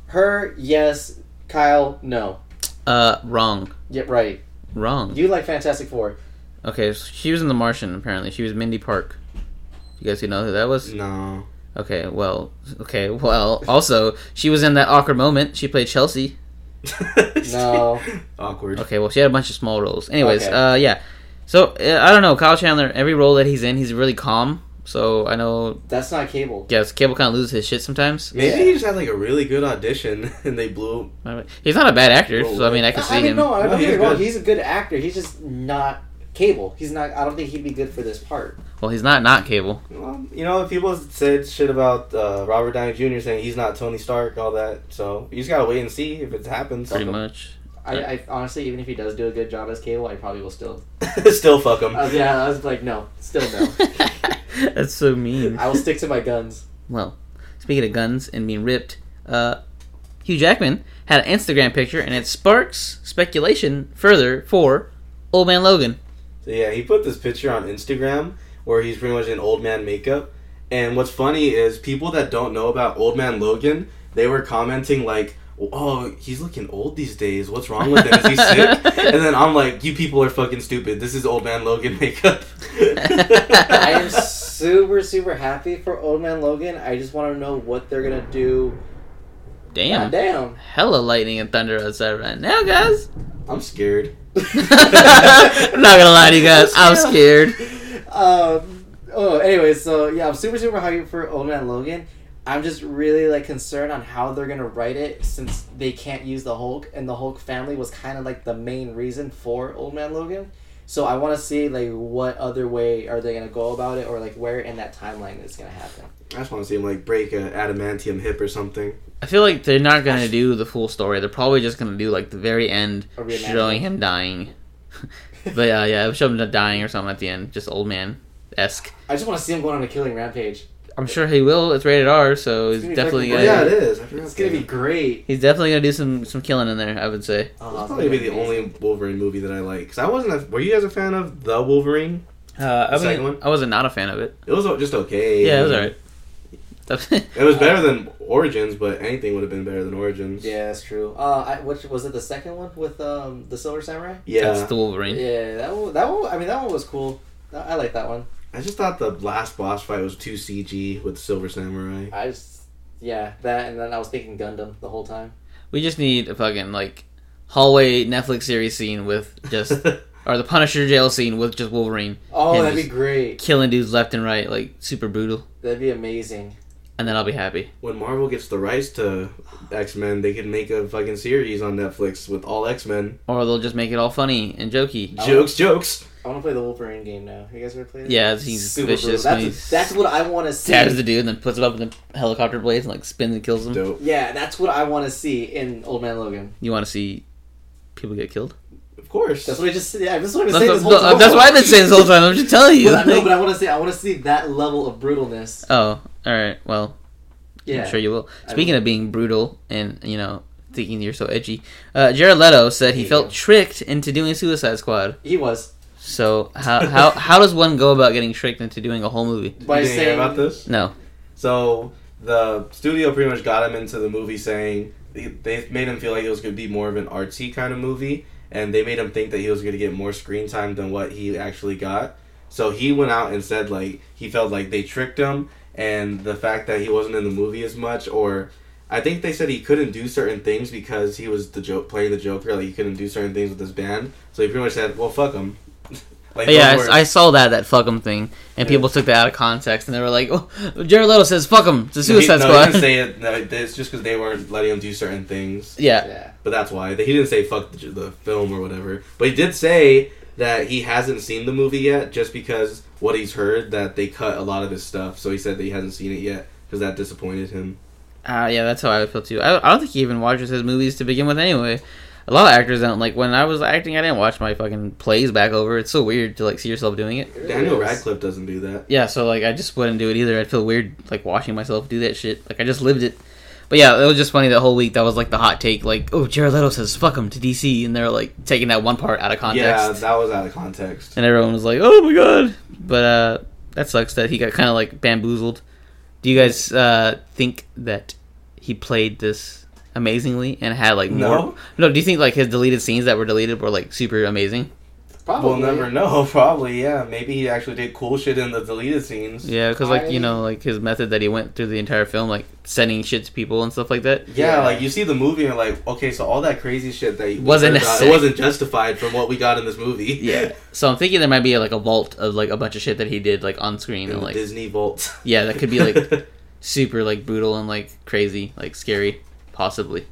Speaker 2: her, yes. Kyle, no.
Speaker 3: Uh, wrong,
Speaker 2: Yeah, right.
Speaker 3: wrong.
Speaker 2: You like Fantastic Four.
Speaker 3: Okay, so she was in The Martian. Apparently, she was Mindy Park. You guys who know who that
Speaker 4: Mm.
Speaker 3: was?
Speaker 4: No.
Speaker 3: Okay, well, okay, well. Also, she was in that awkward moment. She played Chelsea.
Speaker 2: No.
Speaker 4: Awkward.
Speaker 3: Okay, well, she had a bunch of small roles. Anyways,
Speaker 2: Okay.
Speaker 3: uh, yeah. So uh, I don't know, Kyle Chandler. Every role that he's in, he's really calm. So I know,
Speaker 2: That's not Cable.
Speaker 3: yes, Cable kind of loses his shit sometimes.
Speaker 4: Maybe
Speaker 2: Yeah.
Speaker 4: he just had like a really good audition and they blew.
Speaker 3: He's not a bad actor,
Speaker 4: Whoa,
Speaker 3: so I mean, I
Speaker 2: I,
Speaker 3: can see
Speaker 2: I mean,
Speaker 3: him.
Speaker 2: no,
Speaker 4: No,
Speaker 2: I don't get
Speaker 4: he's
Speaker 2: me wrong.
Speaker 4: good.
Speaker 2: He's a good actor. He's just not Cable. He's not. I don't think he'd be good for this part.
Speaker 3: Well, he's not not Cable.
Speaker 4: Well, you know, people said shit about uh, Robert Downey Jr. saying he's not Tony Stark, all that. So you just gotta wait and see if it happens.
Speaker 3: Pretty much.
Speaker 2: I, I honestly, even if he does do a good job as Cable, I probably will still.
Speaker 4: Still fuck him.
Speaker 2: Uh, yeah, I was like, no, still no.
Speaker 3: That's so mean.
Speaker 2: I will stick to my guns.
Speaker 3: Well, speaking of guns and being ripped, uh, Hugh Jackman had an Instagram picture, and it sparks speculation further for Old Man Logan.
Speaker 4: So yeah, he put this picture on Instagram where he's pretty much in old man makeup. And what's funny is people that don't know about Old Man Logan, they were commenting like, "Oh, he's looking old these days. What's wrong with him? Is he sick?" and then I'm like, "You people are fucking stupid. This is Old Man Logan makeup."
Speaker 2: I am super, super happy for Old Man Logan. I just want to know what they're gonna do.
Speaker 3: Damn.
Speaker 2: God damn.
Speaker 3: Hella lightning and thunder outside right now, guys.
Speaker 4: I'm scared.
Speaker 3: I'm not gonna lie to you guys. I'm scared.
Speaker 2: um, oh, anyway, so yeah, I'm super super hyped for Old Man Logan. I'm just really like concerned on how they're gonna write it since they can't use the Hulk, and the Hulk family was kind of like the main reason for Old Man Logan. So I want to see like what other way are they gonna go about it, or like where in that timeline it's gonna happen.
Speaker 4: I just want to see him like break an adamantium hip or something.
Speaker 3: I feel like they're not gonna do the full story. They're probably just gonna do like the very end,
Speaker 2: A reimagining.
Speaker 3: showing him dying. but yeah, yeah, show him dying or something at the end, just old man esque.
Speaker 2: I just want to see him going on a killing rampage.
Speaker 3: I'm sure he will. It's rated R, so
Speaker 2: gonna
Speaker 3: he's
Speaker 2: be
Speaker 3: definitely
Speaker 2: fucking
Speaker 4: Yeah,
Speaker 3: gonna,
Speaker 4: it
Speaker 2: great.
Speaker 4: is. I forgot
Speaker 2: It's gonna
Speaker 4: that.
Speaker 2: be great.
Speaker 3: he's definitely gonna do some some killing in there. I would say.
Speaker 2: Oh,
Speaker 4: That's
Speaker 2: it's
Speaker 4: probably be
Speaker 2: gonna
Speaker 4: the
Speaker 2: amazing.
Speaker 4: only Wolverine movie that I like. 'Cause I wasn't. A, were you guys a fan of the Wolverine?
Speaker 3: Uh, I
Speaker 4: The second
Speaker 3: mean,
Speaker 4: one?
Speaker 3: I wasn't not a fan of it.
Speaker 4: It was just okay.
Speaker 3: Yeah, it was alright.
Speaker 4: It was better than Origins, but anything would have been better than Origins.
Speaker 2: Yeah, that's true. Uh, I, which was it? The second one with um the Silver Samurai.
Speaker 4: Yeah.
Speaker 3: That's the Wolverine.
Speaker 2: Yeah, that one, that one. I mean, that one was cool. I- I like that one.
Speaker 4: I just thought the last boss fight was too CG with Silver Samurai.
Speaker 2: I just yeah that, and then I was thinking Gundam the whole time.
Speaker 3: We just need a fucking like hallway Netflix series scene with just or the Punisher jail scene with just Wolverine
Speaker 2: Oh,
Speaker 3: And
Speaker 2: that'd be
Speaker 3: just-
Speaker 2: great.
Speaker 3: killing dudes left and right, like super brutal.
Speaker 2: That'd be amazing.
Speaker 3: And then I'll be happy.
Speaker 4: when Marvel gets the rights to X Men, they could make a fucking series on Netflix with all X Men.
Speaker 3: Or they'll just make it all funny and jokey.
Speaker 2: Oh.
Speaker 4: Jokes, jokes.
Speaker 2: I want to play the Wolverine game now. You guys ever play that?
Speaker 3: Yeah, he's
Speaker 2: Super brutal.
Speaker 3: vicious. when he
Speaker 2: That's, that's what I want to see.
Speaker 3: stabs the dude and then puts him up in the helicopter blades and like spins and kills him.
Speaker 4: Dope.
Speaker 2: yeah, that's what I want to see in Old Man Logan.
Speaker 3: You want to see people get killed?
Speaker 4: Of course.
Speaker 2: That's what I just. Yeah, that's what I've been
Speaker 3: That's,
Speaker 2: saying
Speaker 3: what,
Speaker 2: this whole time.
Speaker 3: that's what I've been saying this whole time. I'm just telling you.
Speaker 2: But I know, but I want to see. I want to see that level of brutalness.
Speaker 3: oh, all right. Well,
Speaker 2: Yeah.
Speaker 3: I'm sure you will.
Speaker 2: I
Speaker 3: Speaking of being brutal and you know thinking you're so edgy, uh, Jared Leto said he
Speaker 2: Yeah.
Speaker 3: felt tricked into doing Suicide Squad.
Speaker 2: He was
Speaker 3: So how how how does one go about getting tricked into doing a whole movie?
Speaker 4: Did
Speaker 2: by
Speaker 4: you hear
Speaker 2: saying
Speaker 4: about this?
Speaker 3: No,
Speaker 4: So the studio pretty much got him into the movie saying they- they made him feel like it was going to be more of an artsy kind of movie, and they made him think that he was going to get more screen time than what he actually got. So he went out and said like he felt like they tricked him, and the fact that he wasn't in the movie as much, or I think they said he couldn't do certain things because he was the joke playing the Joker, like he couldn't do certain things with his band. So he pretty much said, "Well, fuck him."
Speaker 3: yeah, I
Speaker 4: like those
Speaker 3: s-
Speaker 4: words.
Speaker 3: I, saw that that fuck 'em thing, and people took that out of context, and they were like, "Oh, Jared Leto says fuck 'em, it's a Suicide
Speaker 4: no, he, No, he
Speaker 3: Squad."
Speaker 4: didn't say it. No, it's just because they weren't letting him do certain things.
Speaker 3: yeah,
Speaker 2: yeah.
Speaker 4: But that's why he didn't say fuck the, the film or whatever. But he did say that he hasn't seen the movie yet, just because what he's heard that they cut a lot of his stuff. So he said that he hasn't seen it yet because that disappointed him.
Speaker 3: uh, yeah, that's how I would feel too. I, I don't think he even watches his movies to begin with, anyway. A lot of actors don't like when I was acting. I didn't watch my fucking plays back over. It's so weird to like see yourself doing it.
Speaker 4: Daniel Radcliffe doesn't do that.
Speaker 3: yeah, so like I just wouldn't do it either. I'd feel weird like watching myself do that shit. Like I just lived it. But yeah, it was just funny that whole week. That was like the hot take, like oh Jared Leto says fuck him to DC, and they're like taking that one part out of context,
Speaker 4: Yeah, that was out of context.
Speaker 3: and everyone was like oh my god. But uh, that sucks that he got kind of like bamboozled. Do you guys uh, think that he played this amazingly and had like more?
Speaker 4: No.
Speaker 3: no. Do you think like his deleted scenes that were deleted were like super amazing?
Speaker 2: Probably.
Speaker 4: We'll never know. Probably, yeah. Maybe he actually did cool shit in the deleted scenes. Yeah,
Speaker 3: Yeah, because like
Speaker 2: I-
Speaker 3: you know, like his method that he went through the entire film, like sending shit to people and stuff like that.
Speaker 2: Yeah.
Speaker 4: like you see the movie and like, okay, so all that crazy shit that you
Speaker 3: Wasn't
Speaker 4: it
Speaker 3: necessary.
Speaker 4: wasn't justified from what we got in this movie.
Speaker 3: Yeah. So I'm thinking there might be like a vault of like a bunch of shit that he did like on screen
Speaker 4: In
Speaker 3: and
Speaker 4: the
Speaker 3: like
Speaker 4: Disney vault.
Speaker 3: yeah, that could be like super like brutal and like crazy, like scary, possibly.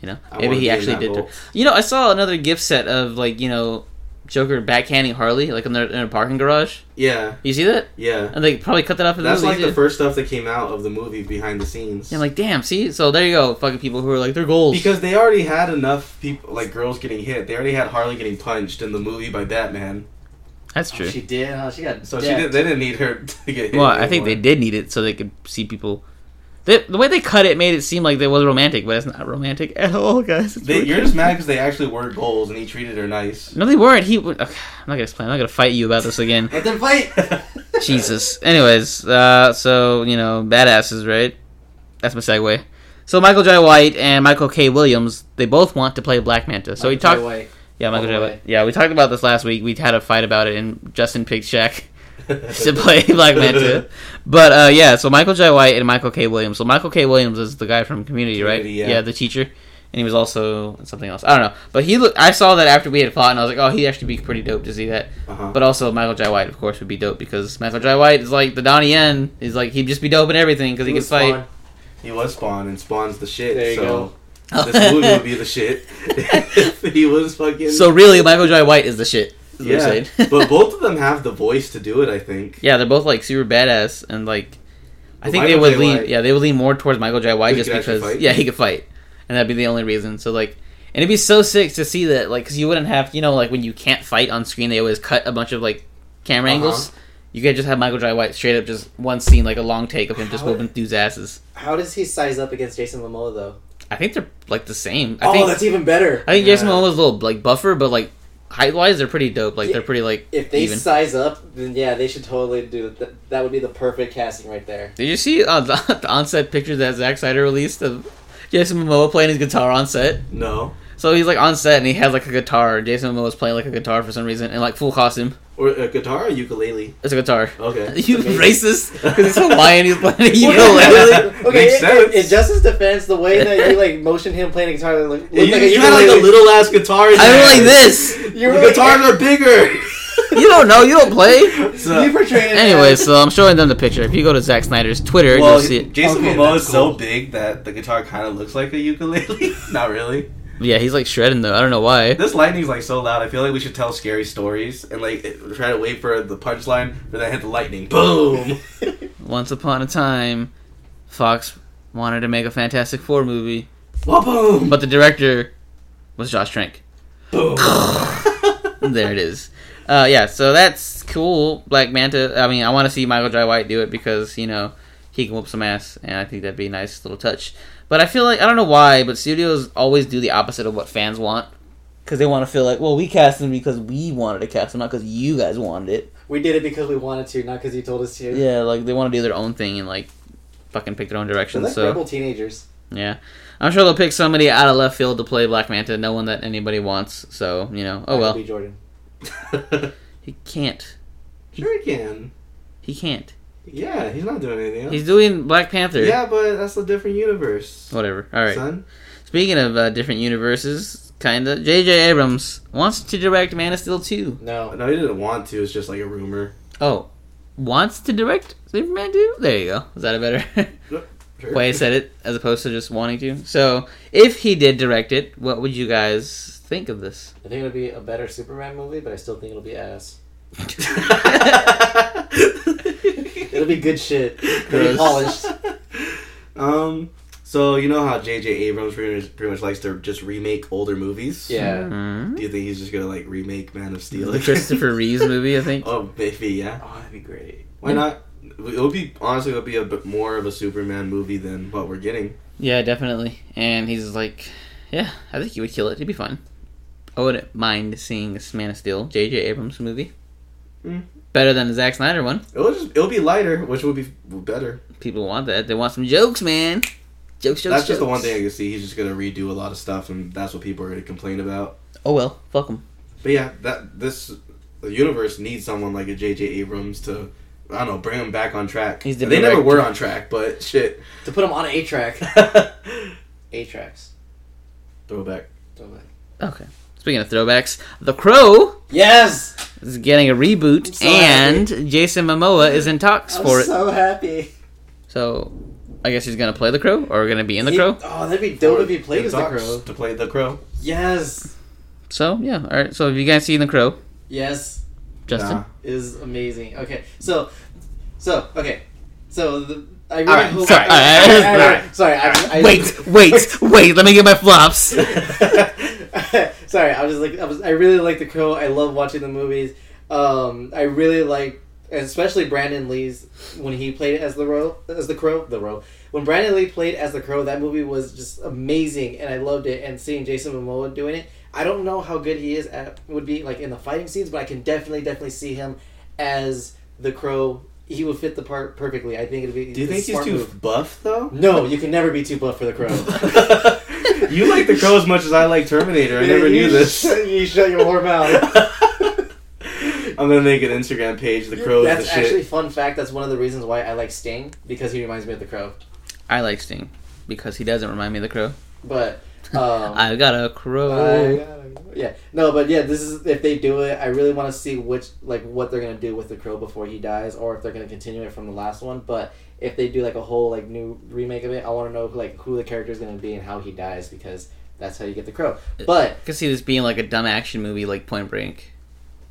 Speaker 3: You know,
Speaker 4: I
Speaker 3: maybe
Speaker 4: wanna be
Speaker 3: he
Speaker 4: in
Speaker 3: actually
Speaker 4: that
Speaker 3: did.
Speaker 4: vault.
Speaker 3: You know, I saw another gift set of like you know. Joker backhanding Harley like in their in a parking garage.
Speaker 4: yeah,
Speaker 3: You see that?
Speaker 4: yeah.
Speaker 3: And they probably cut that off in the
Speaker 4: That's
Speaker 3: movie.
Speaker 4: like the
Speaker 3: too.
Speaker 4: first stuff that came out of the movie behind the scenes.
Speaker 3: And like, damn, see, so there you go, fucking people who are like, their goals.
Speaker 4: because they already had enough people, like girls getting hit. They already had Harley getting punched in the movie by Batman,
Speaker 3: That's true.
Speaker 2: She did. Huh? She got.
Speaker 4: so she
Speaker 2: decked.
Speaker 4: did, they didn't need her to get hit.
Speaker 3: Well, I think they
Speaker 4: anymore.
Speaker 3: did need it so they could see people. The, the way they cut it made it seem like it was romantic, but it's not romantic at all, guys. It's
Speaker 4: They,
Speaker 3: really-
Speaker 4: you're just mad because they actually were goals and he treated her nice.
Speaker 3: no, they weren't. He. would- Okay, I'm not gonna explain. I'm not gonna fight you about this again.
Speaker 2: Let them fight.
Speaker 3: Jesus. Anyways, uh, so you know, badasses, right? That's my segue. So Michael J. White and Michael K. Williams, they both want to play Black Manta. So we
Speaker 2: Michael J.
Speaker 3: talked.
Speaker 2: White.
Speaker 3: Yeah, Michael
Speaker 2: All
Speaker 3: J.
Speaker 2: the
Speaker 3: White.
Speaker 2: way.
Speaker 3: Yeah, we talked about this last week. We had a fight about it, and Justin picked Shaq. to play Black Manta. But uh, yeah, so Michael J. White and Michael K. Williams. So Michael K. Williams is the guy from Community, right?
Speaker 4: Community, yeah.
Speaker 3: the teacher, and he was also something else. I don't know, but he look. I saw that after we had fought, and I was like, oh, he'd actually be pretty dope to see that.
Speaker 4: Uh-huh.
Speaker 3: But also Michael J. White, of course, would be dope because Michael J. White is like the Donnie Yen. He's like he'd just be dope in everything because he,
Speaker 2: It
Speaker 3: could
Speaker 2: was
Speaker 3: fight.
Speaker 2: fun.
Speaker 4: he was Spawn and Spawn's the shit.
Speaker 2: There you
Speaker 4: so this movie would be the shit. if he was fucking.
Speaker 3: so really, Michael J. White is the shit. is
Speaker 4: yeah,
Speaker 3: what I'm saying.
Speaker 4: but both of them have the voice to do it. I think.
Speaker 3: yeah, they're both like super badass and like I
Speaker 4: But
Speaker 3: think
Speaker 4: Michael
Speaker 3: they would
Speaker 4: J.
Speaker 3: lean
Speaker 4: White-
Speaker 3: yeah, they would lean more towards Michael J. White
Speaker 4: Because
Speaker 3: just
Speaker 4: he could actually
Speaker 3: because
Speaker 4: fight?
Speaker 3: yeah, he could fight. And that'd be the only reason. So like and it'd be so sick to see that like cuz you wouldn't have, you know, like when you can't fight on screen, they always cut a bunch of like camera
Speaker 4: Uh-huh.
Speaker 3: angles. You could just have Michael J. White straight up just one scene like a long take of him just
Speaker 2: How-
Speaker 3: whooping dudes asses.
Speaker 2: How does he size up against Jason Momoa though?
Speaker 3: I think they're like the same. I
Speaker 2: oh,
Speaker 3: think
Speaker 2: that's even better.
Speaker 3: I think Jason
Speaker 4: Yeah.
Speaker 3: Momoa's a little like buffer, but like height wise, they're pretty dope. Like they're pretty like
Speaker 2: If they
Speaker 3: even.
Speaker 2: size up, then yeah, they should totally do it. That, that would be the perfect casting right there.
Speaker 3: Did you see uh, the, the on-set pictures that Zack Snyder released of Jason Momoa playing his guitar on set?
Speaker 4: No.
Speaker 3: So he's like on set and he has like a guitar. Jason Momoa's playing like a guitar for some reason and like full costume.
Speaker 4: Or a guitar or ukulele.
Speaker 3: It's a guitar.
Speaker 4: Okay.
Speaker 3: You
Speaker 2: amazing.
Speaker 3: racist? Because he's Hawaiian. He's playing a
Speaker 4: really?
Speaker 3: ukulele.
Speaker 2: Okay,
Speaker 4: Makes
Speaker 2: in- in,
Speaker 4: sense.
Speaker 2: in Justice defense, the way that you like motioned him playing a guitar, it looked, looked
Speaker 4: You,
Speaker 2: like a
Speaker 4: you had like a
Speaker 2: ukulele.
Speaker 4: little ass guitar. In
Speaker 3: I
Speaker 4: there.
Speaker 3: don't like this.
Speaker 2: You were
Speaker 4: the
Speaker 2: like-
Speaker 4: guitars are bigger.
Speaker 3: You don't know. You don't play.
Speaker 4: So-
Speaker 2: you portrayed it
Speaker 3: Anyway,
Speaker 2: as-
Speaker 3: so I'm showing them the picture. If you go to Zack Snyder's Twitter,
Speaker 4: well,
Speaker 3: you'll see it.
Speaker 4: Jason
Speaker 2: Okay,
Speaker 4: Momoa
Speaker 2: that's
Speaker 4: is
Speaker 2: cool.
Speaker 4: so big that the guitar kind of looks like a ukulele. Not really.
Speaker 3: Yeah, he's like shredding though. I don't know why.
Speaker 4: This lightning's like so loud. I feel like we should tell scary stories and like it- try to wait for the punchline, but then hit the lightning. Boom.
Speaker 3: Once upon a time, Fox wanted to make a Fantastic Four movie,
Speaker 4: Wah boom.
Speaker 3: but the director was Josh Trank.
Speaker 4: boom.
Speaker 3: there it is. Uh, yeah, so that's cool. Black Manta. I mean, I want to see Michael J. White do it because you know he can whoop some ass, and I think that'd be a nice little touch. But I feel like I don't know why, but studios always do the opposite of what fans want because they want to feel like, well, we cast him because we wanted to cast him, not because you guys wanted it.
Speaker 2: we did it because we wanted to, not because you told us to.
Speaker 3: Yeah, like they want to do their own thing and like fucking pick their own
Speaker 2: They're
Speaker 3: direction.
Speaker 2: like
Speaker 3: So
Speaker 2: rebel teenagers.
Speaker 3: yeah, I'm sure they'll pick somebody out of left field to play Black Manta, no one that anybody wants. So you know, oh
Speaker 2: Michael
Speaker 3: well,
Speaker 2: B. Jordan.
Speaker 3: he can't.
Speaker 4: sure he can.
Speaker 3: He can't.
Speaker 4: Yeah, he's not doing anything. Else.
Speaker 3: He's doing Black Panther.
Speaker 4: yeah, but that's a different universe.
Speaker 3: Whatever. All right.
Speaker 4: Son.
Speaker 3: Speaking of uh, different universes, kinda. J.J. Abrams wants to direct Man of Steel two.
Speaker 2: No,
Speaker 4: No, he didn't want to. It's just like a rumor.
Speaker 3: Oh, wants to direct Superman two. There you go. Is that a better
Speaker 4: Sure.
Speaker 3: way I said it as opposed to just wanting to? So, if he did direct it, what would you guys think of this?
Speaker 2: I think it'll be a better Superman movie, but I still think it'll be ass. It'll be good shit. It'll be
Speaker 3: Gross.
Speaker 2: polished.
Speaker 4: Um. So you know how J.J. Abrams pretty much, pretty much likes to just remake older movies.
Speaker 2: Yeah.
Speaker 3: Hmm?
Speaker 4: Do you think he's just gonna like remake Man of Steel?
Speaker 3: The Christopher Reeves movie, I think.
Speaker 4: Oh, maybe yeah.
Speaker 2: Oh, that'd be great.
Speaker 4: Why not? It would be honestly, it would be a bit more of a Superman movie than what we're getting.
Speaker 3: Yeah, definitely. And he's like, yeah, I think he would kill it. He'd be fine. I wouldn't mind seeing this Man of Steel, J.J. Abrams movie.
Speaker 4: Mm.
Speaker 3: Better than the Zack Snyder one.
Speaker 4: It would just it would be lighter, which would be better.
Speaker 3: People want that. They want some jokes, man. Jokes, jokes.
Speaker 4: that's just the
Speaker 3: jokes.
Speaker 4: one thing I can see. He's just gonna redo a lot of stuff, and that's what people are gonna complain about.
Speaker 3: Oh well, fuck them.
Speaker 4: But yeah, that this the universe needs someone like a J.J. Abrams to. I don't know, bring them back on track.
Speaker 3: He's the
Speaker 4: they never
Speaker 3: director.
Speaker 4: were on track, but shit.
Speaker 2: To put him on an A track. A tracks.
Speaker 4: Throwback.
Speaker 3: Okay. Speaking of throwbacks, The Crow
Speaker 2: Yes!
Speaker 3: is getting a reboot,
Speaker 2: so
Speaker 3: and Jason Momoa is in talks
Speaker 2: I'm
Speaker 3: for it. So-,
Speaker 2: so happy.
Speaker 3: I guess he's gonna play The Crow, or gonna be in The
Speaker 2: He-
Speaker 3: Crow.
Speaker 2: Oh, that'd be dope if he
Speaker 4: In
Speaker 2: played as the
Speaker 4: talks
Speaker 2: crow.
Speaker 4: To play the crow.
Speaker 2: Yes.
Speaker 3: So yeah, all right. So have you guys seen The Crow,
Speaker 2: Yes.
Speaker 3: Justin?
Speaker 4: Nah.
Speaker 2: Is amazing. Okay. So, so, okay. So, the, I really
Speaker 3: right,
Speaker 2: hope.
Speaker 3: sorry,
Speaker 2: I-
Speaker 3: all right,
Speaker 2: I- I- I-
Speaker 3: all right.
Speaker 2: Sorry. I, I,
Speaker 3: Wait, wait, wait. Let me get my flops.
Speaker 2: Sorry, I was just like I was. I really like the crow. I love watching the movies. Um, I really like, especially Brandon Lee's when he played as the row as the crow the row. When Brandon Lee played as the crow, that movie was just amazing, and I loved it. And seeing Jason Momoa doing it, I don't know how good he is at would be like in the fighting scenes, but I can definitely definitely see him as the crow. He would fit the part perfectly. I think it'd be.
Speaker 4: Do you
Speaker 2: it's a
Speaker 4: think he's
Speaker 2: smart
Speaker 4: too
Speaker 2: move.
Speaker 4: buff though?
Speaker 2: No, you can never be too buff for the crow.
Speaker 4: you like the crow as much as I like Terminator. I never
Speaker 2: You
Speaker 4: knew this.
Speaker 2: shut- you shut your whore mouth.
Speaker 4: I'm gonna make an Instagram page. The crow is
Speaker 2: That's
Speaker 4: the
Speaker 2: actually
Speaker 4: shit.
Speaker 2: fun fact. That's one of the reasons why I like Sting because he reminds me of the Crow.
Speaker 3: I like Sting because he doesn't remind me of The Crow.
Speaker 2: But um,
Speaker 3: I got a
Speaker 2: I
Speaker 3: crow.
Speaker 2: gotta- yeah, no, but yeah, this is if they do it. I really want to see which like what they're gonna do with the Crow before he dies, or if they're gonna continue it from the last one. But if they do like a whole like new remake of it, I want to know like who the character is gonna be and how he dies because that's how you get the Crow. But
Speaker 3: I could see this being like a dumb action movie like Point Break.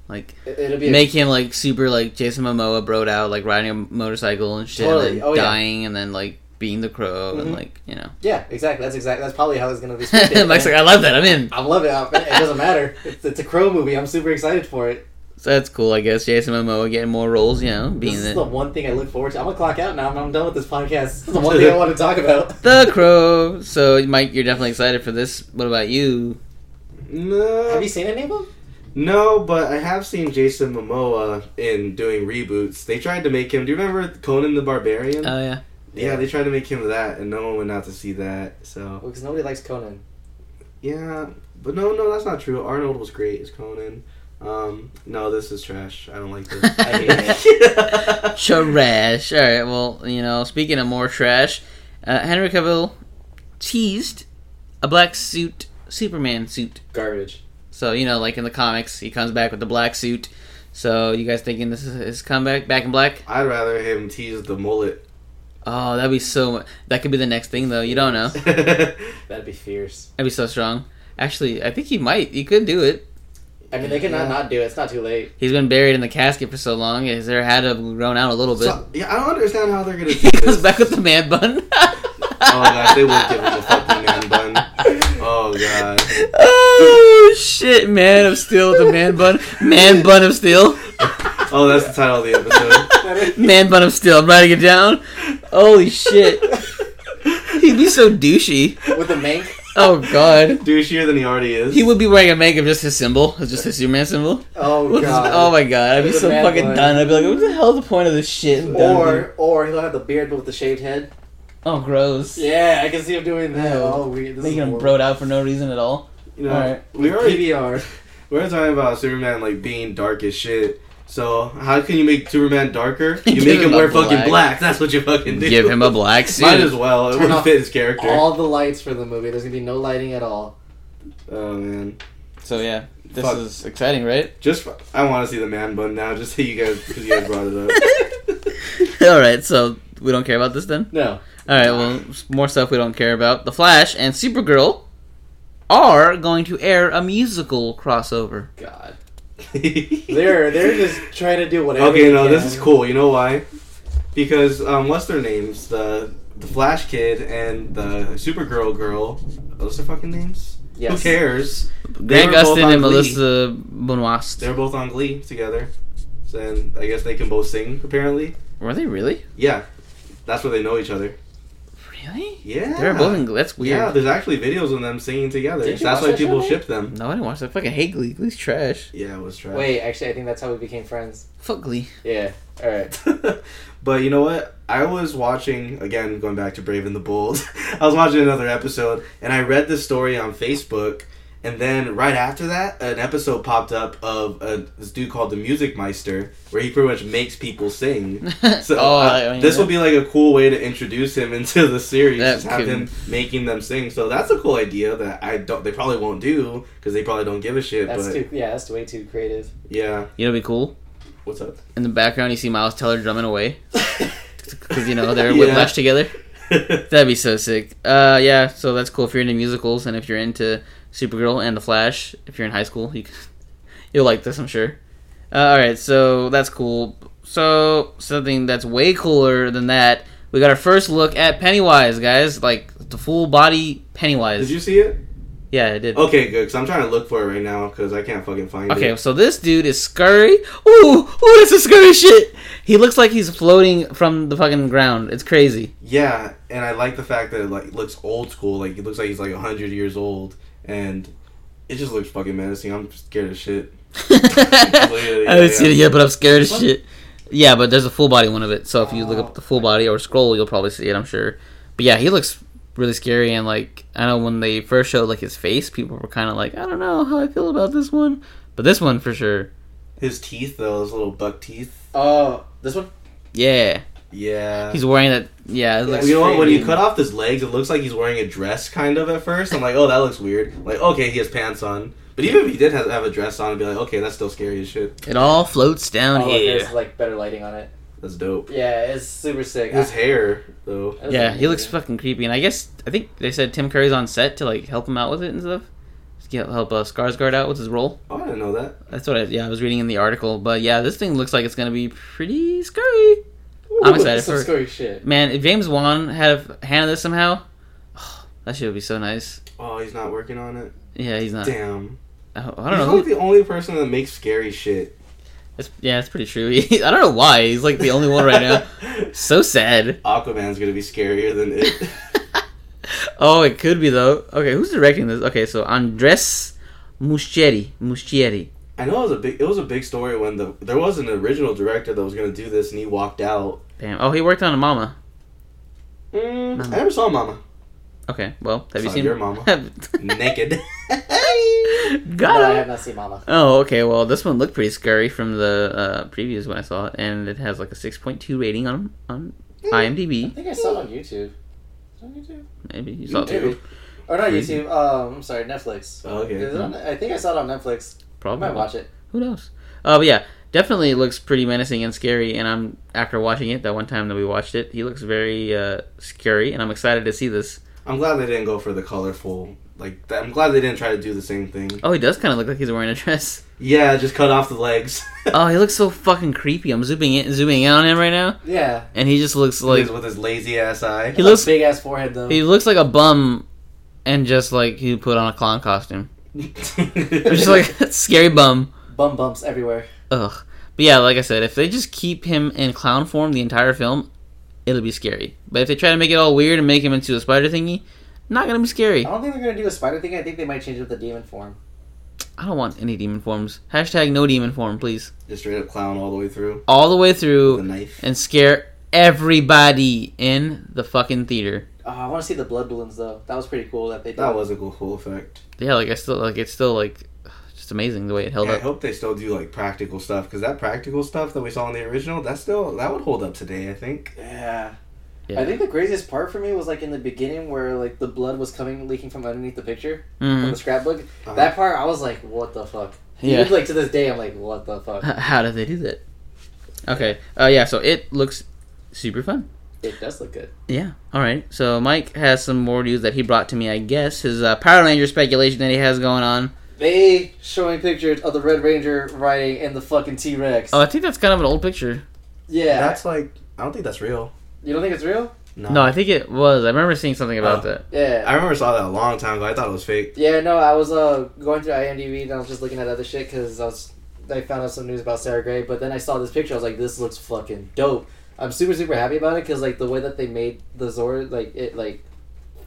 Speaker 3: Like
Speaker 2: It, it'll be a-
Speaker 3: make him like super like Jason Momoa broed out, like riding a motorcycle and shit,
Speaker 2: Totally.
Speaker 3: and then
Speaker 2: Oh, yeah.
Speaker 3: dying, and then like being the crow, and
Speaker 2: Mhm.
Speaker 3: like you know.
Speaker 2: yeah, exactly. That's exactly. That's probably how it's gonna be. scripted,
Speaker 3: Mike's
Speaker 2: man.
Speaker 3: like, I love that. I'm in.
Speaker 2: I love it. I- It doesn't matter. It's, it's a Crow movie. I'm super excited for it.
Speaker 3: So that's cool, I guess. Jason Momoa getting more roles, you know, being
Speaker 2: this is
Speaker 3: the,
Speaker 2: the one thing I look forward to. I'm gonna clock out now. I'm, I'm done with this podcast. This is the one thing I want to talk about.
Speaker 3: the crow. So Mike, you're definitely excited for this. What about you?
Speaker 4: No,
Speaker 2: Have you seen any of them?
Speaker 4: no, but I have seen Jason Momoa in doing reboots. They tried to make him. Do you remember Conan the Barbarian?
Speaker 3: Oh yeah,
Speaker 4: yeah, they tried to make him that, and no one went out to see that. So
Speaker 2: Because nobody likes Conan.
Speaker 4: yeah, but no, no, that's not true. Arnold was great as Conan. Um, no, this is trash. I don't like this. I hate it.
Speaker 3: trash. All right. Well, you know, speaking of more trash, uh, Henry Cavill teased a black suit Superman suit
Speaker 2: Garbage.
Speaker 3: So you know, like in the comics, he comes back with the black suit. So you guys thinking this is his comeback, back in black?
Speaker 4: I'd rather him tease the mullet.
Speaker 3: Oh, that'd be so. mu- That could be the next thing, though. You don't know. That'd
Speaker 2: That'd be fierce.
Speaker 3: be so strong. Actually, I think he might. He could do it.
Speaker 2: I mean, they cannot
Speaker 4: Yeah.
Speaker 2: not do it. It's not too late.
Speaker 3: He's been buried in the casket for so long. His hair had to have grown out a little bit.
Speaker 4: So- yeah, I don't understand how they're gonna. Do
Speaker 3: he
Speaker 4: this.
Speaker 3: goes back with the man bun. oh
Speaker 4: gosh, they wouldn't give him a fucking man bun. Oh, God.
Speaker 3: Oh shit, man of steel, with the man bun, man bun of steel,
Speaker 4: Oh, that's the title of the episode.
Speaker 3: man bun of steel. I'm writing it down. Holy shit, he'd be so douchey.
Speaker 2: With the mank,
Speaker 3: Oh god.
Speaker 4: Douchier than he already is.
Speaker 3: He would be wearing a make of just his symbol, of just his Superman symbol.
Speaker 2: oh
Speaker 3: What is-
Speaker 2: god,
Speaker 3: oh my god, I'd be
Speaker 2: He's a
Speaker 3: so
Speaker 2: mad
Speaker 3: fucking
Speaker 2: boy.
Speaker 3: done. I'd be like, what the hell's the point of this shit? I'm done with it.
Speaker 2: or or he'll have the beard but with the shaved head.
Speaker 3: oh, gross.
Speaker 2: Yeah, I can see him doing that.
Speaker 3: Ew.
Speaker 2: Oh, weird. This
Speaker 3: Making
Speaker 2: is
Speaker 3: him
Speaker 2: horrible.
Speaker 3: broed out for no reason at all.
Speaker 4: you know,
Speaker 3: Alright.
Speaker 4: we already
Speaker 2: PBR.
Speaker 4: we we're talking about Superman like being dark as shit. So how can you make Superman darker? You
Speaker 3: Give
Speaker 4: make him,
Speaker 3: him a
Speaker 4: wear fucking
Speaker 3: black.
Speaker 4: black. That's what you fucking do.
Speaker 3: Give him a black suit.
Speaker 4: Might as well. It
Speaker 2: Turn
Speaker 4: wouldn't
Speaker 2: off
Speaker 4: fit his character.
Speaker 2: All the lights for the movie. There's gonna be no lighting at all.
Speaker 4: oh man,
Speaker 3: So yeah, this
Speaker 4: Fuck.
Speaker 3: is exciting, right?
Speaker 4: just f- I want to see the man bun now. Just so you guys, because you guys brought it up.
Speaker 3: all right, so we don't care about this then. All
Speaker 2: No,
Speaker 3: right, well, more stuff we don't care about. The Flash and Supergirl are going to air a musical crossover.
Speaker 2: God, they're they're just trying to do whatever.
Speaker 4: Okay,
Speaker 2: they
Speaker 4: no, this
Speaker 2: can.
Speaker 4: is cool. You know why? Because um, what's their names? The the Flash Kid and the Supergirl girl. Are those their fucking names?
Speaker 2: Yes.
Speaker 4: Who cares? They
Speaker 3: Grant
Speaker 4: were both
Speaker 3: Gustin
Speaker 4: on
Speaker 3: and
Speaker 4: Glee.
Speaker 3: Melissa Benoist.
Speaker 4: They're both on Glee together. So, and I guess they can both sing. Apparently,
Speaker 3: Were they really?
Speaker 4: yeah. That's where they know each other.
Speaker 3: Really?
Speaker 4: Yeah.
Speaker 3: They were both in. That's weird.
Speaker 4: Yeah, there's actually videos of them singing together.
Speaker 2: Did you
Speaker 4: That's
Speaker 2: watch
Speaker 4: why
Speaker 2: that show,
Speaker 4: people
Speaker 2: man?
Speaker 4: ship them.
Speaker 3: No, I didn't watch that. I fucking hate Glee. Glee's trash.
Speaker 4: Yeah, it was trash.
Speaker 2: Wait, actually, I think that's how we became friends.
Speaker 3: Fuck Glee.
Speaker 2: Yeah. All right.
Speaker 4: but you know what? I was watching again, going back to Brave and the Bold. I was watching another episode, and I read this story on Facebook, and then right after that, an episode popped up of a, this dude called the Music Meister, where he pretty much makes people sing. So
Speaker 3: Oh,
Speaker 4: uh,
Speaker 3: I mean,
Speaker 4: this
Speaker 3: that-
Speaker 4: would be like a cool way to introduce him into the series,
Speaker 3: That
Speaker 4: just have
Speaker 3: could-
Speaker 4: him making them sing. So that's a cool idea that I don't. They probably won't do because they probably don't give a shit.
Speaker 2: That's
Speaker 4: but
Speaker 2: too. Yeah, that's way too creative.
Speaker 4: yeah,
Speaker 3: You know, what'd be cool.
Speaker 4: what's up?
Speaker 3: In the background, you see Miles Teller drumming away because you know they're Whiplash together. That'd be so sick. Uh, yeah. So that's cool if you're into musicals and if you're into Supergirl and The Flash. If you're in high school, you can, you'll like this, I'm sure. Uh, all right, so that's cool. So something that's way cooler than that. We got our first look at Pennywise, guys. Like the full body Pennywise.
Speaker 4: Did you Oh, see it?
Speaker 3: yeah, I did.
Speaker 4: Okay, good. Because I'm trying to look for it right now because I can't fucking find
Speaker 3: Okay,
Speaker 4: it.
Speaker 3: so this dude is scurry. Ooh, ooh, that's a scurry shit. He looks like he's floating from the fucking ground. It's crazy.
Speaker 4: Yeah, and I like the fact that it like looks old school. Like it looks like he's like hundred years old, and it just looks fucking menacing. I'm scared as shit.
Speaker 3: I
Speaker 4: yeah.
Speaker 3: haven't seen it yet, but I'm scared as shit. Yeah, but there's a full body one of it. So if you look
Speaker 4: Oh,
Speaker 3: up the full body or scroll, you'll probably see it. I'm sure. But yeah, he looks really scary. And like, I know when they first showed like his face, people were kind of like, I don't know how I feel about this one. But this one for sure.
Speaker 4: His teeth though, those little buck teeth.
Speaker 2: Oh, this one.
Speaker 3: Yeah,
Speaker 4: Yeah.
Speaker 3: he's wearing that. Yeah, it looks
Speaker 4: you know what? When you
Speaker 2: freaking-
Speaker 4: cut off his legs, it looks like he's wearing a dress, kind of at first. I'm like, oh, that looks weird. Like, okay, he has pants on. But even if he did have, have a dress on, I'd be like, okay, that's still scary as shit.
Speaker 3: it all floats down
Speaker 2: Oh, look,
Speaker 3: here.
Speaker 2: there's like better lighting on it.
Speaker 4: That's dope.
Speaker 2: Yeah, it's super sick.
Speaker 4: His
Speaker 2: I-
Speaker 4: hair, though.
Speaker 2: that was
Speaker 3: Yeah, he
Speaker 2: amazing.
Speaker 3: looks fucking creepy, and I guess I think they said Tim Curry's on set to like help him out with it and stuff. get, help uh, Skarsgård out with his role.
Speaker 4: Oh, I didn't know that.
Speaker 3: That's what I yeah I was reading in the article, but yeah, this thing looks like it's gonna be pretty scary. I'm excited
Speaker 2: Some
Speaker 3: for-
Speaker 2: scary shit.
Speaker 3: Man, if James Wan had handled this somehow, that shit would be so nice.
Speaker 4: Oh, he's not working on it.
Speaker 3: Yeah, he's not.
Speaker 4: Damn.
Speaker 3: I, Uh, I
Speaker 4: I
Speaker 3: don't know.
Speaker 4: He's like
Speaker 3: who-
Speaker 4: the only person that makes scary shit.
Speaker 3: it's- yeah, it's pretty true. I don't know why he's like the only one right now. So sad.
Speaker 4: Aquaman's gonna be scarier than it.
Speaker 3: Oh, it could be though. Okay, who's directing this? Okay, so Andres Muschietti. Muschietti.
Speaker 4: I know it was a big it was a big story when the there was an original director that was gonna do this and he walked out.
Speaker 3: Damn. Oh, he worked on a Mama.
Speaker 4: Mm,
Speaker 3: Mama.
Speaker 4: I never saw Mama
Speaker 3: Okay, well, have you
Speaker 4: Saw
Speaker 3: seen
Speaker 4: Oh, your Mama. naked.
Speaker 2: No, I
Speaker 3: Got
Speaker 2: have
Speaker 3: him.
Speaker 2: not seen Mama.
Speaker 3: Oh, okay. Well, this one looked pretty scary from the uh, previews when I saw it, and it has like a 6.2 rating on on
Speaker 2: I
Speaker 3: IMDb.
Speaker 2: think I saw it on YouTube. Is it On YouTube?
Speaker 3: Maybe you saw it too.
Speaker 2: Maybe. Or not
Speaker 3: Crazy.
Speaker 2: YouTube. Um, I'm sorry, Netflix.
Speaker 4: Oh, okay.
Speaker 2: Is it on- I think I saw it on Netflix. I
Speaker 3: Probably.
Speaker 2: might watch it.
Speaker 3: Who knows? Uh, but yeah, definitely looks pretty menacing and scary. And I'm after watching it that one time that we watched it, he looks very uh, scary, and I'm excited to see this.
Speaker 4: I'm glad they didn't go for the colorful. Like th- I'm glad they didn't try to do the same thing.
Speaker 3: Oh, he does kind of look like he's wearing a dress.
Speaker 4: Yeah, just cut off the legs.
Speaker 3: oh, he looks so fucking creepy. I'm zooming in, zooming in on him right now,
Speaker 2: Yeah.
Speaker 3: and he just looks like
Speaker 4: with his lazy ass eye.
Speaker 3: He looks-
Speaker 2: big ass forehead though.
Speaker 3: he looks like a bum, and just like he put on a clown costume. Just like scary bum.
Speaker 2: Bum bumps everywhere.
Speaker 3: Ugh. But yeah, like I said, if they just keep him in clown form the entire film, it'll be scary. But if they try to make it all weird and make him into a spider thingy, not gonna be scary.
Speaker 2: I don't think they're gonna do a spider thing. I think they might change up the demon form.
Speaker 3: I don't want any demon forms. Hashtag no demon form, please.
Speaker 4: Just straight up clown all the way through.
Speaker 3: All the way
Speaker 4: The
Speaker 3: through
Speaker 4: knife.
Speaker 3: and scare everybody in the fucking theater.
Speaker 2: Oh, I want to see the blood balloons though. That was pretty cool that they did.
Speaker 4: That was a cool, cool effect.
Speaker 3: Yeah, like I still like it's still like just amazing the way it held
Speaker 4: Yeah, I
Speaker 3: up.
Speaker 4: hope they still do like practical stuff because that practical stuff that we saw in the original, that still that would hold up today. I think.
Speaker 2: Yeah.
Speaker 3: Yeah.
Speaker 2: I think the craziest part for me was like in the beginning where like the blood was coming leaking from underneath the picture from
Speaker 3: Mhm.
Speaker 2: the scrapbook.
Speaker 4: Uh-huh.
Speaker 2: That part I was like, what the fuck?
Speaker 3: Yeah.
Speaker 2: Even like to this day I'm like, what the fuck?
Speaker 3: How did they do that? Okay. Uh yeah, so it looks super fun.
Speaker 2: it does look good.
Speaker 3: Yeah. All right. So Mike has some more news that he brought to me. I guess his uh, Power Ranger speculation that he has going on.
Speaker 2: They showing pictures of the Red Ranger riding in the fucking T Rex.
Speaker 3: Oh, I think that's kind of an old picture.
Speaker 2: yeah.
Speaker 4: That's like I don't think that's real.
Speaker 2: you don't think it's real?
Speaker 3: No, I think it was. I remember seeing something about
Speaker 4: Oh.
Speaker 3: that.
Speaker 2: Yeah.
Speaker 4: I remember saw that a long time ago. I thought it was fake.
Speaker 2: Yeah, no, I was uh, going through IMDb and I was just looking at other shit because I was I found out some news about Sarah Gray, but then I saw this picture. I was like, this looks fucking dope. I'm super super happy about it because like the way that they made the Zord, like it like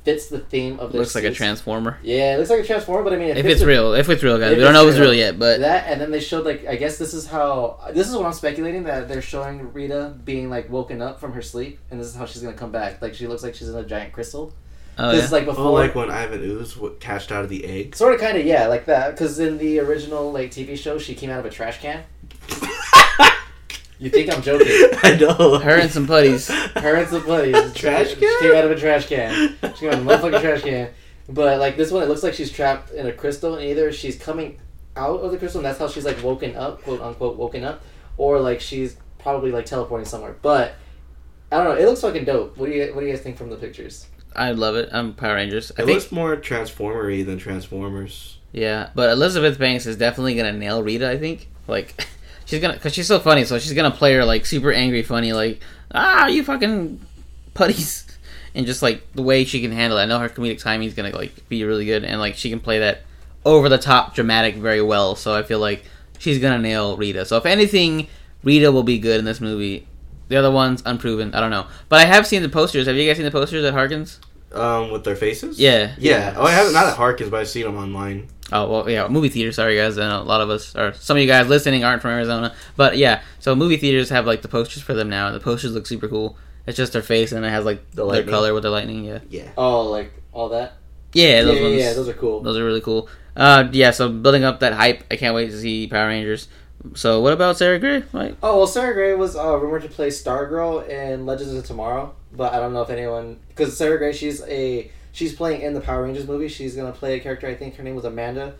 Speaker 2: fits the theme of
Speaker 3: It
Speaker 2: their
Speaker 3: looks like a
Speaker 2: suits.
Speaker 3: transformer.
Speaker 2: Yeah, it looks like a transformer, but I mean, it
Speaker 3: If
Speaker 2: fits
Speaker 3: it's
Speaker 2: the-
Speaker 3: real, if it's real, guys,
Speaker 2: if
Speaker 3: we don't
Speaker 2: it's
Speaker 3: know if it's
Speaker 2: real.
Speaker 3: real yet, but
Speaker 2: that and then they showed like I guess this is how this is what I'm speculating that they're showing Rita being like woken up from her sleep and this is how she's gonna come back. Like she looks like she's in a giant crystal.
Speaker 3: oh,
Speaker 2: this
Speaker 3: yeah.
Speaker 2: is like before
Speaker 4: Oh, like when Ivan Ooze w- cashed out of the egg.
Speaker 2: Sort of, kind of, yeah, like that. Because in the original like TV show, she came out of a trash can. you think I'm joking?
Speaker 4: I know.
Speaker 3: her and some putties.
Speaker 2: Her and some buddies.
Speaker 4: Trash
Speaker 2: she,
Speaker 4: can?
Speaker 2: She came out of a trash can. She came out of a motherfucking trash can. But like this one, it looks like she's trapped in a crystal, and either she's coming out of the crystal, and that's how she's like woken up, quote unquote, woken up, or like she's probably like teleporting somewhere. But I don't know. It looks fucking dope. What do you What do you guys think from the pictures?
Speaker 3: I love it. I'm Power Rangers. I
Speaker 4: It
Speaker 3: think
Speaker 4: looks more Transformery than Transformers.
Speaker 3: yeah, but Elizabeth Banks is definitely gonna nail Rita. I think like she's gonna because she's so funny, so she's gonna play her like super angry, funny, like ah, you fucking putties, and just like the way she can handle it. I know her comedic timing is gonna like be really good, and like she can play that over the top dramatic very well. So I feel like she's gonna nail Rita. So if anything, Rita will be good in this movie. The other one's unproven. I don't know, but I have seen the posters. Have you guys seen the posters at Harkins?
Speaker 4: Um, with their faces.
Speaker 3: Yeah.
Speaker 4: Yeah. Oh, I haven't. Not at Harkins, but I've seen them online.
Speaker 3: Oh well, yeah, movie theater. Sorry guys, I know a lot of us or some of you guys listening aren't from Arizona, but yeah, so movie theaters have like the posters for them now, and the posters look super cool. It's just their face, and it has like
Speaker 4: The
Speaker 3: their
Speaker 4: lightning.
Speaker 3: color with the lightning. Yeah,
Speaker 4: Yeah.
Speaker 2: Oh, like all that.
Speaker 3: yeah, those
Speaker 2: yeah,
Speaker 3: ones.
Speaker 2: yeah,
Speaker 3: those,
Speaker 2: those are cool.
Speaker 3: are- really cool. Uh, yeah, so building up that hype. I can't wait to see Power Rangers. So what about Sarah Gray? Like,
Speaker 2: Oh well, Sarah Gray was uh, rumored to play Stargirl in Legends of Tomorrow, but I don't know if anyone because Sarah Gray she's a she's playing in the Power Rangers movie. She's gonna play a character. I think her name was Amanda,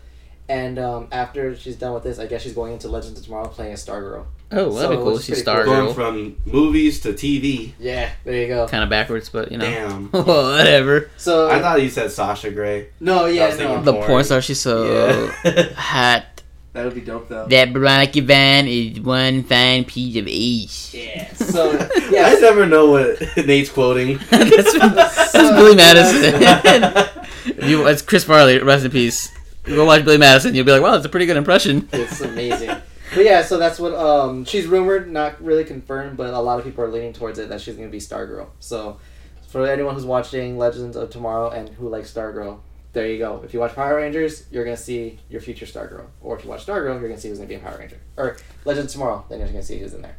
Speaker 2: and um, after she's done with this, I guess she's going into Legends of Tomorrow playing a Stargirl.
Speaker 3: Oh, well, that'd
Speaker 2: So
Speaker 3: be cool.
Speaker 2: it's
Speaker 3: She's
Speaker 2: pretty
Speaker 3: Star
Speaker 2: cool.
Speaker 4: Going
Speaker 3: Girl.
Speaker 4: from movies to TV.
Speaker 2: Yeah, there you go.
Speaker 3: Kind of backwards, but you know.
Speaker 4: Damn.
Speaker 3: Whatever.
Speaker 2: So
Speaker 4: I thought you said Sasha Grey.
Speaker 2: no,
Speaker 4: I
Speaker 2: yeah,
Speaker 4: was thinking-
Speaker 2: no,
Speaker 3: The
Speaker 4: Sorry.
Speaker 3: porn star, she's so
Speaker 4: Yeah.
Speaker 3: hot.
Speaker 2: that would be dope though.
Speaker 3: That Veronica Van is one fine piece of ace.
Speaker 2: Yeah. So
Speaker 4: I
Speaker 2: yes.
Speaker 4: never know what Nate's quoting.
Speaker 3: that's, that's Billy Madison. you, it's Chris Farley, rest in peace. You go watch Billy Madison, you'll be like, wow, that's a pretty good impression.
Speaker 2: it's amazing. But yeah, so that's what um she's rumored, not really confirmed, but a lot of people are leaning towards it that she's gonna be Stargirl. So for anyone who's watching Legends of Tomorrow and who likes Stargirl, there you go. If you watch Power Rangers, you're gonna see your future Stargirl. Or if you watch Stargirl, you're gonna see who's gonna be in Power Ranger. Or Legends of Tomorrow, then you're gonna see who's in there.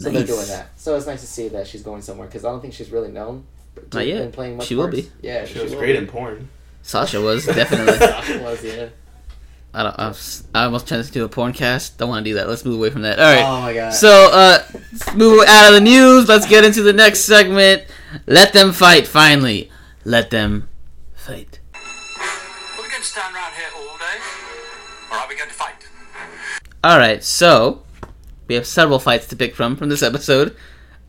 Speaker 2: So
Speaker 3: Nice.
Speaker 2: they're doing that. So it's nice to see that she's going somewhere because I don't think she's really known. to-
Speaker 3: Not yet.
Speaker 2: in playing much
Speaker 3: She will
Speaker 2: parts.
Speaker 3: be.
Speaker 2: Yeah,
Speaker 4: She was
Speaker 2: will
Speaker 4: great
Speaker 2: be.
Speaker 4: in porn.
Speaker 3: Sasha was, definitely.
Speaker 2: She was, yeah.
Speaker 3: I, don't, I, was, I almost turned this into a porn cast. Don't want to do that. Let's move away from that. All right.
Speaker 2: Oh my god.
Speaker 3: So, uh, let's move out of the news. Let's get into the next segment. Let them fight, finally. Let them fight.
Speaker 1: Well, we can stand around here all day, or are we going to fight?
Speaker 3: All right, so we have several fights to pick from from this episode,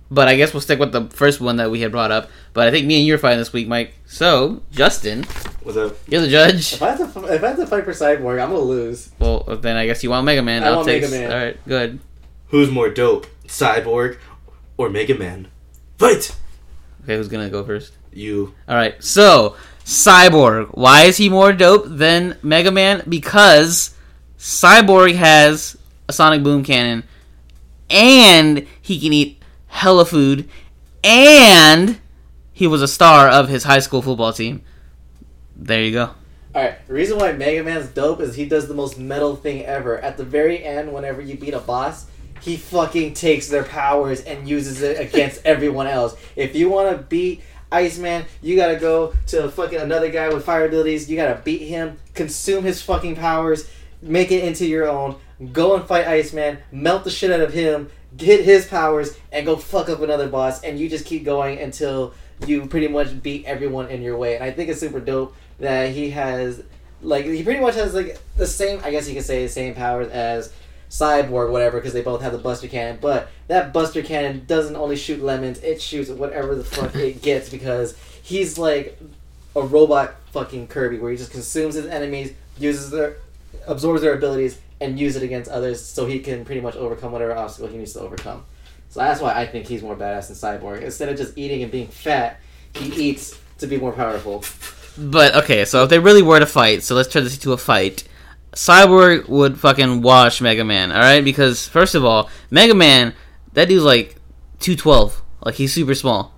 Speaker 3: but I guess we'll stick with the first one that we had brought up. But I think me and you are fighting this week, Mike. So, Justin,
Speaker 4: What's up?
Speaker 3: you're the judge.
Speaker 2: If I, have to, if I have to fight for Cyborg, I'm gonna lose.
Speaker 3: Well, then I guess you want Mega Man.
Speaker 2: I
Speaker 3: I'll
Speaker 2: want
Speaker 3: take.
Speaker 2: Mega Man.
Speaker 3: All right, good.
Speaker 4: Who's more dope, Cyborg or Mega Man? Fight!
Speaker 3: Okay, who's gonna go first?
Speaker 4: You.
Speaker 3: All right, so Cyborg. Why is he more dope than Mega Man? Because Cyborg has a sonic boom cannon, and he can eat hella food, and he was a star of his high school football team. There you go.
Speaker 2: Alright, the reason why Mega Man's dope is he does the most metal thing ever. At the very end, whenever you beat a boss, he fucking takes their powers and uses it against everyone else. If you wanna beat Iceman, you gotta go to fucking another guy with fire abilities, you gotta beat him, consume his fucking powers, make it into your own, go and fight Iceman, melt the shit out of him, get his powers, and go fuck up another boss, and you just keep going until you pretty much beat everyone in your way. And I think it's super dope that he has, like, he pretty much has, like, the same, I guess you could say, the same powers as Cyborg, whatever, because they both have the Buster Cannon, but that Buster Cannon doesn't only shoot lemons, it shoots whatever the fuck it gets, because he's, like, a robot fucking Kirby, where he just consumes his enemies, uses their, absorbs their abilities, and use it against others, so he can pretty much overcome whatever obstacle he needs to overcome. So that's why I think he's more badass than Cyborg. Instead of just eating and being fat, he eats to be more powerful.
Speaker 3: But okay, so if they really were to fight, so let's turn this into a fight. Cyborg would fucking wash Mega Man, all right? Because first of all, Mega Man, that dude's like two twelve, like he's super small.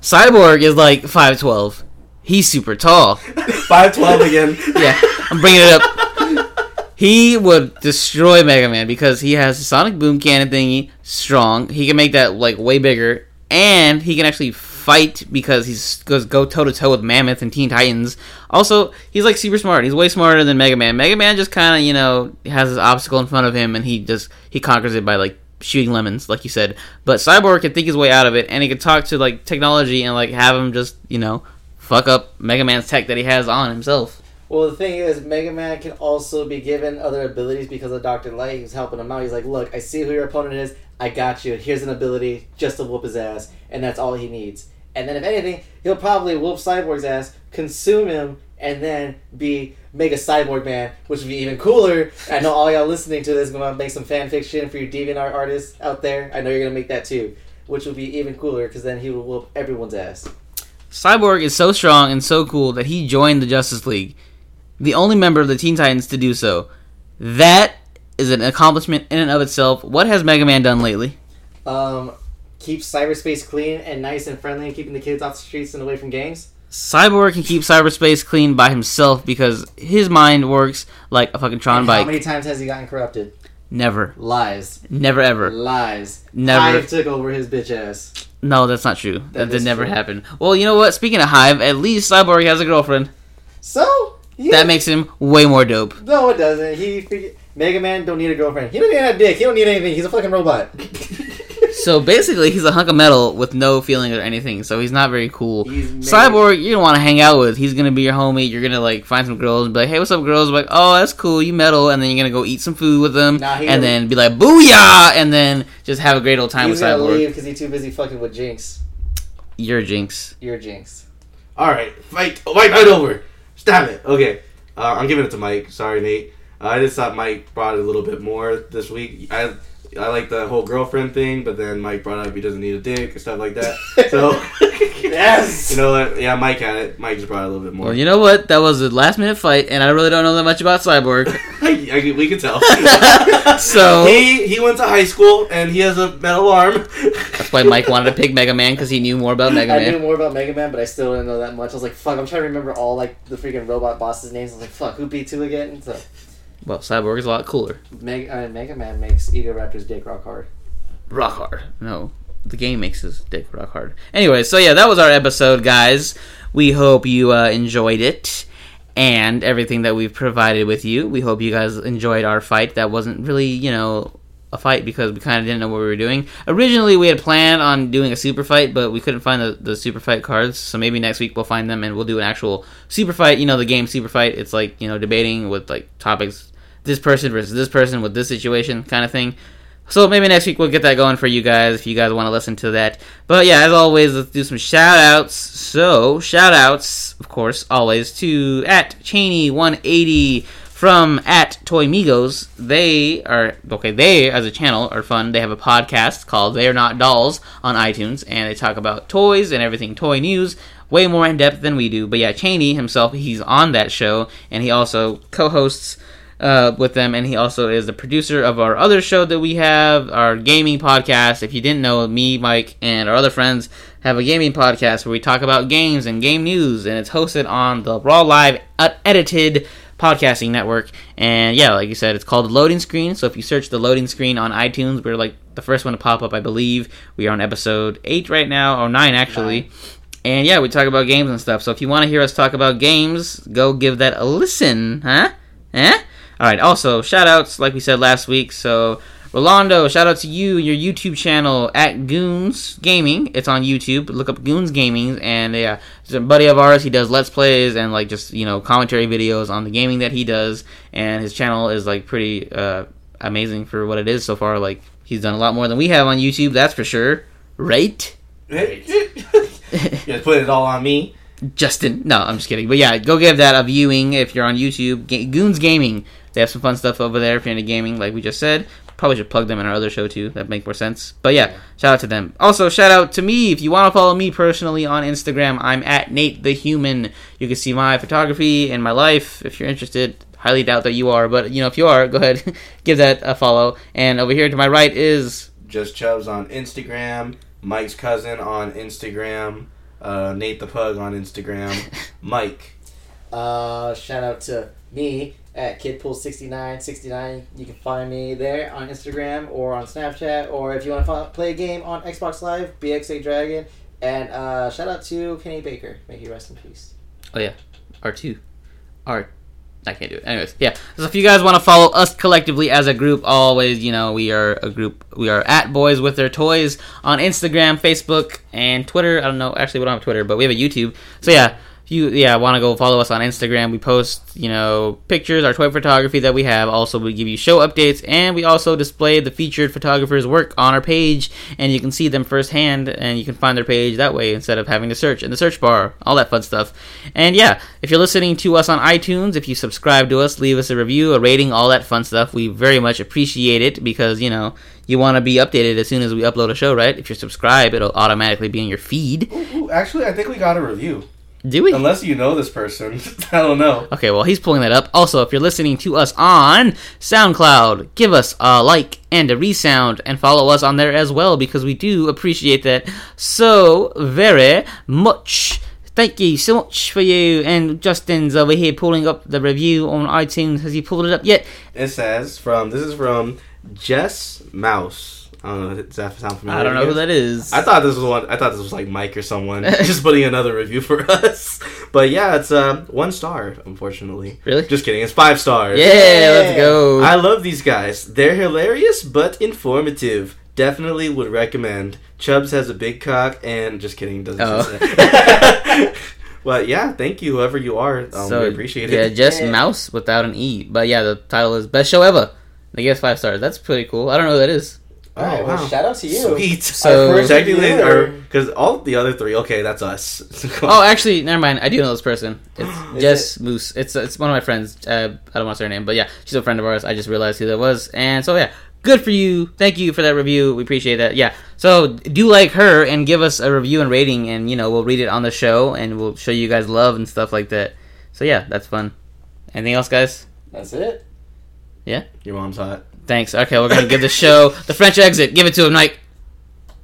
Speaker 3: Cyborg is like five twelve. He's super tall.
Speaker 4: 512 again.
Speaker 3: Yeah, I'm bringing it up. He would destroy Mega Man because he has a Sonic Boom Cannon thingy strong. He can make that like way bigger, and he can actually fight because he's goes go toe to toe with Mammoth and Teen Titans. Also, he's like super smart. He's way smarter than Mega Man. Mega Man just kind of you know has this obstacle in front of him, and he just he conquers it by like shooting lemons, like you said. But Cyborg can think his way out of it, and he can talk to like technology and like have him just you know fuck up Mega Man's tech that he has on himself.
Speaker 2: Well, the thing is, Mega Man can also be given other abilities because of Dr. Light. He's helping him out. He's like, look, I see who your opponent is. I got you. Here's an ability just to whoop his ass. And that's all he needs. And then, if anything, he'll probably whoop Cyborg's ass, consume him, and then be Mega Cyborg Man, which would be even cooler. I know all y'all listening to this going to make some fan fiction for you DeviantArt artists out there. I know you're going to make that too, which would be even cooler because then he would whoop everyone's ass.
Speaker 3: Cyborg is so strong and so cool that he joined the Justice League, the only member of the Teen Titans to do so. That is an accomplishment in and of itself. What has Mega Man done lately?
Speaker 2: um, keep cyberspace clean and nice and friendly and keeping the kids off the streets and away from gangs.
Speaker 3: Cyborg can keep cyberspace clean by himself because his mind works like a fucking Tron
Speaker 2: And How
Speaker 3: bike.
Speaker 2: many times has he gotten corrupted?
Speaker 3: Never.
Speaker 2: Lies.
Speaker 3: Never ever.
Speaker 2: Lies.
Speaker 3: Never.
Speaker 2: Hive took over his bitch ass.
Speaker 3: No, that's not true. That,
Speaker 2: That
Speaker 3: did
Speaker 2: is
Speaker 3: never
Speaker 2: true.
Speaker 3: happen. Well, you know what? Speaking of Hive, at least Cyborg has a girlfriend.
Speaker 2: So? He,
Speaker 3: That makes him way more dope.
Speaker 2: No, it doesn't. He fig- Mega Man don't need a girlfriend. He don't need a dick. He don't need anything. He's a fucking robot.
Speaker 3: So basically, he's a hunk of metal with no feelings or anything. So he's not very cool.
Speaker 4: He's made-
Speaker 3: Cyborg, you don't want to hang out with. He's gonna be your homie. You're gonna like find some girls and be like, "Hey, what's up, girls?" like, "Oh, that's cool. You metal." And then you're gonna go eat some food with them,
Speaker 2: Nah, he-
Speaker 3: and then be like, "Booyah!" And then just have a great old time with
Speaker 2: He's gonna
Speaker 3: Cyborg.
Speaker 2: leave because he's too busy fucking with Jinx.
Speaker 3: You're a jinx.
Speaker 2: You're Jinx.
Speaker 4: All right, fight, fight right over. Stab it. Okay, uh, I'm giving it to Mike. Sorry, Nate. Uh, I just thought Mike brought it a little bit more this week. I I like the whole girlfriend thing, but then Mike brought up he doesn't need a dick and stuff like that. So
Speaker 2: Yes!
Speaker 4: you know what? Yeah, Mike had it. Mike just brought it a little bit more.
Speaker 3: Well, you know what? That was a last minute fight, and I really don't know that much about Cyborg.
Speaker 4: I, I, we can tell.
Speaker 3: so
Speaker 4: he he went to high school and he has a metal arm.
Speaker 3: that's why Mike wanted to pick Mega Man because he knew more about Mega
Speaker 2: I knew
Speaker 3: Man.
Speaker 2: more about Mega Man, but I still didn't know that much. I was like, fuck, I'm trying to remember all like the freaking robot bosses' names. I was like, fuck, who beat two again? So
Speaker 3: Well, Cyborg is a lot cooler.
Speaker 2: Meg- uh, Mega Man makes Ego Raptor's dick rock hard.
Speaker 3: rock hard. No, the game makes his dick rock hard. Anyway, so yeah, that was our episode, guys. We hope you uh, enjoyed it and everything that we've provided with you. We hope you guys enjoyed our fight. That wasn't really, you know, a fight because we kind of didn't know what we were doing. Originally, we had planned on doing a super fight, but we couldn't find the, the super fight cards. So maybe next week we'll find them and we'll do an actual super fight. You know, the game super fight. It's like, you know, debating with like topics this person versus this person with this situation kind of thing. So maybe next week we'll get that going for you guys if you guys want to listen to that. But yeah, as always, let's do some shout outs. So, shout outs, of course, always to at Cheney180 from at Toy Migos. They are, okay, they as a channel are fun. They have a podcast called They're Not Dolls on iTunes, and they talk about toys and everything toy news way more in depth than we do. But yeah, Cheney himself, he's on that show, and he also co hosts uh, with them, and he also is the producer of our other show that we have, our gaming podcast. If you didn't know, me, Mike, and our other friends have a gaming podcast where we talk about games and game news, and it's hosted on the Raw Live Edited Podcasting Network. And yeah, like you said, it's called The Loading Screen. So if you search The Loading Screen on iTunes, we're like the first one to pop up, I believe. We are on episode 8 right now, or 9 actually. And yeah, we talk about games and stuff. So if you want to hear us talk about games, go give that a listen, huh? Eh? Alright, also, shout outs, like we said last week. So, Rolando, shout out to you and your YouTube channel at Goons Gaming. It's on YouTube. Look up Goons Gaming. And yeah, it's a buddy of ours. He does Let's Plays and like just, you know, commentary videos on the gaming that he does. And his channel is like pretty uh, amazing for what it is so far. Like, he's done a lot more than we have on YouTube, that's for sure. Right?
Speaker 4: yeah, put it all on me.
Speaker 3: Justin. No, I'm just kidding. But yeah, go give that a viewing if you're on YouTube. Ga- Goons Gaming. They have some fun stuff over there if you're into gaming, like we just said. Probably should plug them in our other show too. That make more sense. But yeah, shout out to them. Also, shout out to me if you want to follow me personally on Instagram. I'm at Nate the Human. You can see my photography and my life if you're interested. Highly doubt that you are, but you know if you are, go ahead, give that a follow. And over here to my right is
Speaker 4: Just Chubbs on Instagram, Mike's cousin on Instagram, uh, Nate the Pug on Instagram, Mike.
Speaker 2: Uh, shout out to me at KidPool6969. You can find me there on Instagram or on Snapchat, or if you want to fo- play a game on Xbox Live, BXA Dragon. And uh, shout out to Kenny Baker. May he rest in peace.
Speaker 3: R two, R. I can't do it. Anyways, yeah. So if you guys want to follow us collectively as a group, always, you know, we are a group. We are at Boys with Their Toys on Instagram, Facebook, and Twitter. I don't know. Actually, we don't have Twitter, but we have a YouTube. So yeah, if you yeah want to go follow us on Instagram, we post you know pictures, our toy photography that we have. Also, we give you show updates, and we also display the featured photographer's work on our page, and you can see them firsthand, and you can find their page that way instead of having to search in the search bar, all that fun stuff. And yeah, if you're listening to us on iTunes, if you subscribe to us, leave us a review, a rating, all that fun stuff. We very much appreciate it because you know you want to be updated as soon as we upload a show, right? If you subscribe, it'll automatically be in your feed.
Speaker 4: Ooh, ooh, actually, I think we got a review.
Speaker 3: Do we?
Speaker 4: Unless you know this person, I don't know.
Speaker 3: Okay, well, he's pulling that up. Also, if you're listening to us on SoundCloud, give us a like and a resound and follow us on there as well because we do appreciate that so very much. Thank you so much for you. And Justin's over here pulling up the review on iTunes. Has he pulled it up yet?
Speaker 4: It says from this is from Jess Mouse. I don't know. Does that sound familiar?
Speaker 3: I don't know
Speaker 4: to
Speaker 3: who
Speaker 4: you?
Speaker 3: that is.
Speaker 4: I thought this was one. I thought this was like Mike or someone just putting another review for us. But yeah, it's uh, one star. Unfortunately,
Speaker 3: Really?
Speaker 4: Just kidding. It's five stars.
Speaker 3: yeah, let's
Speaker 2: Yeah.
Speaker 3: go.
Speaker 4: I love these guys. They're hilarious but informative. definitely would recommend. Chubbs has a big cock, and just kidding, doesn't
Speaker 3: Oh.
Speaker 4: say. but yeah, thank you, whoever you are. Um, we appreciate
Speaker 3: yeah,
Speaker 4: it.
Speaker 3: just
Speaker 2: Yeah.
Speaker 3: mouse without an e. But yeah, the title is best show ever. They give us five stars. That's pretty cool. I don't know who that is.
Speaker 4: Oh,
Speaker 2: All right, well,
Speaker 4: wow.
Speaker 2: shout out to you.
Speaker 4: Sweet.
Speaker 3: So-
Speaker 2: Our first
Speaker 4: technically,
Speaker 2: reviewer.
Speaker 4: because all the other three, okay, that's us.
Speaker 3: Oh, actually, never mind. I do know this person. It's
Speaker 2: Is
Speaker 3: Jess Moose. It's it's one of my friends. Uh, I don't want to say her name, but yeah, she's a friend of ours. I just realized who that was, and so yeah, good for you. Thank you for that review. We appreciate that. Yeah. So do like her and give us a review and rating, and you know we'll read it on the show and we'll show you guys love and stuff like that. So yeah, that's fun. Anything else, guys?
Speaker 2: That's it.
Speaker 4: your mom's hot.
Speaker 3: Thanks. Okay, we're gonna give the show the French exit. Give it to him, Mike.